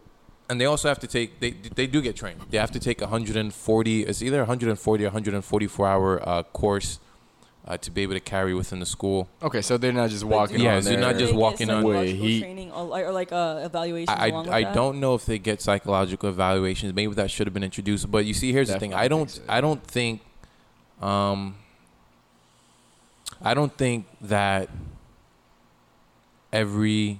Speaker 1: and they also have to take, they, they do get trained. They have to take 140, it's either 140 or 144 hour uh, course uh, to be able to carry within the school.
Speaker 2: Okay, so they're not just
Speaker 3: But
Speaker 2: walking
Speaker 3: do-
Speaker 1: Yeah,
Speaker 2: on
Speaker 1: so
Speaker 2: there.
Speaker 1: you're not
Speaker 3: do
Speaker 1: just
Speaker 3: they get
Speaker 1: walking on-
Speaker 3: psychological
Speaker 2: Wait, he-
Speaker 3: training or, or like uh, evaluations
Speaker 1: I,
Speaker 3: along with
Speaker 1: I, I
Speaker 3: that?
Speaker 1: don't know if they get psychological evaluations. Maybe that should have been introduced. But you see, here's the thing. I
Speaker 2: Definitely
Speaker 1: don't
Speaker 2: think so.
Speaker 1: I don't think um I don't think that every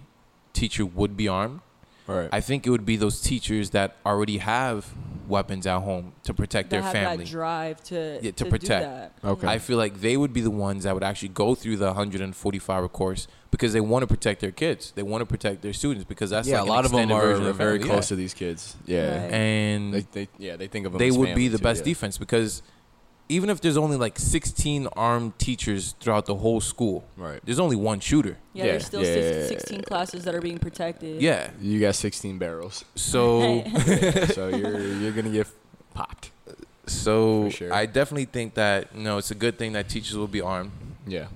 Speaker 1: teacher would be armed.
Speaker 2: right.
Speaker 1: I think it would be those teachers that already have weapons at home to protect
Speaker 3: that
Speaker 1: their
Speaker 3: have
Speaker 1: family.
Speaker 3: that drive to
Speaker 1: Yeah, to
Speaker 3: do
Speaker 1: protect.
Speaker 3: that.
Speaker 2: Okay.
Speaker 1: I feel like they would be the ones that would actually go through the 145 hour course because they want to protect their kids. They want to protect their students because that's
Speaker 2: yeah,
Speaker 1: like
Speaker 2: a
Speaker 1: an
Speaker 2: lot of them
Speaker 1: extended
Speaker 2: are,
Speaker 1: version of
Speaker 2: very
Speaker 1: family.
Speaker 2: close
Speaker 1: Yeah.
Speaker 2: to these kids. Yeah,
Speaker 3: Right.
Speaker 1: and
Speaker 2: they, they yeah they think of them.
Speaker 1: they
Speaker 2: as
Speaker 1: would be
Speaker 2: family
Speaker 1: the
Speaker 2: too,
Speaker 1: best
Speaker 2: yeah.
Speaker 1: defense because even if there's only like 16 armed teachers throughout the whole school,
Speaker 2: Right.
Speaker 1: there's only one shooter.
Speaker 3: Yeah,
Speaker 2: Yeah,
Speaker 3: there's still
Speaker 2: yeah,
Speaker 3: six,
Speaker 2: yeah, yeah,
Speaker 3: 16 classes that are being protected.
Speaker 1: Yeah.
Speaker 2: You got 16 barrels,
Speaker 1: So
Speaker 2: so you're you're gonna get popped.
Speaker 1: so
Speaker 2: For sure.
Speaker 1: I definitely think that no, it's a good thing that teachers will be armed.
Speaker 2: Yeah.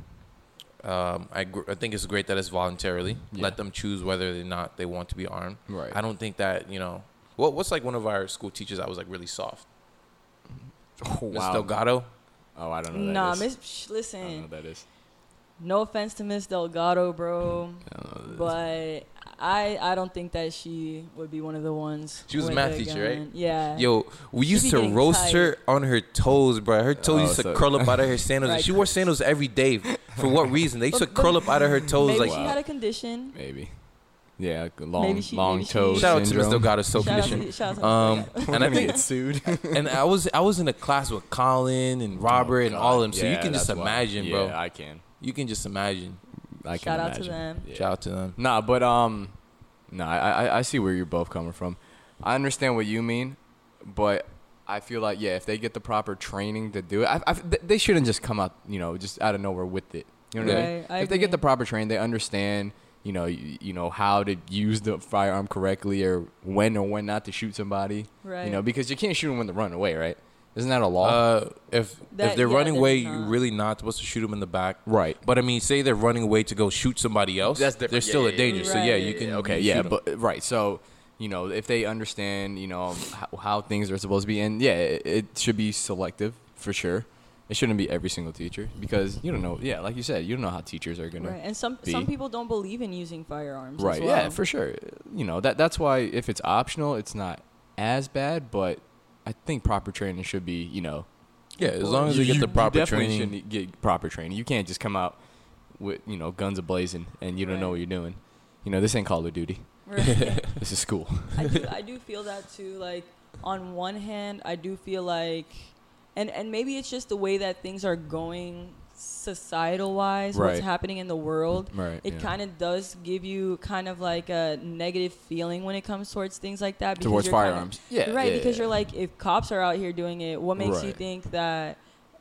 Speaker 1: Um, I, gr- I think it's great that it's voluntarily.
Speaker 2: Yeah.
Speaker 1: Let them choose whether or not they want to be armed.
Speaker 2: Right.
Speaker 1: I don't think that you know. What what's like one of our school teachers that was like really soft?
Speaker 2: Oh,
Speaker 1: Miss Delgado.
Speaker 2: Oh, I don't know. That
Speaker 3: Nah,
Speaker 2: is.
Speaker 3: miss, sh-
Speaker 2: I don't know
Speaker 3: listen.
Speaker 2: what that is.
Speaker 3: No offense to Miss Delgado, bro, but I I don't think that she would be one of the ones.
Speaker 1: She was a
Speaker 3: with
Speaker 1: math teacher, right?
Speaker 3: gun. Yeah.
Speaker 1: Yo, we
Speaker 3: She
Speaker 1: used
Speaker 3: be
Speaker 1: to
Speaker 3: getting
Speaker 1: roast
Speaker 3: tight.
Speaker 1: her on her toes, bro. Her toes
Speaker 2: Oh,
Speaker 1: used to
Speaker 2: so-
Speaker 1: curl up out of her sandals.
Speaker 3: Right.
Speaker 1: She wore sandals every day. For what reason? They used to
Speaker 3: But- but
Speaker 1: curl up out of her toes.
Speaker 3: Maybe
Speaker 1: Like
Speaker 3: she
Speaker 2: Wow.
Speaker 3: had a condition.
Speaker 2: Maybe. Yeah, like a long
Speaker 3: Maybe she-
Speaker 2: long
Speaker 3: maybe she-
Speaker 2: toes.
Speaker 1: shout out to Miss
Speaker 2: syndrome.
Speaker 1: Delgado's soap
Speaker 3: Shout out
Speaker 1: condition.
Speaker 3: to, shout out to
Speaker 1: Um,
Speaker 3: Miss Delgado.
Speaker 1: and I think,
Speaker 2: get sued.
Speaker 1: and I was I was in a class with Colin
Speaker 2: Oh,
Speaker 1: and Robert and all of them. So you can just imagine, bro.
Speaker 2: I can.
Speaker 1: You can just imagine.
Speaker 2: I can
Speaker 3: Shout out to
Speaker 2: imagine.
Speaker 3: them.
Speaker 2: Yeah.
Speaker 1: Shout out to them.
Speaker 2: Nah, but um, nah, I I- I see where you're both coming from. I understand what you mean, but I feel like yeah, if they get the proper training to do it, I, I, th- they shouldn't just come out you know just out of nowhere with it. You know what I mean?
Speaker 3: Right, I
Speaker 2: if they get
Speaker 3: agree.
Speaker 2: the proper training, they understand you know you, you know how to use the firearm correctly or when or when not to shoot somebody. You
Speaker 3: Right.
Speaker 2: know because you can't shoot them when they're running away, right? Isn't that a law?
Speaker 1: Uh, if if
Speaker 3: That-
Speaker 1: they're
Speaker 3: yeah,
Speaker 1: running
Speaker 3: that's
Speaker 1: away,
Speaker 3: not-
Speaker 1: you're really not supposed to shoot them in the back.
Speaker 2: right.
Speaker 1: But I mean, say they're running away to go shoot somebody else.
Speaker 2: That's different.
Speaker 1: They're
Speaker 2: Yeah,
Speaker 1: still
Speaker 2: yeah,
Speaker 1: a
Speaker 2: yeah,
Speaker 1: danger.
Speaker 3: yeah,
Speaker 1: So
Speaker 3: yeah.
Speaker 1: yeah,
Speaker 3: Right.
Speaker 1: you can.
Speaker 2: okay
Speaker 1: you
Speaker 2: yeah
Speaker 1: shoot 'em.
Speaker 2: but right so you know if they understand you know how, how things are supposed to be and yeah it, it should be selective for sure it shouldn't be every single teacher because you don't know yeah like you said you don't know how teachers are gonna
Speaker 3: Right. And some
Speaker 2: be.
Speaker 3: some people don't believe in using firearms.
Speaker 2: right
Speaker 3: As well.
Speaker 2: yeah for sure you know that that's why if it's optional it's not as bad but i think proper training should be you know
Speaker 1: yeah, as long as you, get the proper
Speaker 2: definitely
Speaker 1: training.
Speaker 2: should get proper training you can't just come out with you know guns ablazing and you don't know
Speaker 3: Right.
Speaker 2: what you're doing you know this ain't call of duty
Speaker 3: Right.
Speaker 2: this is school
Speaker 3: I do, I do feel that too. Like on one hand, I do feel like, and and maybe it's just the way that things are going societal wise, what's
Speaker 2: Right.
Speaker 3: happening in the world.
Speaker 2: Right,
Speaker 3: It
Speaker 2: yeah.
Speaker 3: kind of does give you kind of like a negative feeling when it comes towards things like that. because
Speaker 2: Towards
Speaker 3: you're kinda-
Speaker 2: firearms. Yeah,
Speaker 3: Right.
Speaker 2: yeah,
Speaker 3: because
Speaker 2: yeah.
Speaker 3: you're like, if cops are out here doing it, what makes you
Speaker 2: Right.
Speaker 3: think that?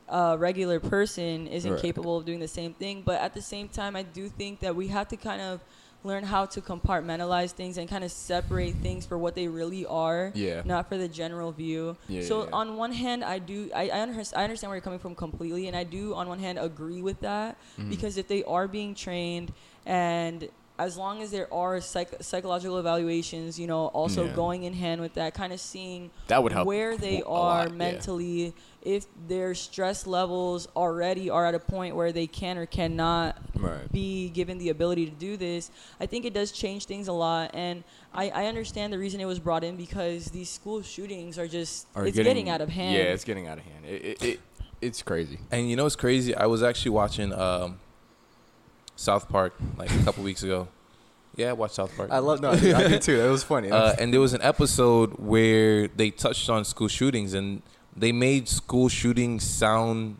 Speaker 3: A regular person isn't
Speaker 2: Right.
Speaker 3: capable of doing the same thing, but at the same time, I do think that we have to kind of learn how to compartmentalize things and kind of separate things for what they really are,
Speaker 2: Yeah.
Speaker 3: not for the general view.
Speaker 2: Yeah,
Speaker 3: so
Speaker 2: yeah, yeah.
Speaker 3: on one hand, I do I, I, under, I understand where you're coming from completely, and I do on one hand agree with that
Speaker 2: Mm-hmm.
Speaker 3: because if they are being trained and as long as there are psych- psychological evaluations, you know, also
Speaker 2: Yeah.
Speaker 3: going in hand with that, kind of seeing
Speaker 2: That would help
Speaker 3: where they
Speaker 2: a
Speaker 3: are
Speaker 2: lot, yeah.
Speaker 3: mentally, if their stress levels already are at a point where they can or cannot
Speaker 2: Right.
Speaker 3: be given the ability to do this, I think it does change things a lot. And I, I understand the reason it was brought in because these school shootings are just
Speaker 2: are
Speaker 3: it's getting, out of hand.
Speaker 2: Yeah, it's getting out of hand. It, it, it it's crazy.
Speaker 1: And you know what's crazy? I was actually watching um, South Park like a couple weeks ago. Yeah, I watched South Park.
Speaker 2: no, I did too. That was funny.
Speaker 1: Uh, and there was an episode where they touched on school shootings, and they made school shootings sound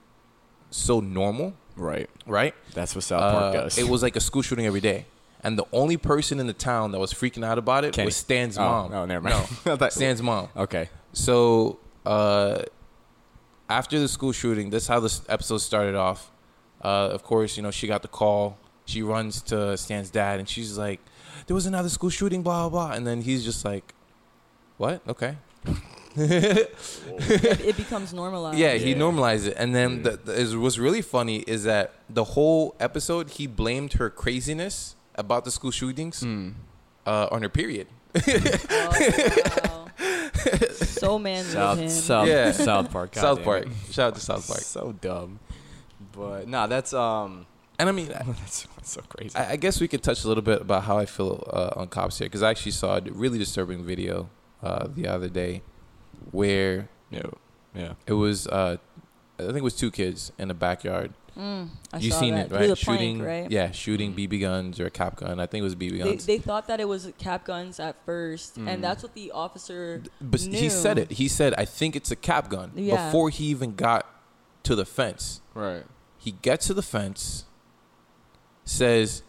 Speaker 1: so normal,
Speaker 2: right.
Speaker 1: right?
Speaker 2: That's what South Park
Speaker 1: Uh,
Speaker 2: does.
Speaker 1: It was like a school shooting every day. And the only person in the town that was freaking out about it
Speaker 2: Kenny.
Speaker 1: was Stan's
Speaker 2: Oh,
Speaker 1: mom.
Speaker 2: oh, never mind.
Speaker 1: No,
Speaker 2: I thought-
Speaker 1: Stan's mom.
Speaker 2: okay.
Speaker 1: So uh, after the school shooting, that's how this episode started off. Uh, of course, you know she got the call. She runs to Stan's dad, and she's like, "There was another school shooting, blah blah." blah. And then he's just like, "What? Okay."
Speaker 3: it, it becomes normalized.
Speaker 1: Yeah, he
Speaker 2: Yeah. Mm.
Speaker 1: normalized it. And then the, the, is, what's really funny is that the whole episode, he blamed her craziness about the school shootings
Speaker 2: Mm. Hmm.
Speaker 1: uh, on her period.
Speaker 3: Oh, wow. so manly of
Speaker 2: South
Speaker 3: him.
Speaker 2: South
Speaker 1: Yeah.
Speaker 2: South Park. God
Speaker 1: South
Speaker 2: damn
Speaker 1: Park.
Speaker 2: it.
Speaker 1: Shout out to South Park.
Speaker 2: So dumb. But nah, that's um.
Speaker 1: And I mean, I-
Speaker 2: that's, that's so crazy.
Speaker 1: I, I guess we could touch a little bit about how I feel uh, on cops here because I actually saw a really disturbing video uh, the other day where
Speaker 2: yeah, yeah.
Speaker 1: it was uh, I think it was two kids in the backyard.
Speaker 3: Mm, I
Speaker 1: you
Speaker 3: saw
Speaker 1: seen
Speaker 3: that.
Speaker 1: it
Speaker 3: Through
Speaker 1: right?
Speaker 3: the plank,
Speaker 1: shooting,
Speaker 3: right? Mm.
Speaker 1: yeah, shooting BB guns or a cap gun. I think it was BB
Speaker 3: They,
Speaker 1: guns.
Speaker 3: they thought that it was cap guns at first,
Speaker 2: Mm.
Speaker 3: and that's what the officer.
Speaker 1: but he
Speaker 3: knew.
Speaker 1: said it. He said, "I think it's a cap gun."
Speaker 3: Yeah.
Speaker 1: Before he even got to the fence,
Speaker 2: Right.
Speaker 1: he gets to the fence, says,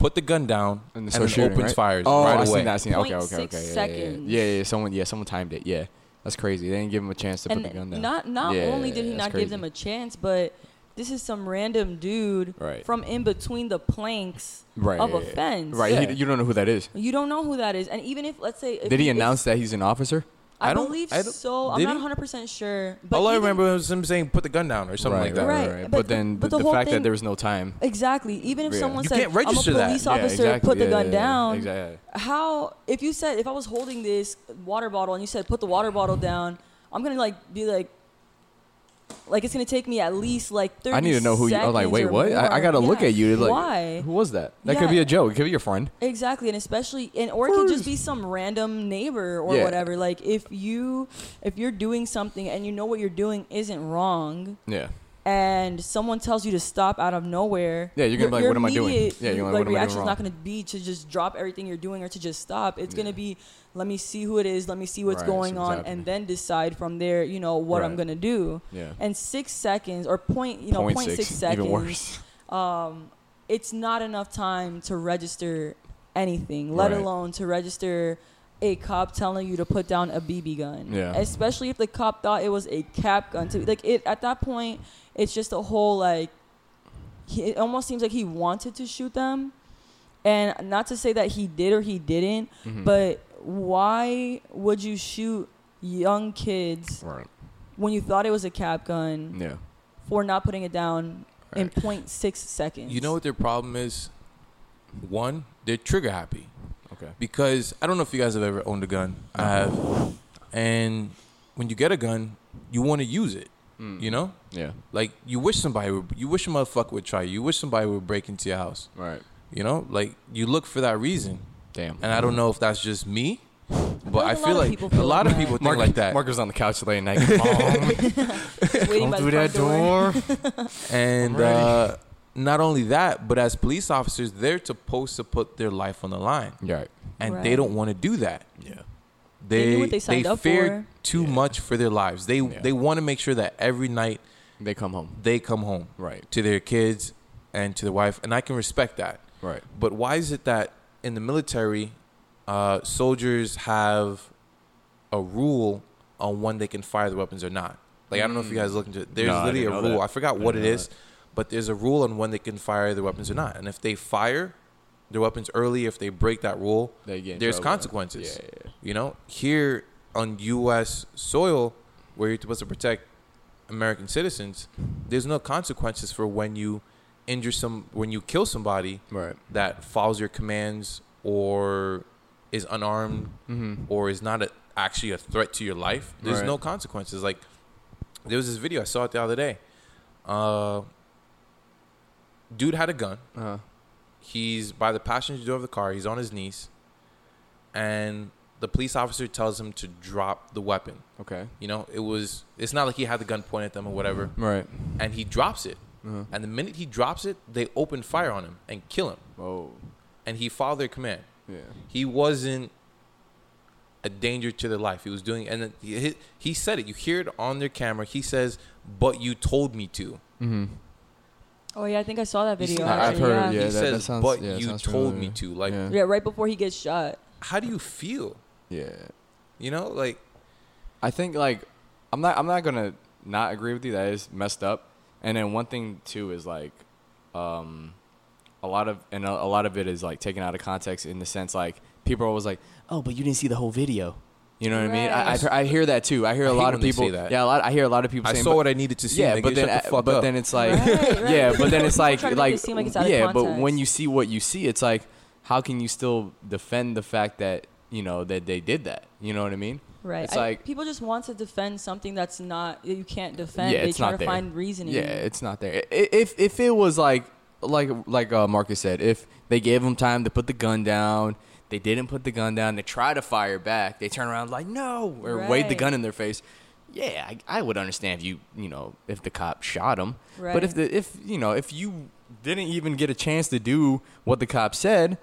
Speaker 1: "Put the gun down,"
Speaker 2: And
Speaker 1: and,
Speaker 2: they
Speaker 1: then
Speaker 2: start shooting,
Speaker 1: opens
Speaker 2: right?
Speaker 1: fires
Speaker 2: Oh,
Speaker 1: right
Speaker 2: I
Speaker 1: away.
Speaker 2: seen that. I seen that. Okay,
Speaker 3: Point
Speaker 2: okay,
Speaker 3: six
Speaker 2: okay. Yeah, yeah,
Speaker 3: seconds.
Speaker 2: yeah, yeah, yeah. Someone, yeah, someone timed it. Yeah, that's crazy. They didn't give him a chance to put the gun
Speaker 3: And
Speaker 2: down.
Speaker 3: not not
Speaker 2: Yeah,
Speaker 3: only did he
Speaker 2: that's
Speaker 3: not
Speaker 2: crazy.
Speaker 3: give them a chance, but this is some random dude
Speaker 2: Right.
Speaker 3: from in between the planks
Speaker 2: right
Speaker 3: of
Speaker 2: yeah,
Speaker 3: a
Speaker 2: yeah.
Speaker 3: fence.
Speaker 2: Right.
Speaker 1: Yeah.
Speaker 2: He, you don't know who that is.
Speaker 3: You don't know who that is, and even if let's say if
Speaker 2: Did he
Speaker 3: if-
Speaker 2: announce that he's an officer?
Speaker 3: I,
Speaker 1: I don't-
Speaker 3: believe
Speaker 1: I don't-
Speaker 3: so. I'm
Speaker 1: did
Speaker 3: not
Speaker 1: he?
Speaker 3: 100 percent sure. But
Speaker 1: All I
Speaker 3: even-
Speaker 1: remember was him saying, "Put the gun down" or something like that.
Speaker 3: Right,
Speaker 2: But,
Speaker 3: but the-
Speaker 2: then
Speaker 3: but
Speaker 2: the,
Speaker 3: the whole
Speaker 2: fact that
Speaker 3: thing-
Speaker 2: there was no time.
Speaker 3: exactly. Even if
Speaker 2: Yeah.
Speaker 3: someone
Speaker 1: You
Speaker 3: said,
Speaker 1: can't register
Speaker 3: "I'm a
Speaker 1: that."
Speaker 3: police
Speaker 1: Yeah,
Speaker 3: officer," put the
Speaker 2: yeah,
Speaker 3: gun
Speaker 2: yeah, yeah,
Speaker 3: down.
Speaker 2: Exactly.
Speaker 3: How if you said if I was holding this water bottle and you said put the water bottle down, I'm gonna like be like. Like it's gonna take me at least like thirty.
Speaker 2: I need to know who you. I was like,
Speaker 3: seconds
Speaker 2: wait,
Speaker 3: or
Speaker 2: what? I, I
Speaker 3: more.
Speaker 2: gotta look
Speaker 3: Yeah.
Speaker 2: at you. to, Like,
Speaker 3: Why?
Speaker 2: Who was that? That could
Speaker 3: Yeah.
Speaker 2: be a joke. It could be your friend.
Speaker 3: Exactly, and especially, and or it could just be some random neighbor or
Speaker 2: Yeah.
Speaker 3: whatever. Like if you, if you're doing something and you know what you're doing isn't wrong,
Speaker 2: Yeah.
Speaker 3: and someone tells you to stop out of nowhere,
Speaker 2: Yeah, you're gonna be like,
Speaker 3: your
Speaker 2: "What am I doing?"
Speaker 3: immediate,
Speaker 2: Yeah, you're gonna be like,
Speaker 3: like,
Speaker 2: "What am I doing
Speaker 3: reaction's
Speaker 2: wrong?"
Speaker 3: not gonna be to just drop everything you're doing or to just stop. It's
Speaker 2: Yeah.
Speaker 3: gonna be, let me see who it is, let me see what's
Speaker 2: Right, see
Speaker 3: going
Speaker 2: what's
Speaker 3: on,
Speaker 2: happening.
Speaker 3: and then decide from there. You know what I'm
Speaker 2: Right.
Speaker 3: gonna do.
Speaker 2: Yeah.
Speaker 3: And six seconds or point, you know,
Speaker 2: Point
Speaker 3: point six
Speaker 2: six,
Speaker 3: seconds.
Speaker 2: even worse.
Speaker 3: Um, it's not enough time to register anything, let
Speaker 2: Right.
Speaker 3: alone to register a cop telling you to put down a BB gun.
Speaker 2: Yeah.
Speaker 3: Especially if the cop thought it was a cap gun. To like it at that point, it's just a whole like. He, it almost seems like he wanted to shoot them, and not to say that he did or he didn't, but why would you shoot young kids
Speaker 2: Right.
Speaker 3: when you thought it was a cap gun?
Speaker 2: Yeah.
Speaker 3: for not putting it down in 0.6 seconds.
Speaker 1: You know what their problem is? One, they're trigger happy
Speaker 2: Okay.
Speaker 1: because I don't know if you guys have ever owned a gun. I have, and when you get a gun, you want to use it. You know,
Speaker 2: Yeah.
Speaker 1: like you wish somebody would, you wish a motherfucker would try you. You wish somebody would break into your house.
Speaker 2: Right.
Speaker 1: You know, like you look for that reason.
Speaker 2: Damn.
Speaker 1: And I don't know if that's just me, but I
Speaker 3: like a
Speaker 1: feel
Speaker 3: lot of
Speaker 1: like
Speaker 3: people
Speaker 1: a
Speaker 3: feel
Speaker 1: lot
Speaker 3: like
Speaker 1: of
Speaker 3: that.
Speaker 1: people think like that.
Speaker 2: Mark was on the couch late at night. Mom,
Speaker 3: Just waiting by the front
Speaker 1: And
Speaker 2: I'm ready.
Speaker 1: uh, not only that, but as police officers, they're supposed to put their life on the line,
Speaker 2: Yeah.
Speaker 1: and
Speaker 3: Right.
Speaker 1: they don't want to do that.
Speaker 2: Yeah.
Speaker 1: They
Speaker 3: knew what they signed up
Speaker 1: fear
Speaker 3: for.
Speaker 1: too
Speaker 2: Yeah.
Speaker 1: much for their lives. They
Speaker 2: Yeah.
Speaker 1: they want to make sure that every night
Speaker 2: They come home.
Speaker 1: they come home
Speaker 2: Right.
Speaker 1: to their kids and to their wife, and I can respect that.
Speaker 2: Right.
Speaker 1: But why is it that in the military, uh, soldiers have a rule on when they can fire the weapons or not? Like I don't know if you guys looked into it. There's
Speaker 2: No, I
Speaker 1: literally a
Speaker 2: didn't know
Speaker 1: rule.
Speaker 2: that.
Speaker 1: I forgot
Speaker 2: I
Speaker 1: what it
Speaker 2: didn't know
Speaker 1: is, but there's a rule on when they can fire their weapons or not. And if they fire their weapons early, if they break that rule,
Speaker 2: They get in
Speaker 1: there's
Speaker 2: trouble.
Speaker 1: consequences.
Speaker 2: Yeah, yeah.
Speaker 1: You know, here on U.S. soil, where you're supposed to protect American citizens, there's no consequences for when you injure some, when you kill somebody
Speaker 2: Right.
Speaker 1: that follows your commands or is unarmed or is not a, actually a threat to your life, there's
Speaker 2: Mm-hmm. Right.
Speaker 1: no consequences. Like there was this video I saw it the other day. Uh, dude had a gun.
Speaker 2: Uh,
Speaker 1: He's by the passenger door of the car. He's on his knees, and the police officer tells him to drop the weapon.
Speaker 2: okay.
Speaker 1: You know, it was. It's not like he had the gun pointed at them or whatever.
Speaker 2: Right.
Speaker 1: And he drops it.
Speaker 2: Uh-huh.
Speaker 1: And the minute he drops it, they open fire on him and kill him.
Speaker 2: Oh.
Speaker 1: And he followed their command
Speaker 2: Yeah.
Speaker 1: he wasn't a danger to their life. He was doing, and then he, he said it. You hear it on their camera. He says, "But you told me to."
Speaker 2: Mm-hmm.
Speaker 3: Oh yeah, I think I saw that
Speaker 1: You see
Speaker 3: video.
Speaker 1: that?
Speaker 2: I've
Speaker 3: actually,
Speaker 2: heard,
Speaker 1: he
Speaker 2: yeah. that- that
Speaker 1: says,
Speaker 2: sounds-
Speaker 1: "But
Speaker 2: yeah, it
Speaker 1: you
Speaker 2: sounds
Speaker 1: told
Speaker 2: familiar.
Speaker 1: me to." Like,
Speaker 2: Yeah.
Speaker 3: Yeah, right before he gets shot.
Speaker 1: how do you feel?
Speaker 2: Yeah.
Speaker 1: You know, like
Speaker 2: I think like I'm not I'm not gonna not agree with you. That is messed up. And then one thing too is like um a lot of and a, a lot of it is like taken out of context in the sense like people are always like, oh, but you didn't see the whole video. You know what I mean? I, I've
Speaker 3: Right.
Speaker 2: heard- I hear that too. I hear a
Speaker 1: I hate
Speaker 2: lot
Speaker 1: when
Speaker 2: of
Speaker 1: they
Speaker 2: people.
Speaker 1: say that.
Speaker 2: Yeah, a lot. I hear a lot of people
Speaker 1: I
Speaker 2: saying.
Speaker 1: saw
Speaker 2: but-
Speaker 1: what I needed to see.
Speaker 2: yeah,
Speaker 1: nigga.
Speaker 2: but then
Speaker 1: shut the fuck
Speaker 2: but
Speaker 1: up.
Speaker 2: then it's like
Speaker 3: Right, right.
Speaker 2: yeah, but then it's
Speaker 3: People
Speaker 2: like
Speaker 3: try to make
Speaker 2: like
Speaker 3: it seem like it's out of
Speaker 2: yeah, but
Speaker 3: context.
Speaker 2: when you see what you see, it's like how can you still defend the fact that you know that they did that? You know what I mean?
Speaker 3: Right.
Speaker 2: It's
Speaker 3: I-
Speaker 2: like-
Speaker 3: people just want to defend something that's not that you can't defend.
Speaker 2: Yeah,
Speaker 3: they
Speaker 2: it's
Speaker 3: try
Speaker 2: not
Speaker 3: to
Speaker 2: there.
Speaker 3: find reasoning.
Speaker 2: Yeah, it's not there. I- If if it was like like like uh, Marcus said, if they gave him time to put the gun down, they didn't put the gun down. They try to fire back. They turn around like no, or wave the
Speaker 3: Right.
Speaker 2: gun in their face. Yeah, I, I would understand if you you know if the cop shot him. But
Speaker 3: Right.
Speaker 2: if the if you know if you didn't even get a chance to do what the cop said,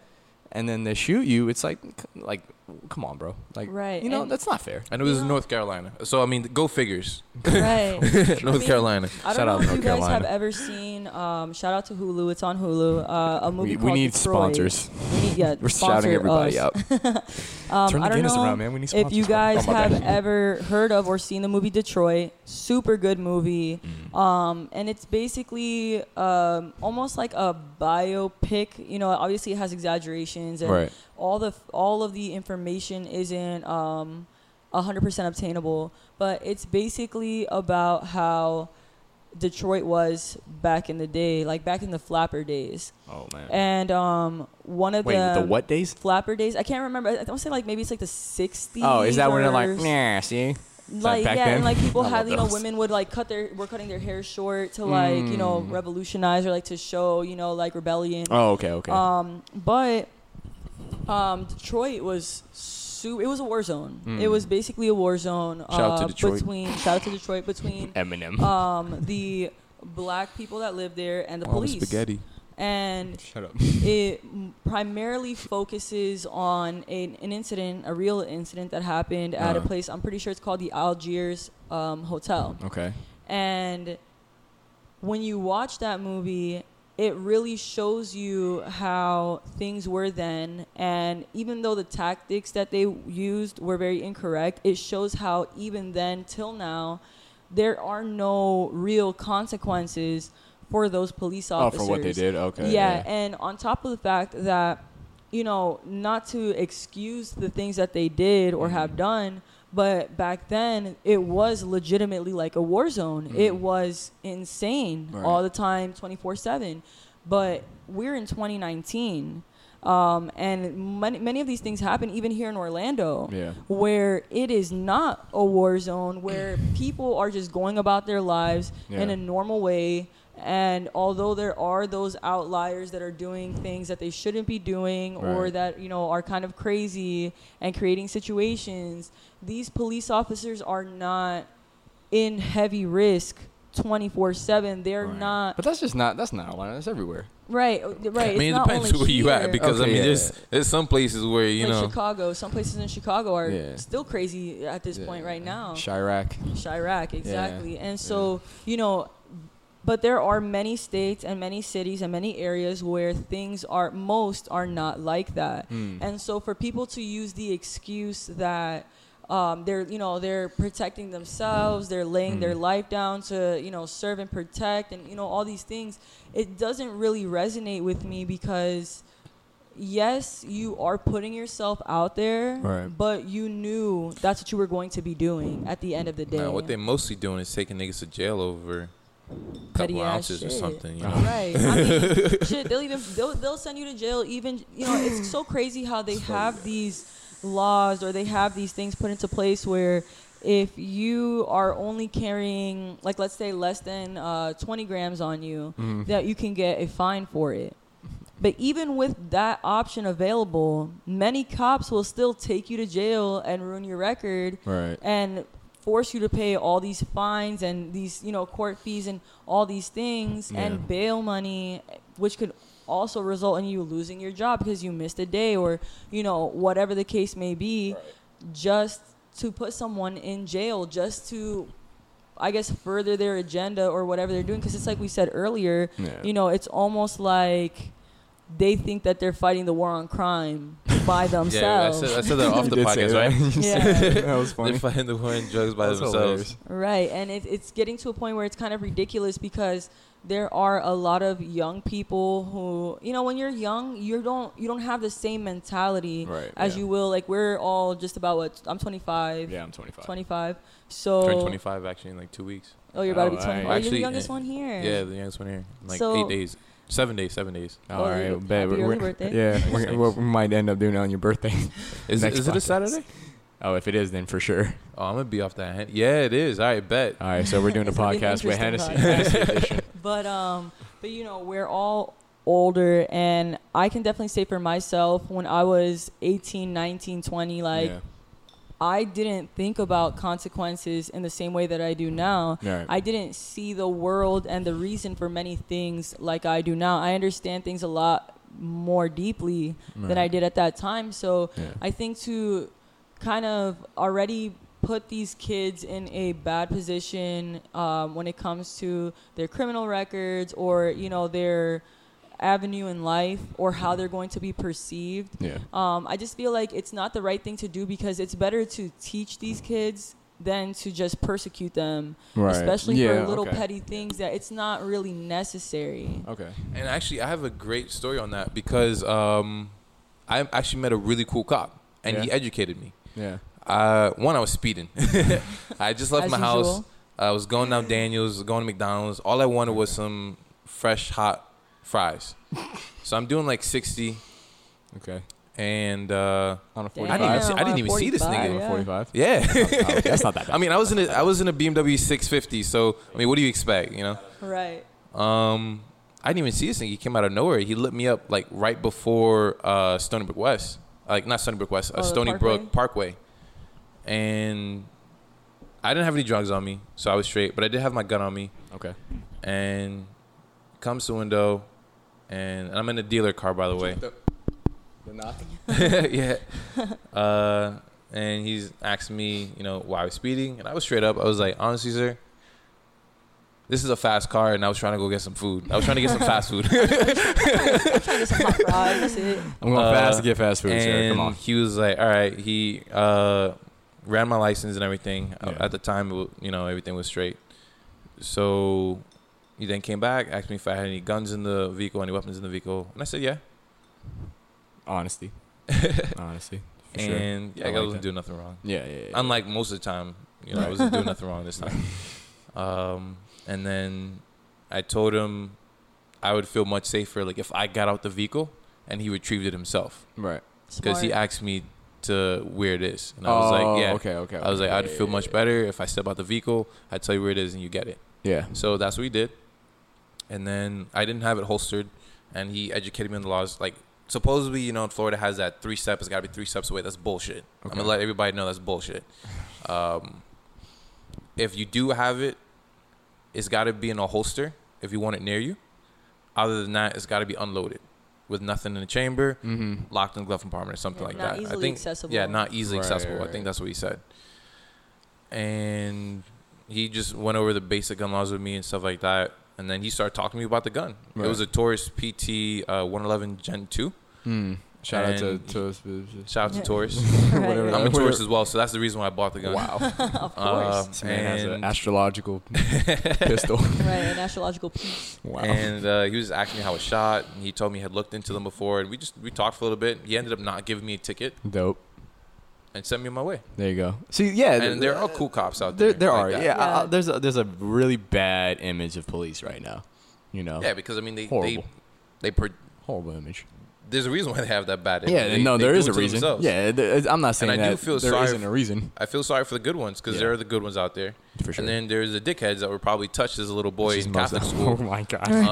Speaker 2: and then they shoot you, it's like c- like come on, bro. Like
Speaker 3: Right,
Speaker 2: you know
Speaker 3: and-
Speaker 2: that's not fair.
Speaker 1: And it was
Speaker 3: Yeah.
Speaker 1: North Carolina. So I mean, go figures.
Speaker 3: Right.
Speaker 1: North
Speaker 3: mean,
Speaker 1: Carolina.
Speaker 3: I don't
Speaker 2: Shout
Speaker 3: know
Speaker 2: out
Speaker 3: if
Speaker 2: North
Speaker 3: you guys have
Speaker 2: Carolina.
Speaker 3: ever seen. Um, shout out to Hulu. It's on Hulu. Uh, a movie
Speaker 2: We, we
Speaker 3: called
Speaker 2: need
Speaker 3: Detroit.
Speaker 2: sponsors.
Speaker 3: We need yeah.
Speaker 2: We're
Speaker 3: sponsor
Speaker 2: shouting everybody
Speaker 3: us.
Speaker 2: out.
Speaker 3: Um,
Speaker 2: Turn the
Speaker 3: I don't
Speaker 2: Guinness
Speaker 3: know
Speaker 2: around, man. We need
Speaker 3: if you
Speaker 2: sponsors.
Speaker 3: guys
Speaker 2: Oh, my
Speaker 3: have
Speaker 2: bad.
Speaker 3: ever heard of or seen the movie Detroit. Super good movie.
Speaker 2: Mm-hmm.
Speaker 3: Um, and it's basically um, almost like a biopic. You know, obviously it has exaggerations and
Speaker 2: Right.
Speaker 3: all the all of the information isn't um, 100% obtainable, but it's basically about how Detroit was back in the day, like back in the flapper days.
Speaker 2: Oh man.
Speaker 3: And um, one of
Speaker 2: Wait, the
Speaker 3: the
Speaker 2: what days?
Speaker 3: flapper days, I can't remember. I don't say like maybe it's like the 60s.
Speaker 2: Oh, is that when they're like,
Speaker 3: or-
Speaker 2: nah, see?
Speaker 3: like
Speaker 2: back
Speaker 3: yeah,
Speaker 2: then?
Speaker 3: and like people
Speaker 2: I
Speaker 3: had
Speaker 2: love
Speaker 3: you know
Speaker 2: those.
Speaker 3: women would like cut their were cutting their hair short to like you know revolutionize or like to show you know like rebellion.
Speaker 2: Mm. Oh, okay, okay.
Speaker 3: Um, but um, Detroit was su- it was a war zone.
Speaker 2: Mm.
Speaker 3: It was basically a war zone.
Speaker 1: Shout out to
Speaker 3: uh,
Speaker 1: Detroit.
Speaker 3: Between shout out to Detroit between
Speaker 2: Eminem.
Speaker 3: um, the black people that lived there and the
Speaker 1: All the
Speaker 3: police.
Speaker 1: spaghetti.
Speaker 3: And
Speaker 2: Shut up.
Speaker 3: it m- primarily focuses on an, an incident, a real incident that happened at a
Speaker 2: Uh-huh.
Speaker 3: place. I'm pretty sure it's called the Algiers um, Hotel.
Speaker 2: Okay.
Speaker 3: And when you watch that movie, it really shows you how things were then. And even though the tactics that they used were very incorrect, it shows how even then till now, there are no real consequences for those police
Speaker 2: Oh,
Speaker 3: officers.
Speaker 2: for what they did? Okay.
Speaker 3: Yeah, and on top of the fact that, you know, not to excuse the things that they did
Speaker 2: Mm-hmm.
Speaker 3: or have done, but back then it was legitimately like a war zone. It was insane
Speaker 2: Mm-hmm. Right.
Speaker 3: all the time, 24 7. But we're in 2019. Um, and many, many of these things happen even here in Orlando,
Speaker 2: Yeah.
Speaker 3: where it is not a war zone, where people are just going about their lives in
Speaker 2: Yeah.
Speaker 3: a normal way. And although there are those outliers that are doing things that they shouldn't be doing or
Speaker 2: Right.
Speaker 3: that, you know, are kind of crazy and creating situations, these police officers are not in heavy risk 24 7. They're not.
Speaker 2: But that's just not, that's not Atlanta. That's everywhere.
Speaker 3: Right. uh, Right.
Speaker 1: I mean,
Speaker 3: it's
Speaker 1: it
Speaker 3: not
Speaker 1: depends
Speaker 3: only
Speaker 1: where you
Speaker 3: here.
Speaker 1: at because I
Speaker 2: Okay,
Speaker 1: mean,
Speaker 2: yeah,
Speaker 1: there's
Speaker 2: yeah.
Speaker 1: there's some places where you
Speaker 3: like
Speaker 1: know.
Speaker 3: Chicago, some places in Chicago are
Speaker 2: Yeah.
Speaker 3: still crazy at this
Speaker 2: Yeah.
Speaker 3: point right now.
Speaker 2: Chirac.
Speaker 3: Chirac, exactly. And so, you know, but there are many states and many cities and many areas where things are most are not like that. And so for people to use the excuse that um, they're you know they're protecting themselves they're laying their life down to you know serve and protect and you know all these things it doesn't really resonate with me because yes you are putting yourself out there
Speaker 2: Right.
Speaker 3: but you knew that's what you were going to be doing at the end of the day
Speaker 1: Nah, what they mostly doing is taking niggas to jail over a
Speaker 3: Petty
Speaker 1: couple
Speaker 3: ass
Speaker 1: ounces or
Speaker 3: shit.
Speaker 1: something.
Speaker 2: Oh,
Speaker 1: You know?
Speaker 3: Right. I mean, shit, they'll even they'll, they'll send you to jail. Even you know, it's so crazy how they have these laws or they have these things put into place where if you are only carrying like let's say less than uh, 20 grams on you,
Speaker 1: Mm-hmm.
Speaker 3: that you can get a fine for it. But even with that option available, many cops will still take you to jail and ruin your record
Speaker 2: Right.
Speaker 3: and force you to pay all these fines and these you know court fees and all these things and bail money which could also result in you losing your job because you missed a day or you know whatever the case may be just to put someone in jail just to i guess further their agenda or whatever they're doing because it's like we said earlier
Speaker 2: Yeah.
Speaker 3: you know it's almost like they think that they're fighting the war on crime
Speaker 1: Yeah,
Speaker 3: by
Speaker 1: I
Speaker 3: themselves
Speaker 1: said, I said that off the
Speaker 2: You did say
Speaker 1: podcast,
Speaker 2: that.
Speaker 1: right?
Speaker 2: You
Speaker 3: Yeah.
Speaker 2: said- that was
Speaker 1: They're
Speaker 2: funny.
Speaker 1: fighting the war on drugs by
Speaker 2: That's
Speaker 1: themselves.
Speaker 2: hilarious.
Speaker 3: Right, and it, it's getting to a point where it's kind of ridiculous because there are a lot of young people who, you know, when you're young, you don't you don't have the same mentality
Speaker 2: Right,
Speaker 3: as
Speaker 2: yeah.
Speaker 3: you will. Like we're all just about what I'm 25,
Speaker 2: Yeah, I'm 25.
Speaker 3: 25. So
Speaker 1: Turned 25 actually in like two weeks.
Speaker 3: oh, you're about to
Speaker 2: Oh,
Speaker 3: be 20.
Speaker 2: I-
Speaker 3: oh, you're the
Speaker 1: actually,
Speaker 3: youngest
Speaker 1: yeah.
Speaker 3: one here.
Speaker 1: Yeah, the youngest one here. in, Like
Speaker 3: So-
Speaker 1: eight days, seven days, seven days.
Speaker 3: Oh,
Speaker 2: All right,
Speaker 3: happy
Speaker 2: bet.
Speaker 3: early
Speaker 2: We're-
Speaker 3: birthday.
Speaker 2: Yeah, we're, we might end up doing it on your birthday.
Speaker 1: Is,
Speaker 2: Next
Speaker 1: is it a
Speaker 2: podcast.
Speaker 1: Saturday?
Speaker 2: Oh, if it is, then for sure.
Speaker 1: Oh, I'm gonna be off that. Hen- yeah, it is. I bet.
Speaker 2: All right, so we're doing a
Speaker 3: It's gonna be an
Speaker 2: podcast with Hennessy.
Speaker 3: interesting
Speaker 2: Hennessy edition.
Speaker 3: But um, but you know, we're all older, and I can definitely say for myself, when I was 18, 19, 20, like
Speaker 2: Yeah.
Speaker 3: I didn't think about consequences in the same way that I do now.
Speaker 2: Right.
Speaker 3: I didn't see the world and the reason for many things like I do now. I understand things a lot more deeply than I did at that time. So
Speaker 2: Yeah.
Speaker 3: I think to kind of already put these kids in a bad position um, when it comes to their criminal records or you know their avenue in life or how they're going to be perceived
Speaker 2: Yeah.
Speaker 3: um, I just feel like it's not the right thing to do because it's better to teach these kids than to just persecute them,
Speaker 2: Right.
Speaker 3: especially
Speaker 2: Yeah,
Speaker 3: for little
Speaker 2: okay.
Speaker 3: petty things that it's not really necessary.
Speaker 2: Okay.
Speaker 1: And actually, I have a great story on that because um, I actually met a really cool cop, and he
Speaker 2: Yeah.
Speaker 1: educated me.
Speaker 2: Yeah.
Speaker 1: Uh, one, I was speeding. I just left
Speaker 3: As
Speaker 1: my house.
Speaker 3: usual.
Speaker 1: I was going down Daniels, going to McDonald's. All I wanted was some fresh hot fries. so I'm doing like 60,
Speaker 2: Okay.
Speaker 1: and uh,
Speaker 2: On a
Speaker 3: Damn,
Speaker 2: 45.
Speaker 1: didn't even see- I didn't
Speaker 3: on a
Speaker 1: even see this
Speaker 3: 45,
Speaker 1: nigga.
Speaker 2: on a
Speaker 3: yeah.
Speaker 2: 45.
Speaker 1: yeah.
Speaker 2: Oh, that's not that bad.
Speaker 1: I mean, I was in a I was in a BMW 650. So I mean, what do you expect? You know.
Speaker 3: Right.
Speaker 1: Um, I didn't even see this thing. He came out of nowhere. He lit me up like right before uh, Stony Brook West, like not Stony Brook West, uh,
Speaker 3: Oh, the
Speaker 1: Stony Brook Parkway. And I didn't have any drugs on me, so I was straight. But I did have my gun on me,
Speaker 2: okay.
Speaker 1: and comes to the window, and, and I'm in a dealer car, by the way. yeah. Uh, and he's asked me, you know, why I was speeding, and I was straight up. I was like, honestly, sir, this is a fast car, and I was trying to go get some food. I was trying to get some fast food.
Speaker 3: Trying to get some hot fries, that's it.
Speaker 2: I'm going
Speaker 1: Uh,
Speaker 2: fast to get fast food, sir.
Speaker 1: and
Speaker 2: Come on.
Speaker 1: he was like, all right. He uh, ran my license and everything. Uh,
Speaker 2: Yeah.
Speaker 1: At the time, it wa- you know, everything was straight. So he then came back, asked me if I had any guns in the vehicle, any weapons in the vehicle, and I said, yeah.
Speaker 2: Honesty. Honesty. For sure.
Speaker 1: and yeah,
Speaker 2: I
Speaker 1: I,
Speaker 2: like
Speaker 1: wasn't
Speaker 2: that.
Speaker 1: doing nothing wrong.
Speaker 2: Yeah, yeah, yeah.
Speaker 1: Unlike most of the time, you know, I wasn't doing nothing wrong this time. Um, and then I told him I would feel much safer, like if I got out the vehicle and he retrieved it himself,
Speaker 2: right.
Speaker 1: because he
Speaker 3: Smart.
Speaker 1: asked me to where it is, and I was
Speaker 2: Oh,
Speaker 1: like, yeah.
Speaker 2: Okay, okay.
Speaker 1: I was like,
Speaker 2: okay.
Speaker 1: I'd feel much better if I step out the vehicle. I tell you where it is, and you get it.
Speaker 2: Yeah.
Speaker 1: So that's what we did. And then I didn't have it holstered, and he educated me on the laws. Like supposedly, you know, in Florida has that three step. It's got to be three steps away. That's bullshit. I'm
Speaker 2: Okay.
Speaker 1: gonna let everybody know that's bullshit. Um, if you do have it, it's got to be in a holster if you want it near you. Other than that, it's got to be unloaded with nothing in the chamber,
Speaker 2: Mm-hmm.
Speaker 1: locked in the glove compartment or something
Speaker 3: Yeah,
Speaker 1: like
Speaker 3: not
Speaker 1: that. I
Speaker 3: easily
Speaker 1: think
Speaker 3: accessible.
Speaker 1: yeah, not easily
Speaker 2: Right,
Speaker 1: accessible.
Speaker 2: right,
Speaker 1: I think
Speaker 2: right.
Speaker 1: that's what he said. And he just went over the basic gun laws with me and stuff like that. And then he started talking to me about the gun. It
Speaker 2: Right.
Speaker 1: was a Taurus PT uh, 111 Gen 2.
Speaker 2: Mm. Shout out to
Speaker 1: And-
Speaker 2: to
Speaker 1: Shout out to
Speaker 3: Yeah.
Speaker 1: Taurus.
Speaker 2: whatever.
Speaker 1: I'm a Taurus as well, so that's the reason why I bought the gun.
Speaker 2: Wow.
Speaker 3: of
Speaker 1: Uh,
Speaker 3: course.
Speaker 2: This man has an
Speaker 1: And-
Speaker 2: astrological pistol.
Speaker 3: right, an astrological piece.
Speaker 2: Wow.
Speaker 1: And uh, he was asking me how it shot. And he told me he had looked into them before. And we just we talked for a little bit. He ended up not giving me a ticket
Speaker 2: Dope.
Speaker 1: and sent me on my way.
Speaker 2: There you go. See, yeah, th-
Speaker 1: And there are cool cops out
Speaker 2: uh, There,
Speaker 1: there.
Speaker 2: there
Speaker 1: like
Speaker 2: are.
Speaker 1: that.
Speaker 2: Yeah, I- I-
Speaker 3: Yeah.
Speaker 2: there's a, there's a really bad image of police right now. You know,
Speaker 1: Yeah, because I mean they
Speaker 2: Oh, Horrible.
Speaker 1: they they pro-
Speaker 2: horrible image.
Speaker 1: there's a reason why they have that bad.
Speaker 2: Yeah,
Speaker 1: they,
Speaker 2: no,
Speaker 1: they
Speaker 2: there
Speaker 1: do
Speaker 2: is
Speaker 1: it
Speaker 2: a
Speaker 1: to
Speaker 2: reason.
Speaker 1: themselves.
Speaker 2: Yeah, th- I'm not saying
Speaker 1: I do
Speaker 2: that
Speaker 1: feel
Speaker 2: there
Speaker 1: sorry
Speaker 2: isn't
Speaker 1: f-
Speaker 2: a reason
Speaker 1: I feel sorry for the good ones because
Speaker 2: Yeah.
Speaker 1: there are the good ones out there,
Speaker 2: for sure.
Speaker 1: and then there's the dickheads that were probably touched as a little boy
Speaker 2: This is
Speaker 1: in
Speaker 2: most-
Speaker 1: Catholic
Speaker 2: Oh
Speaker 1: school.
Speaker 2: my god.
Speaker 1: Uh,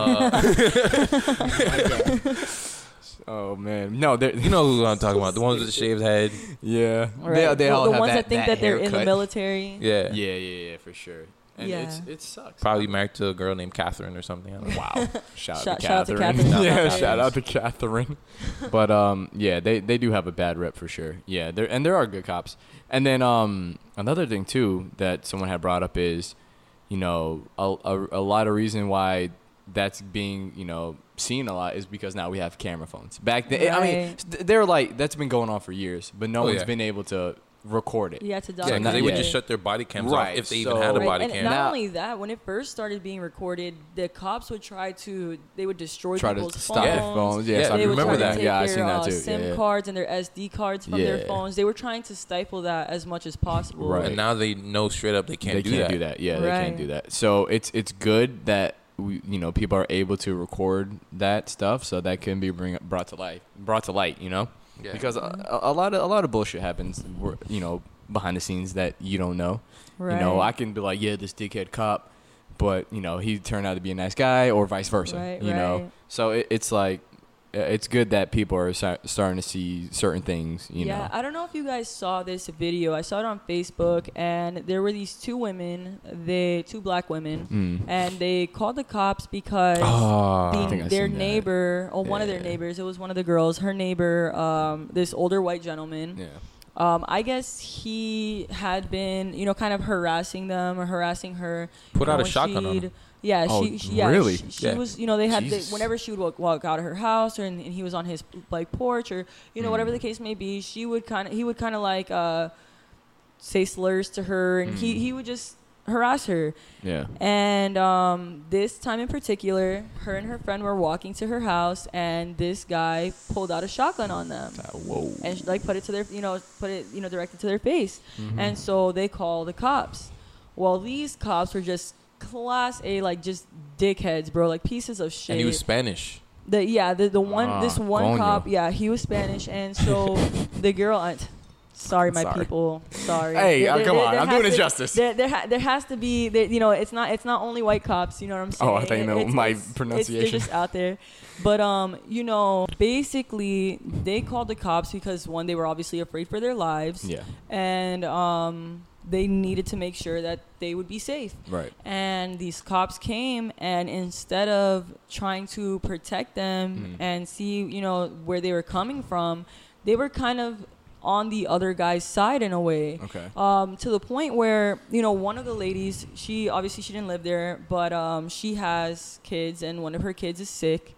Speaker 2: oh man. No, there.
Speaker 1: you know who I'm talking about? The ones with the shaved head.
Speaker 2: Yeah.
Speaker 3: Right.
Speaker 2: They, they
Speaker 3: the
Speaker 2: all
Speaker 3: the
Speaker 2: have
Speaker 3: ones
Speaker 2: that,
Speaker 3: that think that, they're in the
Speaker 2: haircut.
Speaker 3: military.
Speaker 1: Yeah.
Speaker 2: Yeah, yeah, yeah, for sure. And
Speaker 3: Yeah.
Speaker 2: it's it sucks.
Speaker 1: Probably married to a girl named Catherine or something. I don't know.
Speaker 2: Wow. Shout out to
Speaker 3: Shout- shout out to
Speaker 2: Catherine.
Speaker 3: Catherine.
Speaker 2: yeah,
Speaker 3: Shout
Speaker 2: shout out
Speaker 3: out.
Speaker 2: to Catherine. But um yeah, they, they do have a bad rep for sure. Yeah, there and there are good cops. And then um another thing too that someone had brought up is, you know, a, a, a lot of reason why that's being, you know, seen a lot is because now we have camera phones. Back then I mean
Speaker 3: Right.
Speaker 2: they're like that's been going on for years, but no
Speaker 1: Oh,
Speaker 2: one's
Speaker 1: yeah.
Speaker 2: been able to record it.
Speaker 3: Yeah, to
Speaker 1: Yeah,
Speaker 3: document.
Speaker 1: because they
Speaker 2: Yeah.
Speaker 1: would
Speaker 3: it.
Speaker 1: just shut their body cams
Speaker 2: Right,
Speaker 1: off if they
Speaker 2: so-
Speaker 1: even had a
Speaker 2: Right,
Speaker 1: body
Speaker 3: and
Speaker 1: cam.
Speaker 3: Not
Speaker 2: Now-
Speaker 3: only that, when it first started being recorded, the cops would try to they would destroy
Speaker 2: Try to
Speaker 3: people's
Speaker 2: stop
Speaker 3: phones.
Speaker 2: their phones. Yeah,
Speaker 1: Yeah,
Speaker 2: so I
Speaker 1: they
Speaker 3: they would
Speaker 2: remember
Speaker 3: try
Speaker 2: that.
Speaker 3: to take
Speaker 2: Yeah, I
Speaker 3: their
Speaker 2: seen that
Speaker 3: uh,
Speaker 2: too.
Speaker 3: SIM
Speaker 2: yeah, yeah.
Speaker 3: cards and their SD cards from
Speaker 2: Yeah.
Speaker 3: their phones. They were trying to stifle that as much as possible.
Speaker 2: Right.
Speaker 1: And now they know straight up they can't,
Speaker 2: they
Speaker 1: do,
Speaker 2: can't
Speaker 1: that.
Speaker 2: do that. Yeah, they can't
Speaker 3: Right.
Speaker 2: do that. So it's it's good that we, you know people are able to record that stuff, so that can be bring, brought to light, brought to light. You know,
Speaker 1: Yeah.
Speaker 2: because a, a a lot of a lot of bullshit happens. where, You know, behind the scenes that you don't know.
Speaker 3: Right.
Speaker 2: You know, I can be like, yeah, this dickhead cop, but you know, he turned out to be a nice guy, or vice versa.
Speaker 3: Right,
Speaker 2: you
Speaker 3: right.
Speaker 2: know, so it, it's like, uh, it's good that people are sa- starting to see certain things. You
Speaker 3: yeah,
Speaker 2: know,
Speaker 3: I don't know if you guys saw this video. I saw it on Facebook, and there were these two women, they two black women,
Speaker 2: Mm.
Speaker 3: and they called the cops because
Speaker 1: Ah,
Speaker 2: I think
Speaker 3: the,
Speaker 2: I
Speaker 3: their
Speaker 2: seen that.
Speaker 3: neighbor, or one of their
Speaker 2: Yeah.
Speaker 3: neighbors, it was one of the girls, her neighbor, um, this older white gentleman.
Speaker 2: yeah,
Speaker 3: Um, I guess he had been, you know, kind of harassing them or harassing her.
Speaker 1: Put
Speaker 3: You
Speaker 1: out
Speaker 3: know,
Speaker 1: a
Speaker 3: when
Speaker 1: shotgun on
Speaker 3: she'd-
Speaker 1: him.
Speaker 3: Yeah,
Speaker 2: Oh,
Speaker 3: she, she- yeah,
Speaker 2: really?
Speaker 3: She, she
Speaker 1: Yeah.
Speaker 3: was, you know, they had they,
Speaker 2: Jesus.
Speaker 3: whenever she would walk, walk out of her house, or and, and he was on his like porch, or you know, whatever the
Speaker 2: Mm.
Speaker 3: case may be, she would kind of, he would kind of like uh, say slurs to her, and
Speaker 2: Mm.
Speaker 3: he he would just harass her.
Speaker 2: yeah.
Speaker 3: And um, this time in particular, her and her friend were walking to her house, and this guy pulled out a shotgun on them
Speaker 2: Uh, whoa.
Speaker 3: and sh- like put it to their you know put it you know directed to their face
Speaker 2: Mm-hmm.
Speaker 3: and so they call the cops well these cops were just class a like just dickheads bro like pieces of shit
Speaker 1: and he was Spanish.
Speaker 3: the yeah the, the one
Speaker 2: Ah,
Speaker 3: this one
Speaker 2: coño.
Speaker 3: cop yeah he was spanish and so the girl uh, t- sorry my
Speaker 2: Sorry.
Speaker 3: people sorry
Speaker 2: Hey, uh, come on, I'm
Speaker 3: has
Speaker 2: doing it
Speaker 3: to-
Speaker 2: justice.
Speaker 3: there, there, ha- there has to be there, you know it's not it's not only white cops you know what i'm saying
Speaker 2: Oh, I thought you
Speaker 3: It-
Speaker 2: meant
Speaker 3: it's-
Speaker 2: my
Speaker 3: it's- it's-
Speaker 2: pronunciation.
Speaker 3: they're just out there but um you know basically they called the cops because one they were obviously afraid for their lives
Speaker 2: Yeah.
Speaker 3: and um they needed to make sure that they would be safe
Speaker 2: Right.
Speaker 3: and these cops came and instead of trying to protect them
Speaker 2: Mm-hmm.
Speaker 3: and see you know where they were coming from they were kind of on the other guy's side in a way
Speaker 2: Okay.
Speaker 3: um, to the point where you know one of the ladies she obviously she didn't live there but um, she has kids and one of her kids is sick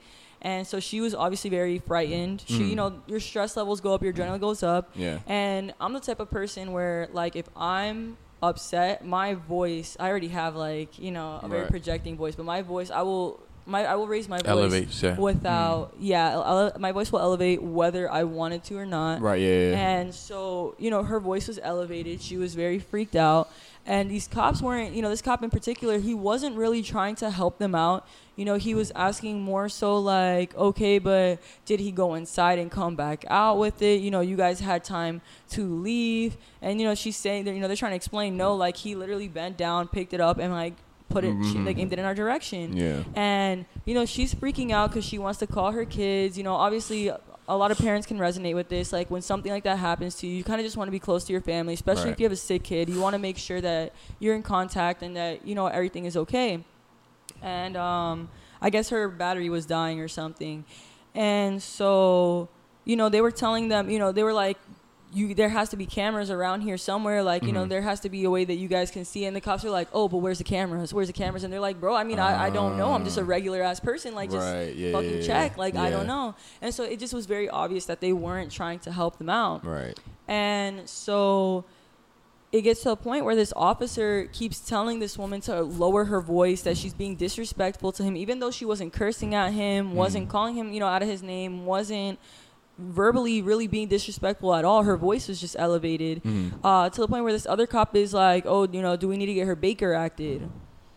Speaker 3: and so she was obviously very frightened she you know your stress levels go up your adrenaline goes up
Speaker 2: Yeah.
Speaker 3: and i'm the type of person where like if i'm upset my voice i already have like you know a very
Speaker 2: Right.
Speaker 3: projecting voice but my voice i will my i will raise my voice
Speaker 1: Elevates, yeah.
Speaker 3: without yeah ele- my voice will elevate whether i wanted to or not
Speaker 2: Right. Yeah. yeah, yeah.
Speaker 3: and so, you know, her voice was elevated. She was very freaked out. And these cops weren't, you know, this cop in particular, he wasn't really trying to help them out. You know, he was asking more so like, okay, but did he go inside and come back out with it? You know, you guys had time to leave. And, you know, she's saying that, you know, they're trying to explain, no, like he literally bent down, picked it up, and like put it, she, like aimed it in our direction.
Speaker 2: Yeah.
Speaker 3: And, you know, she's freaking out because she wants to call her kids. You know, obviously, a lot of parents can resonate with this. Like, when something like that happens to you, you kind of just want to be close to your family, especially
Speaker 2: Right.
Speaker 3: if you have a sick kid. You want to make sure that you're in contact and that, you know, everything is okay. And um, I guess her battery was dying or something. And so, you know, they were telling them, you know, they were like, you, there has to be cameras around here somewhere. Like, you
Speaker 2: Mm-hmm.
Speaker 3: know, there has to be a way that you guys can see. And the cops are like, oh, but where's the cameras? Where's the cameras? And they're like, bro, I mean, I, I don't know. I'm just a regular ass person. Like, just
Speaker 2: Ah. Right, yeah,
Speaker 3: fucking
Speaker 2: yeah, yeah,
Speaker 3: check. Like, I don't
Speaker 2: yeah.
Speaker 3: know. And so it just was very obvious that they weren't trying to help them out.
Speaker 2: Right.
Speaker 3: And so it gets to a point where this officer keeps telling this woman to lower her voice, that she's being disrespectful to him, even though she wasn't cursing at him, wasn't calling him, you know, out of his name, wasn't verbally really being disrespectful at all. Her voice was just elevated uh, to the point where this other cop is like, oh, you know, do we need to get her Baker acted?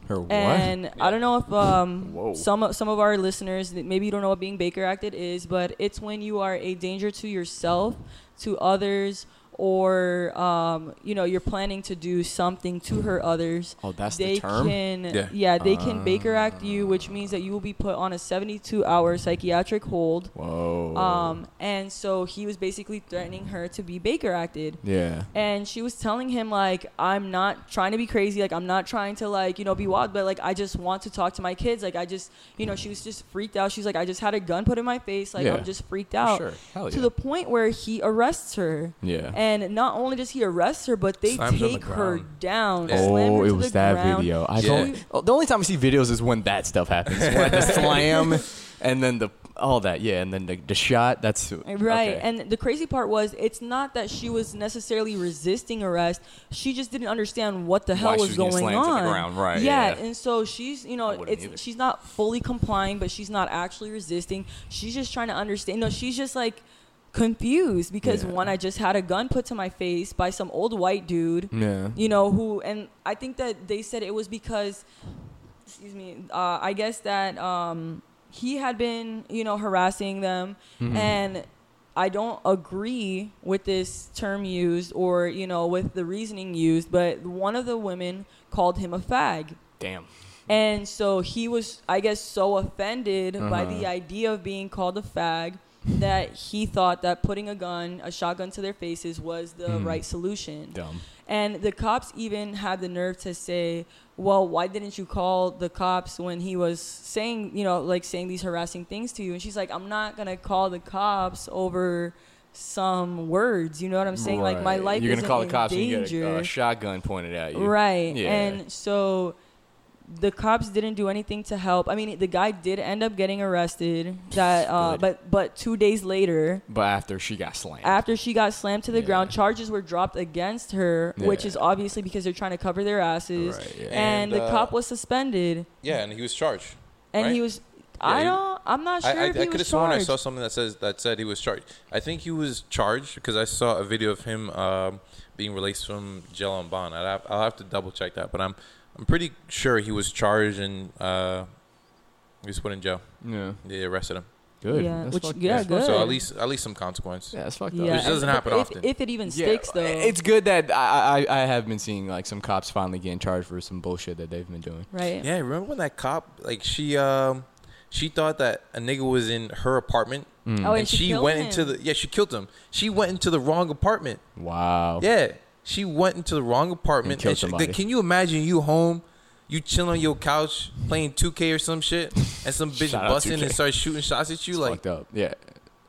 Speaker 2: Her what?
Speaker 3: And I don't know if um,
Speaker 2: Whoa.
Speaker 3: some of- some of our listeners that maybe you don't know what being Baker acted is, but it's when you are a danger to yourself, to others, or um, you know you're planning to do something to hurt others.
Speaker 2: Oh, that's the
Speaker 3: they
Speaker 2: term? Ah.
Speaker 3: Can, yeah.
Speaker 1: Yeah.
Speaker 3: they can Baker act you, which means that you will be put on a 72-hour psychiatric hold.
Speaker 2: Whoa.
Speaker 3: Um, and so he was basically threatening her to be Baker acted
Speaker 2: yeah.
Speaker 3: and she was telling him like i'm not trying to be crazy like i'm not trying to like you know be wild but like i just want to talk to my kids like i just you know she was just freaked out she's like i just had a gun put in my face like
Speaker 2: Yeah.
Speaker 3: i'm just freaked out
Speaker 2: sure. Hell
Speaker 3: to
Speaker 2: yeah.
Speaker 3: the point where he arrests her
Speaker 2: Yeah.
Speaker 3: and not only does he arrest her but they
Speaker 1: Slams her on the
Speaker 3: take her
Speaker 1: ground.
Speaker 3: down
Speaker 1: Yeah.
Speaker 3: slam
Speaker 2: Oh,
Speaker 3: her
Speaker 2: it
Speaker 3: to
Speaker 2: was
Speaker 3: the
Speaker 2: that
Speaker 3: ground.
Speaker 2: video. I
Speaker 1: Yeah.
Speaker 2: don't. oh, The only time I see videos is when that stuff happens. when the slam, and then the all that. Yeah, and then the, the shot. That's
Speaker 3: Right.
Speaker 2: okay.
Speaker 3: And the crazy part was it's not that she was necessarily resisting arrest. She just didn't understand what the hell
Speaker 2: she
Speaker 3: was,
Speaker 2: was getting
Speaker 3: going
Speaker 2: slammed to the
Speaker 3: on.
Speaker 2: ground, right,
Speaker 3: Yeah.
Speaker 2: yeah.
Speaker 3: And so she's, you know,
Speaker 2: wouldn't
Speaker 3: it's
Speaker 2: either.
Speaker 3: she's not fully complying, but she's not actually resisting. She's just trying to understand. No, she's just like confused because
Speaker 2: Yeah.
Speaker 3: one I just had a gun put to my face by some old white dude.
Speaker 2: Yeah.
Speaker 3: You know, who and I think that they said it was because excuse me, uh, I guess that um, he had been, you know, harassing them, and I don't agree with this term used or, you know, with the reasoning used, but one of the women called him a fag.
Speaker 2: Damn.
Speaker 3: And so he was, I guess, so offended by the idea of being called a fag that he thought that putting a gun, a shotgun to their faces was the right solution.
Speaker 2: Dumb.
Speaker 3: And the cops even had the nerve to say, "Well, why didn't you call the cops when he was saying, you know, like saying these harassing things to you?" And she's like, "I'm not gonna call the cops over some words. You know what I'm saying? Like my
Speaker 2: Right.
Speaker 3: life
Speaker 2: You're
Speaker 3: isn't
Speaker 2: gonna call the
Speaker 3: in
Speaker 2: cops and you
Speaker 3: danger,
Speaker 2: get a, a shotgun pointed at you.
Speaker 3: right?
Speaker 2: Yeah.
Speaker 3: And so." The cops didn't do anything to help. I mean, the guy did end up getting arrested. That, uh,
Speaker 2: Good.
Speaker 3: but but two days later,
Speaker 2: But after she got slammed.
Speaker 3: after she got slammed to the
Speaker 2: Yeah.
Speaker 3: ground, charges were dropped against her, which
Speaker 2: Yeah.
Speaker 3: is obviously because they're trying to cover their asses.
Speaker 2: Right, yeah.
Speaker 3: And,
Speaker 1: And,
Speaker 3: the
Speaker 1: uh,
Speaker 3: cop was suspended,
Speaker 1: Yeah, and he was charged.
Speaker 3: and he
Speaker 1: right?
Speaker 3: was. I
Speaker 1: you-
Speaker 3: don't. I'm not sure
Speaker 1: I, I, I
Speaker 3: if he
Speaker 1: could have
Speaker 3: was
Speaker 1: sworn I
Speaker 3: charged.
Speaker 1: saw something that says that said he was charged. I think he was charged because I saw a video of him um, being released from jail on bond. I'd have, I'll have to double check that, but I'm I'm pretty sure he was charged and uh, he was put in jail.
Speaker 2: yeah.
Speaker 1: They arrested him.
Speaker 2: Good.
Speaker 3: Yeah,
Speaker 2: That's
Speaker 3: which-
Speaker 2: fucked
Speaker 3: yeah,
Speaker 2: up.
Speaker 3: good.
Speaker 1: So at least at least some consequence.
Speaker 2: Yeah, that's fucked
Speaker 3: Yeah,
Speaker 2: up.
Speaker 1: Which doesn't
Speaker 3: and-
Speaker 1: happen
Speaker 3: if,
Speaker 1: often.
Speaker 3: If it even
Speaker 2: Yeah,
Speaker 3: sticks, though,
Speaker 2: It's good that I, I I have been seeing like some cops finally getting charged for some bullshit that they've been doing.
Speaker 3: right.
Speaker 1: Yeah, remember when that cop like she um she thought that a nigga was in her apartment
Speaker 3: Oh, and,
Speaker 1: and she,
Speaker 3: killed
Speaker 1: went
Speaker 3: him.
Speaker 1: into the yeah, she killed him. She went into the wrong apartment.
Speaker 2: Wow.
Speaker 1: Yeah. She went into the wrong apartment
Speaker 2: And killed
Speaker 1: she-
Speaker 2: somebody.
Speaker 1: can you imagine you home, you chilling on your couch playing 2K or some shit and some bitch
Speaker 2: Shout out
Speaker 1: busts in
Speaker 2: 2K.
Speaker 1: and starts shooting shots at you
Speaker 2: It's
Speaker 1: like
Speaker 2: fucked up. Yeah.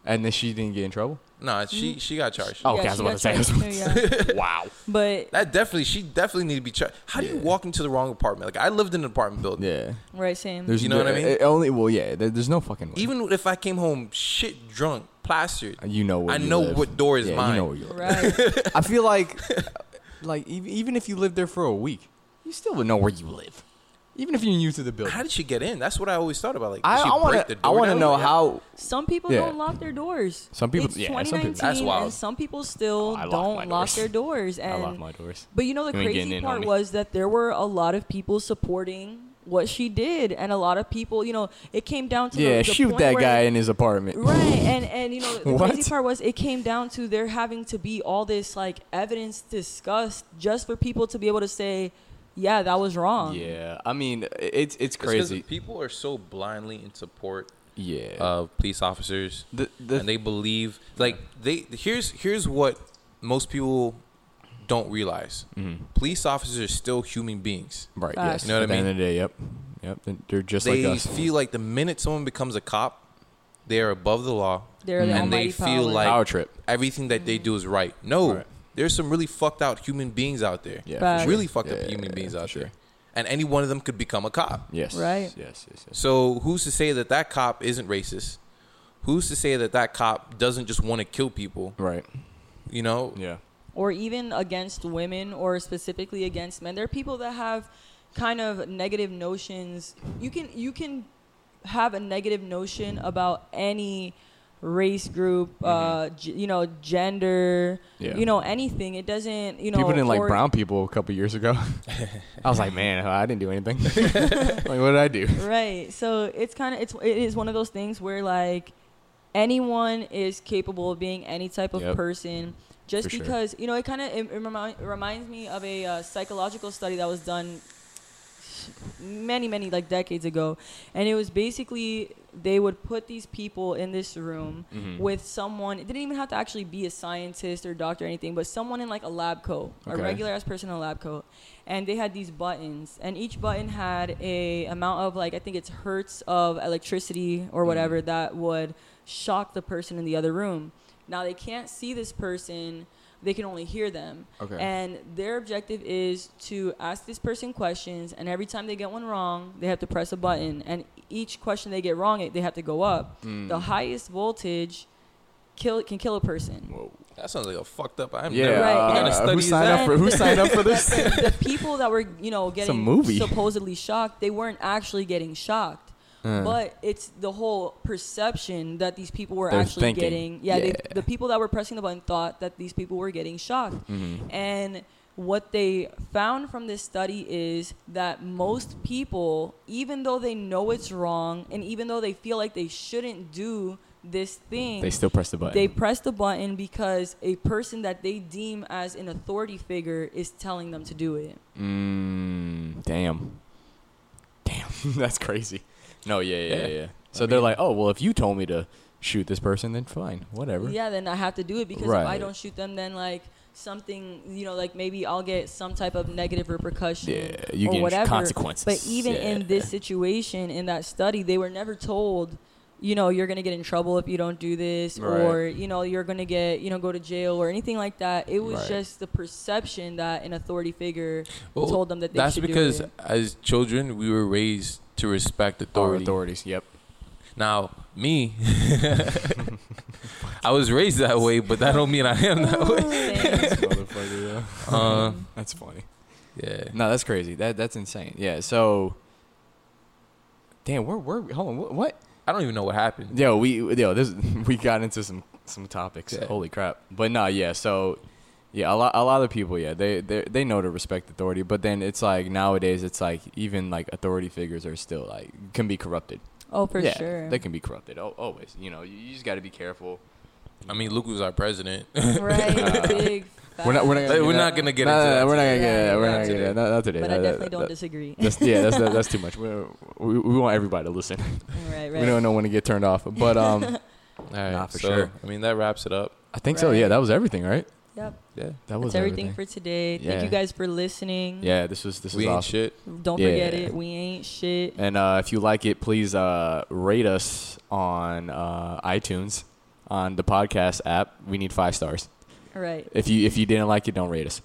Speaker 2: And then she didn't get in trouble.
Speaker 1: nah, she she got charged.
Speaker 2: Oh, okay, I was
Speaker 3: she
Speaker 2: about
Speaker 3: got
Speaker 2: to say, I was
Speaker 3: charged
Speaker 2: about
Speaker 3: too,
Speaker 2: to
Speaker 3: yeah.
Speaker 2: wow.
Speaker 3: But
Speaker 1: That definitely she definitely need to be charged. How do you
Speaker 2: Yeah.
Speaker 1: walk into the wrong apartment? Like I lived in an apartment building.
Speaker 2: Yeah.
Speaker 3: right, same.
Speaker 2: There's
Speaker 1: You know
Speaker 2: no-
Speaker 1: what I mean?
Speaker 2: it only well, yeah. there- There's no fucking way.
Speaker 1: Even if I came home shit drunk, plastered,
Speaker 2: you know where
Speaker 1: I
Speaker 2: you
Speaker 1: know
Speaker 2: live.
Speaker 1: what door is
Speaker 2: yeah,
Speaker 1: mine.
Speaker 2: You know where you live.
Speaker 3: right.
Speaker 2: I feel like, like ev- even if you lived there for a week, you still would know where you live, even if you're new to the building.
Speaker 1: How did she get in? That's what I always thought about. Like, did
Speaker 2: I,
Speaker 1: she
Speaker 2: I want
Speaker 1: break the
Speaker 2: to. I
Speaker 1: door
Speaker 2: want to
Speaker 1: down?
Speaker 2: know
Speaker 1: Like,
Speaker 2: how.
Speaker 3: Some people
Speaker 2: Yeah.
Speaker 3: don't lock their doors.
Speaker 2: Some people-
Speaker 3: It's
Speaker 2: yeah, some people-
Speaker 3: 2019,
Speaker 1: That's
Speaker 3: and
Speaker 1: wild.
Speaker 3: some people still
Speaker 2: I lock my
Speaker 3: don't lock
Speaker 2: doors.
Speaker 3: their doors. And
Speaker 2: I lock my doors.
Speaker 3: But you know the
Speaker 2: You ain't
Speaker 3: crazy
Speaker 2: getting in,
Speaker 3: part
Speaker 2: homie.
Speaker 3: was that there were a lot of people supporting what she did, and a lot of people, you know, it came down to the-
Speaker 2: Yeah,
Speaker 3: the
Speaker 2: shoot
Speaker 3: point
Speaker 2: that
Speaker 3: where-
Speaker 2: guy in his apartment.
Speaker 3: Right, and and you know the
Speaker 2: What?
Speaker 3: crazy part was it came down to there having to be all this like evidence discussed just for people to be able to say, yeah, that was wrong.
Speaker 2: Yeah, I mean it's it's
Speaker 1: It's 'cause
Speaker 2: crazy.
Speaker 1: People are so blindly in support
Speaker 2: Yeah.
Speaker 1: of police officers,
Speaker 2: the the
Speaker 1: and they believe like they. Here's here's what most people don't realize:
Speaker 2: Mm-hmm.
Speaker 1: police officers are still human beings.
Speaker 2: right. Yes.
Speaker 3: Facts.
Speaker 1: You know what I
Speaker 2: At the end
Speaker 1: mean?
Speaker 2: of the day, yep, yep. they're- They're just
Speaker 1: they
Speaker 2: like us.
Speaker 1: feel like the minute someone becomes a cop, they are above the law,
Speaker 3: They're the
Speaker 1: and they
Speaker 3: almighty
Speaker 1: feel
Speaker 3: power.
Speaker 1: like
Speaker 2: Power trip.
Speaker 1: everything that they do is right. No,
Speaker 2: Right.
Speaker 1: there's some really fucked out human beings out there.
Speaker 2: Yeah, for
Speaker 3: Facts.
Speaker 1: really fucked up
Speaker 2: Yeah,
Speaker 1: human
Speaker 2: yeah,
Speaker 1: beings
Speaker 2: for
Speaker 1: out
Speaker 2: sure.
Speaker 1: there, and any one of them could become a cop.
Speaker 2: Yes.
Speaker 3: Right.
Speaker 2: Yes. Yes. yes.
Speaker 1: So who's to say that that cop isn't racist? Who's to say that that cop doesn't just want to kill people?
Speaker 2: Right.
Speaker 1: You know,
Speaker 2: Yeah.
Speaker 3: or even against women or specifically against men. There are people that have kind of negative notions. You can you can have a negative notion about any race group, uh, g- you know, gender,
Speaker 2: Mm-hmm. Yeah.
Speaker 3: you know, anything. It doesn't, you know,
Speaker 2: people didn't like
Speaker 3: or-
Speaker 2: brown people a couple years ago. I was like, man, I didn't do anything. like, what did I do?
Speaker 3: Right. So it's kind of it's it is one of those things where like anyone is capable of being any type of
Speaker 2: Yep.
Speaker 3: person just
Speaker 2: For sure.
Speaker 3: because you know it kind of it, it remi- reminds me of a uh, psychological study that was done many many like decades ago and it was basically they would put these people in this room
Speaker 2: Mm-hmm.
Speaker 3: with someone it didn't even have to actually be a scientist or doctor or anything but someone in like a lab coat
Speaker 2: Okay.
Speaker 3: a regular ass person in a lab coat and they had these buttons and each button had a amount of like i think it's hertz of electricity or whatever that would shock the person in the other room now they can't see this person they can only hear them
Speaker 2: Okay.
Speaker 3: and their objective is to ask this person questions and every time they get one wrong they have to press a button and each question they get wrong it- they have to go up the highest voltage kill can kill a person
Speaker 1: that sounds like a fucked up. I'm
Speaker 2: Yeah.
Speaker 1: never,
Speaker 3: Right.
Speaker 1: what kind
Speaker 2: uh,
Speaker 1: of study
Speaker 2: who
Speaker 1: is
Speaker 2: signed
Speaker 1: that?
Speaker 2: up for Who signed up for this?
Speaker 3: the people that were you know
Speaker 2: a
Speaker 3: getting
Speaker 2: movie.
Speaker 3: supposedly shocked they weren't actually getting shocked
Speaker 2: Uh.
Speaker 3: but it's the whole perception that these people were
Speaker 2: They're
Speaker 3: actually
Speaker 2: thinking.
Speaker 3: getting yeah, They,
Speaker 2: Yeah.
Speaker 3: the people that were pressing the button thought that these people were getting shocked
Speaker 2: Mm-hmm.
Speaker 3: and what they found from this study is that most people even though they know it's wrong and even though they feel like they shouldn't do this thing.
Speaker 2: They still press the button.
Speaker 3: They press the button because a person that they deem as an authority figure is telling them to do it.
Speaker 2: Mm, damn. Damn, that's crazy. No, yeah, yeah, yeah.
Speaker 1: Yeah.
Speaker 2: yeah. So they're like, oh, well, if you told me to shoot this person, then fine, whatever.
Speaker 3: Yeah, then I have to do it because if I
Speaker 2: Right.
Speaker 3: don't shoot them, then like something, you know, like maybe I'll get some type of negative repercussion.
Speaker 2: Yeah, you
Speaker 3: or
Speaker 2: get
Speaker 3: whatever.
Speaker 2: consequences.
Speaker 3: But even in this situation, in that study, they were never told, you know, you're gonna get in trouble if you don't do this,
Speaker 1: Right.
Speaker 3: or you know, you're gonna get, you know, go to jail or anything like that. It was
Speaker 2: Right.
Speaker 3: just the perception that an authority figure
Speaker 1: Well,
Speaker 3: told them that they
Speaker 1: That's
Speaker 3: should
Speaker 1: because
Speaker 3: do it.
Speaker 1: as children we were raised to respect
Speaker 2: Or
Speaker 1: authority.
Speaker 2: Oh, authorities, yep.
Speaker 1: Now me, I was raised that way, but that don't mean I am that way.
Speaker 3: Same.
Speaker 1: Uh,
Speaker 2: That's funny.
Speaker 1: yeah.
Speaker 2: No, that's crazy. That that's insane. Yeah. So, damn, where were we? Hold on. wh- What?
Speaker 1: I don't even know what happened.
Speaker 2: Yo, we yo this we got into some some topics.
Speaker 1: Yeah.
Speaker 2: Holy crap! But no, yeah. So, yeah, a lot a lot of people, yeah, they they they know to respect authority, but then it's like nowadays, it's like even like authority figures are still like can be corrupted.
Speaker 3: oh, for
Speaker 2: Yeah,
Speaker 3: sure.
Speaker 2: they can be corrupted. Oh, always. You know, you, you just got to be careful.
Speaker 1: I mean, Luke was our president.
Speaker 3: right.
Speaker 2: Uh,
Speaker 3: big.
Speaker 2: We're not. We're not.
Speaker 1: Hey,
Speaker 2: Gonna
Speaker 1: we're
Speaker 2: get
Speaker 1: not gonna get
Speaker 2: no,
Speaker 1: into
Speaker 2: no,
Speaker 1: that
Speaker 2: We're not gonna
Speaker 3: today.
Speaker 2: get.
Speaker 3: Yeah,
Speaker 2: that. We're
Speaker 1: not
Speaker 2: not gonna
Speaker 1: today.
Speaker 2: get. Not, not today.
Speaker 3: But I
Speaker 2: That-
Speaker 3: definitely
Speaker 2: that-
Speaker 3: don't
Speaker 2: that-
Speaker 3: disagree.
Speaker 2: that's, yeah, that's that, that's too much. We, we we want everybody to listen.
Speaker 3: right, right.
Speaker 2: We don't know when to get turned off, but um,
Speaker 1: All right,
Speaker 2: Nah, for
Speaker 1: so,
Speaker 2: sure.
Speaker 1: I mean, that wraps it up.
Speaker 2: I think so. Yeah, that was everything, right?
Speaker 3: Yep.
Speaker 1: Yeah.
Speaker 2: That was
Speaker 3: That's everything, for today. Thank
Speaker 2: Yeah.
Speaker 3: you guys for listening.
Speaker 2: yeah, this was this
Speaker 1: we
Speaker 2: was
Speaker 1: ain't
Speaker 2: awesome.
Speaker 1: shit.
Speaker 3: Don't
Speaker 2: Yeah.
Speaker 3: forget it. We ain't shit.
Speaker 2: And uh, if you like it, please uh, rate us on uh, iTunes on the podcast app. We need five stars.
Speaker 3: Right.
Speaker 2: If you if you didn't like it, don't rate us.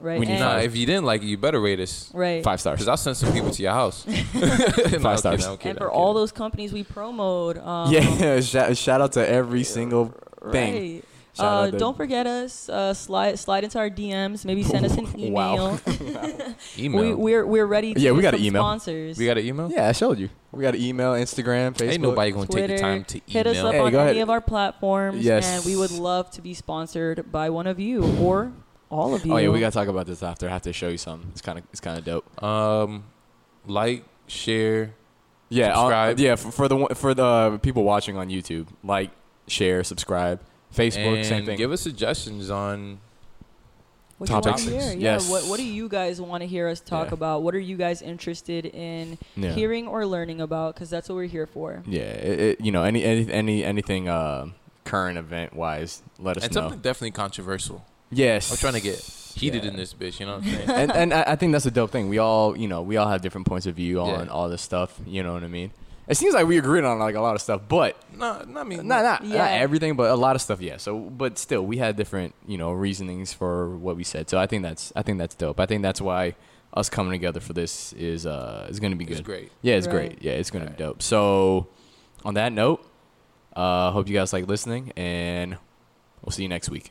Speaker 3: Right.
Speaker 2: We need
Speaker 3: and-
Speaker 1: Nah,
Speaker 2: five.
Speaker 1: if you didn't like it, you better rate us.
Speaker 3: Right.
Speaker 2: Five stars.
Speaker 1: Because I'll send some people to your house. No, I'm kidding,
Speaker 2: stars.
Speaker 1: I'm kidding,
Speaker 3: and
Speaker 1: I'm
Speaker 3: for all
Speaker 1: kidding.
Speaker 3: those companies we promote. Um,
Speaker 2: yeah, shout, shout out to every single thing.
Speaker 3: Right.
Speaker 2: Shout
Speaker 3: Uh,
Speaker 2: out to-
Speaker 3: don't forget us. Uh, slide slide into our DMs. Maybe send us an email.
Speaker 2: Wow.
Speaker 1: Email.
Speaker 3: We, we're we're ready. To
Speaker 2: Yeah, we
Speaker 3: get
Speaker 2: got
Speaker 3: some
Speaker 2: an email.
Speaker 3: sponsors.
Speaker 1: we got an email?
Speaker 2: Yeah, I showed you. We got email, Instagram, Facebook.
Speaker 1: Ain't nobody going to take the
Speaker 3: Twitter.
Speaker 1: time to email.
Speaker 3: Hit us up
Speaker 2: Hey,
Speaker 3: on
Speaker 2: go
Speaker 3: any
Speaker 2: ahead.
Speaker 3: of our platforms,
Speaker 2: Yes.
Speaker 3: and we would love to be sponsored by one of you or all of you.
Speaker 2: Oh yeah, we gotta talk about this after. I have to show you something. It's kind of it's kind of dope.
Speaker 1: Um, like, share.
Speaker 2: Yeah, I'll-
Speaker 1: Subscribe.
Speaker 2: yeah. For, for the one- for the people watching on YouTube, like, share, subscribe. Facebook, same
Speaker 1: and
Speaker 2: thing.
Speaker 1: Give us suggestions on.
Speaker 3: What you wanna
Speaker 2: topics.
Speaker 3: hear? Yeah.
Speaker 2: Yes.
Speaker 3: What What do you guys want to hear us talk
Speaker 2: Yeah.
Speaker 3: about? What are you guys interested in
Speaker 2: yeah,
Speaker 3: hearing or learning about? Because that's what we're here for.
Speaker 2: yeah. It, it, you know, any any any anything uh, current event wise, let us
Speaker 1: And
Speaker 2: know.
Speaker 1: something definitely controversial.
Speaker 2: yes,
Speaker 1: I'm trying to get heated
Speaker 2: Yeah.
Speaker 1: in this bitch, you know what I'm saying?
Speaker 2: and and I I think that's a dope thing. We all you know we all have different points of view on
Speaker 1: Yeah.
Speaker 2: all this stuff. You know what I mean? It seems like we agreed on like a lot of stuff, but
Speaker 1: no, not me.
Speaker 2: not not,
Speaker 3: Yeah.
Speaker 2: not everything, but a lot of stuff. Yeah. So, but still, we had different you know reasonings for what we said. So I think that's I think that's dope. I think that's why us coming together for this is uh is gonna be good.
Speaker 1: It's great.
Speaker 2: Yeah, it's
Speaker 3: Right.
Speaker 2: great. Yeah, it's gonna
Speaker 1: Right.
Speaker 2: be dope. So, on that note, uh, hope you guys like listening, and we'll see you next week.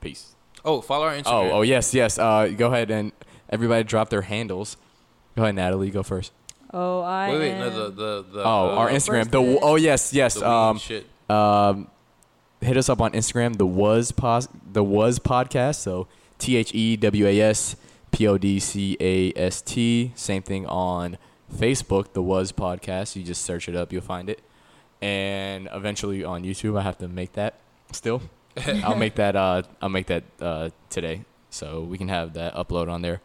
Speaker 2: Peace.
Speaker 1: Oh, follow our Instagram.
Speaker 2: Oh, oh yes, yes. Uh, go ahead and everybody drop their handles. Go ahead, Natalie. Go first.
Speaker 3: Oh, I
Speaker 1: Wait, wait,
Speaker 3: am.
Speaker 1: no, the the, the
Speaker 2: oh,
Speaker 1: uh,
Speaker 2: our
Speaker 1: the
Speaker 2: Instagram.
Speaker 3: first
Speaker 2: The
Speaker 3: is-
Speaker 2: oh yes, yes.
Speaker 1: weed
Speaker 2: Um,
Speaker 1: shit.
Speaker 2: um, hit us up on Instagram. The was pos- the was podcast. So T H E W A S P O D C A S T. Same thing on Facebook. The was podcast. You just search it up, you'll find it. And eventually on YouTube, I have to make that. Still, I'll make that. Uh, I'll make that uh, today, so we can have that upload on there.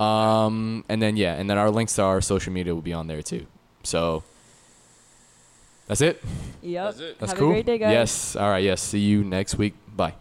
Speaker 2: Um, and then yeah, and then our links to our social media will be on there too. So that's it.
Speaker 3: Yep.
Speaker 1: That's it.
Speaker 2: That's
Speaker 3: Have
Speaker 2: cool.
Speaker 3: a great day, guys.
Speaker 2: Yes. All right. Yes. See you next week. Bye.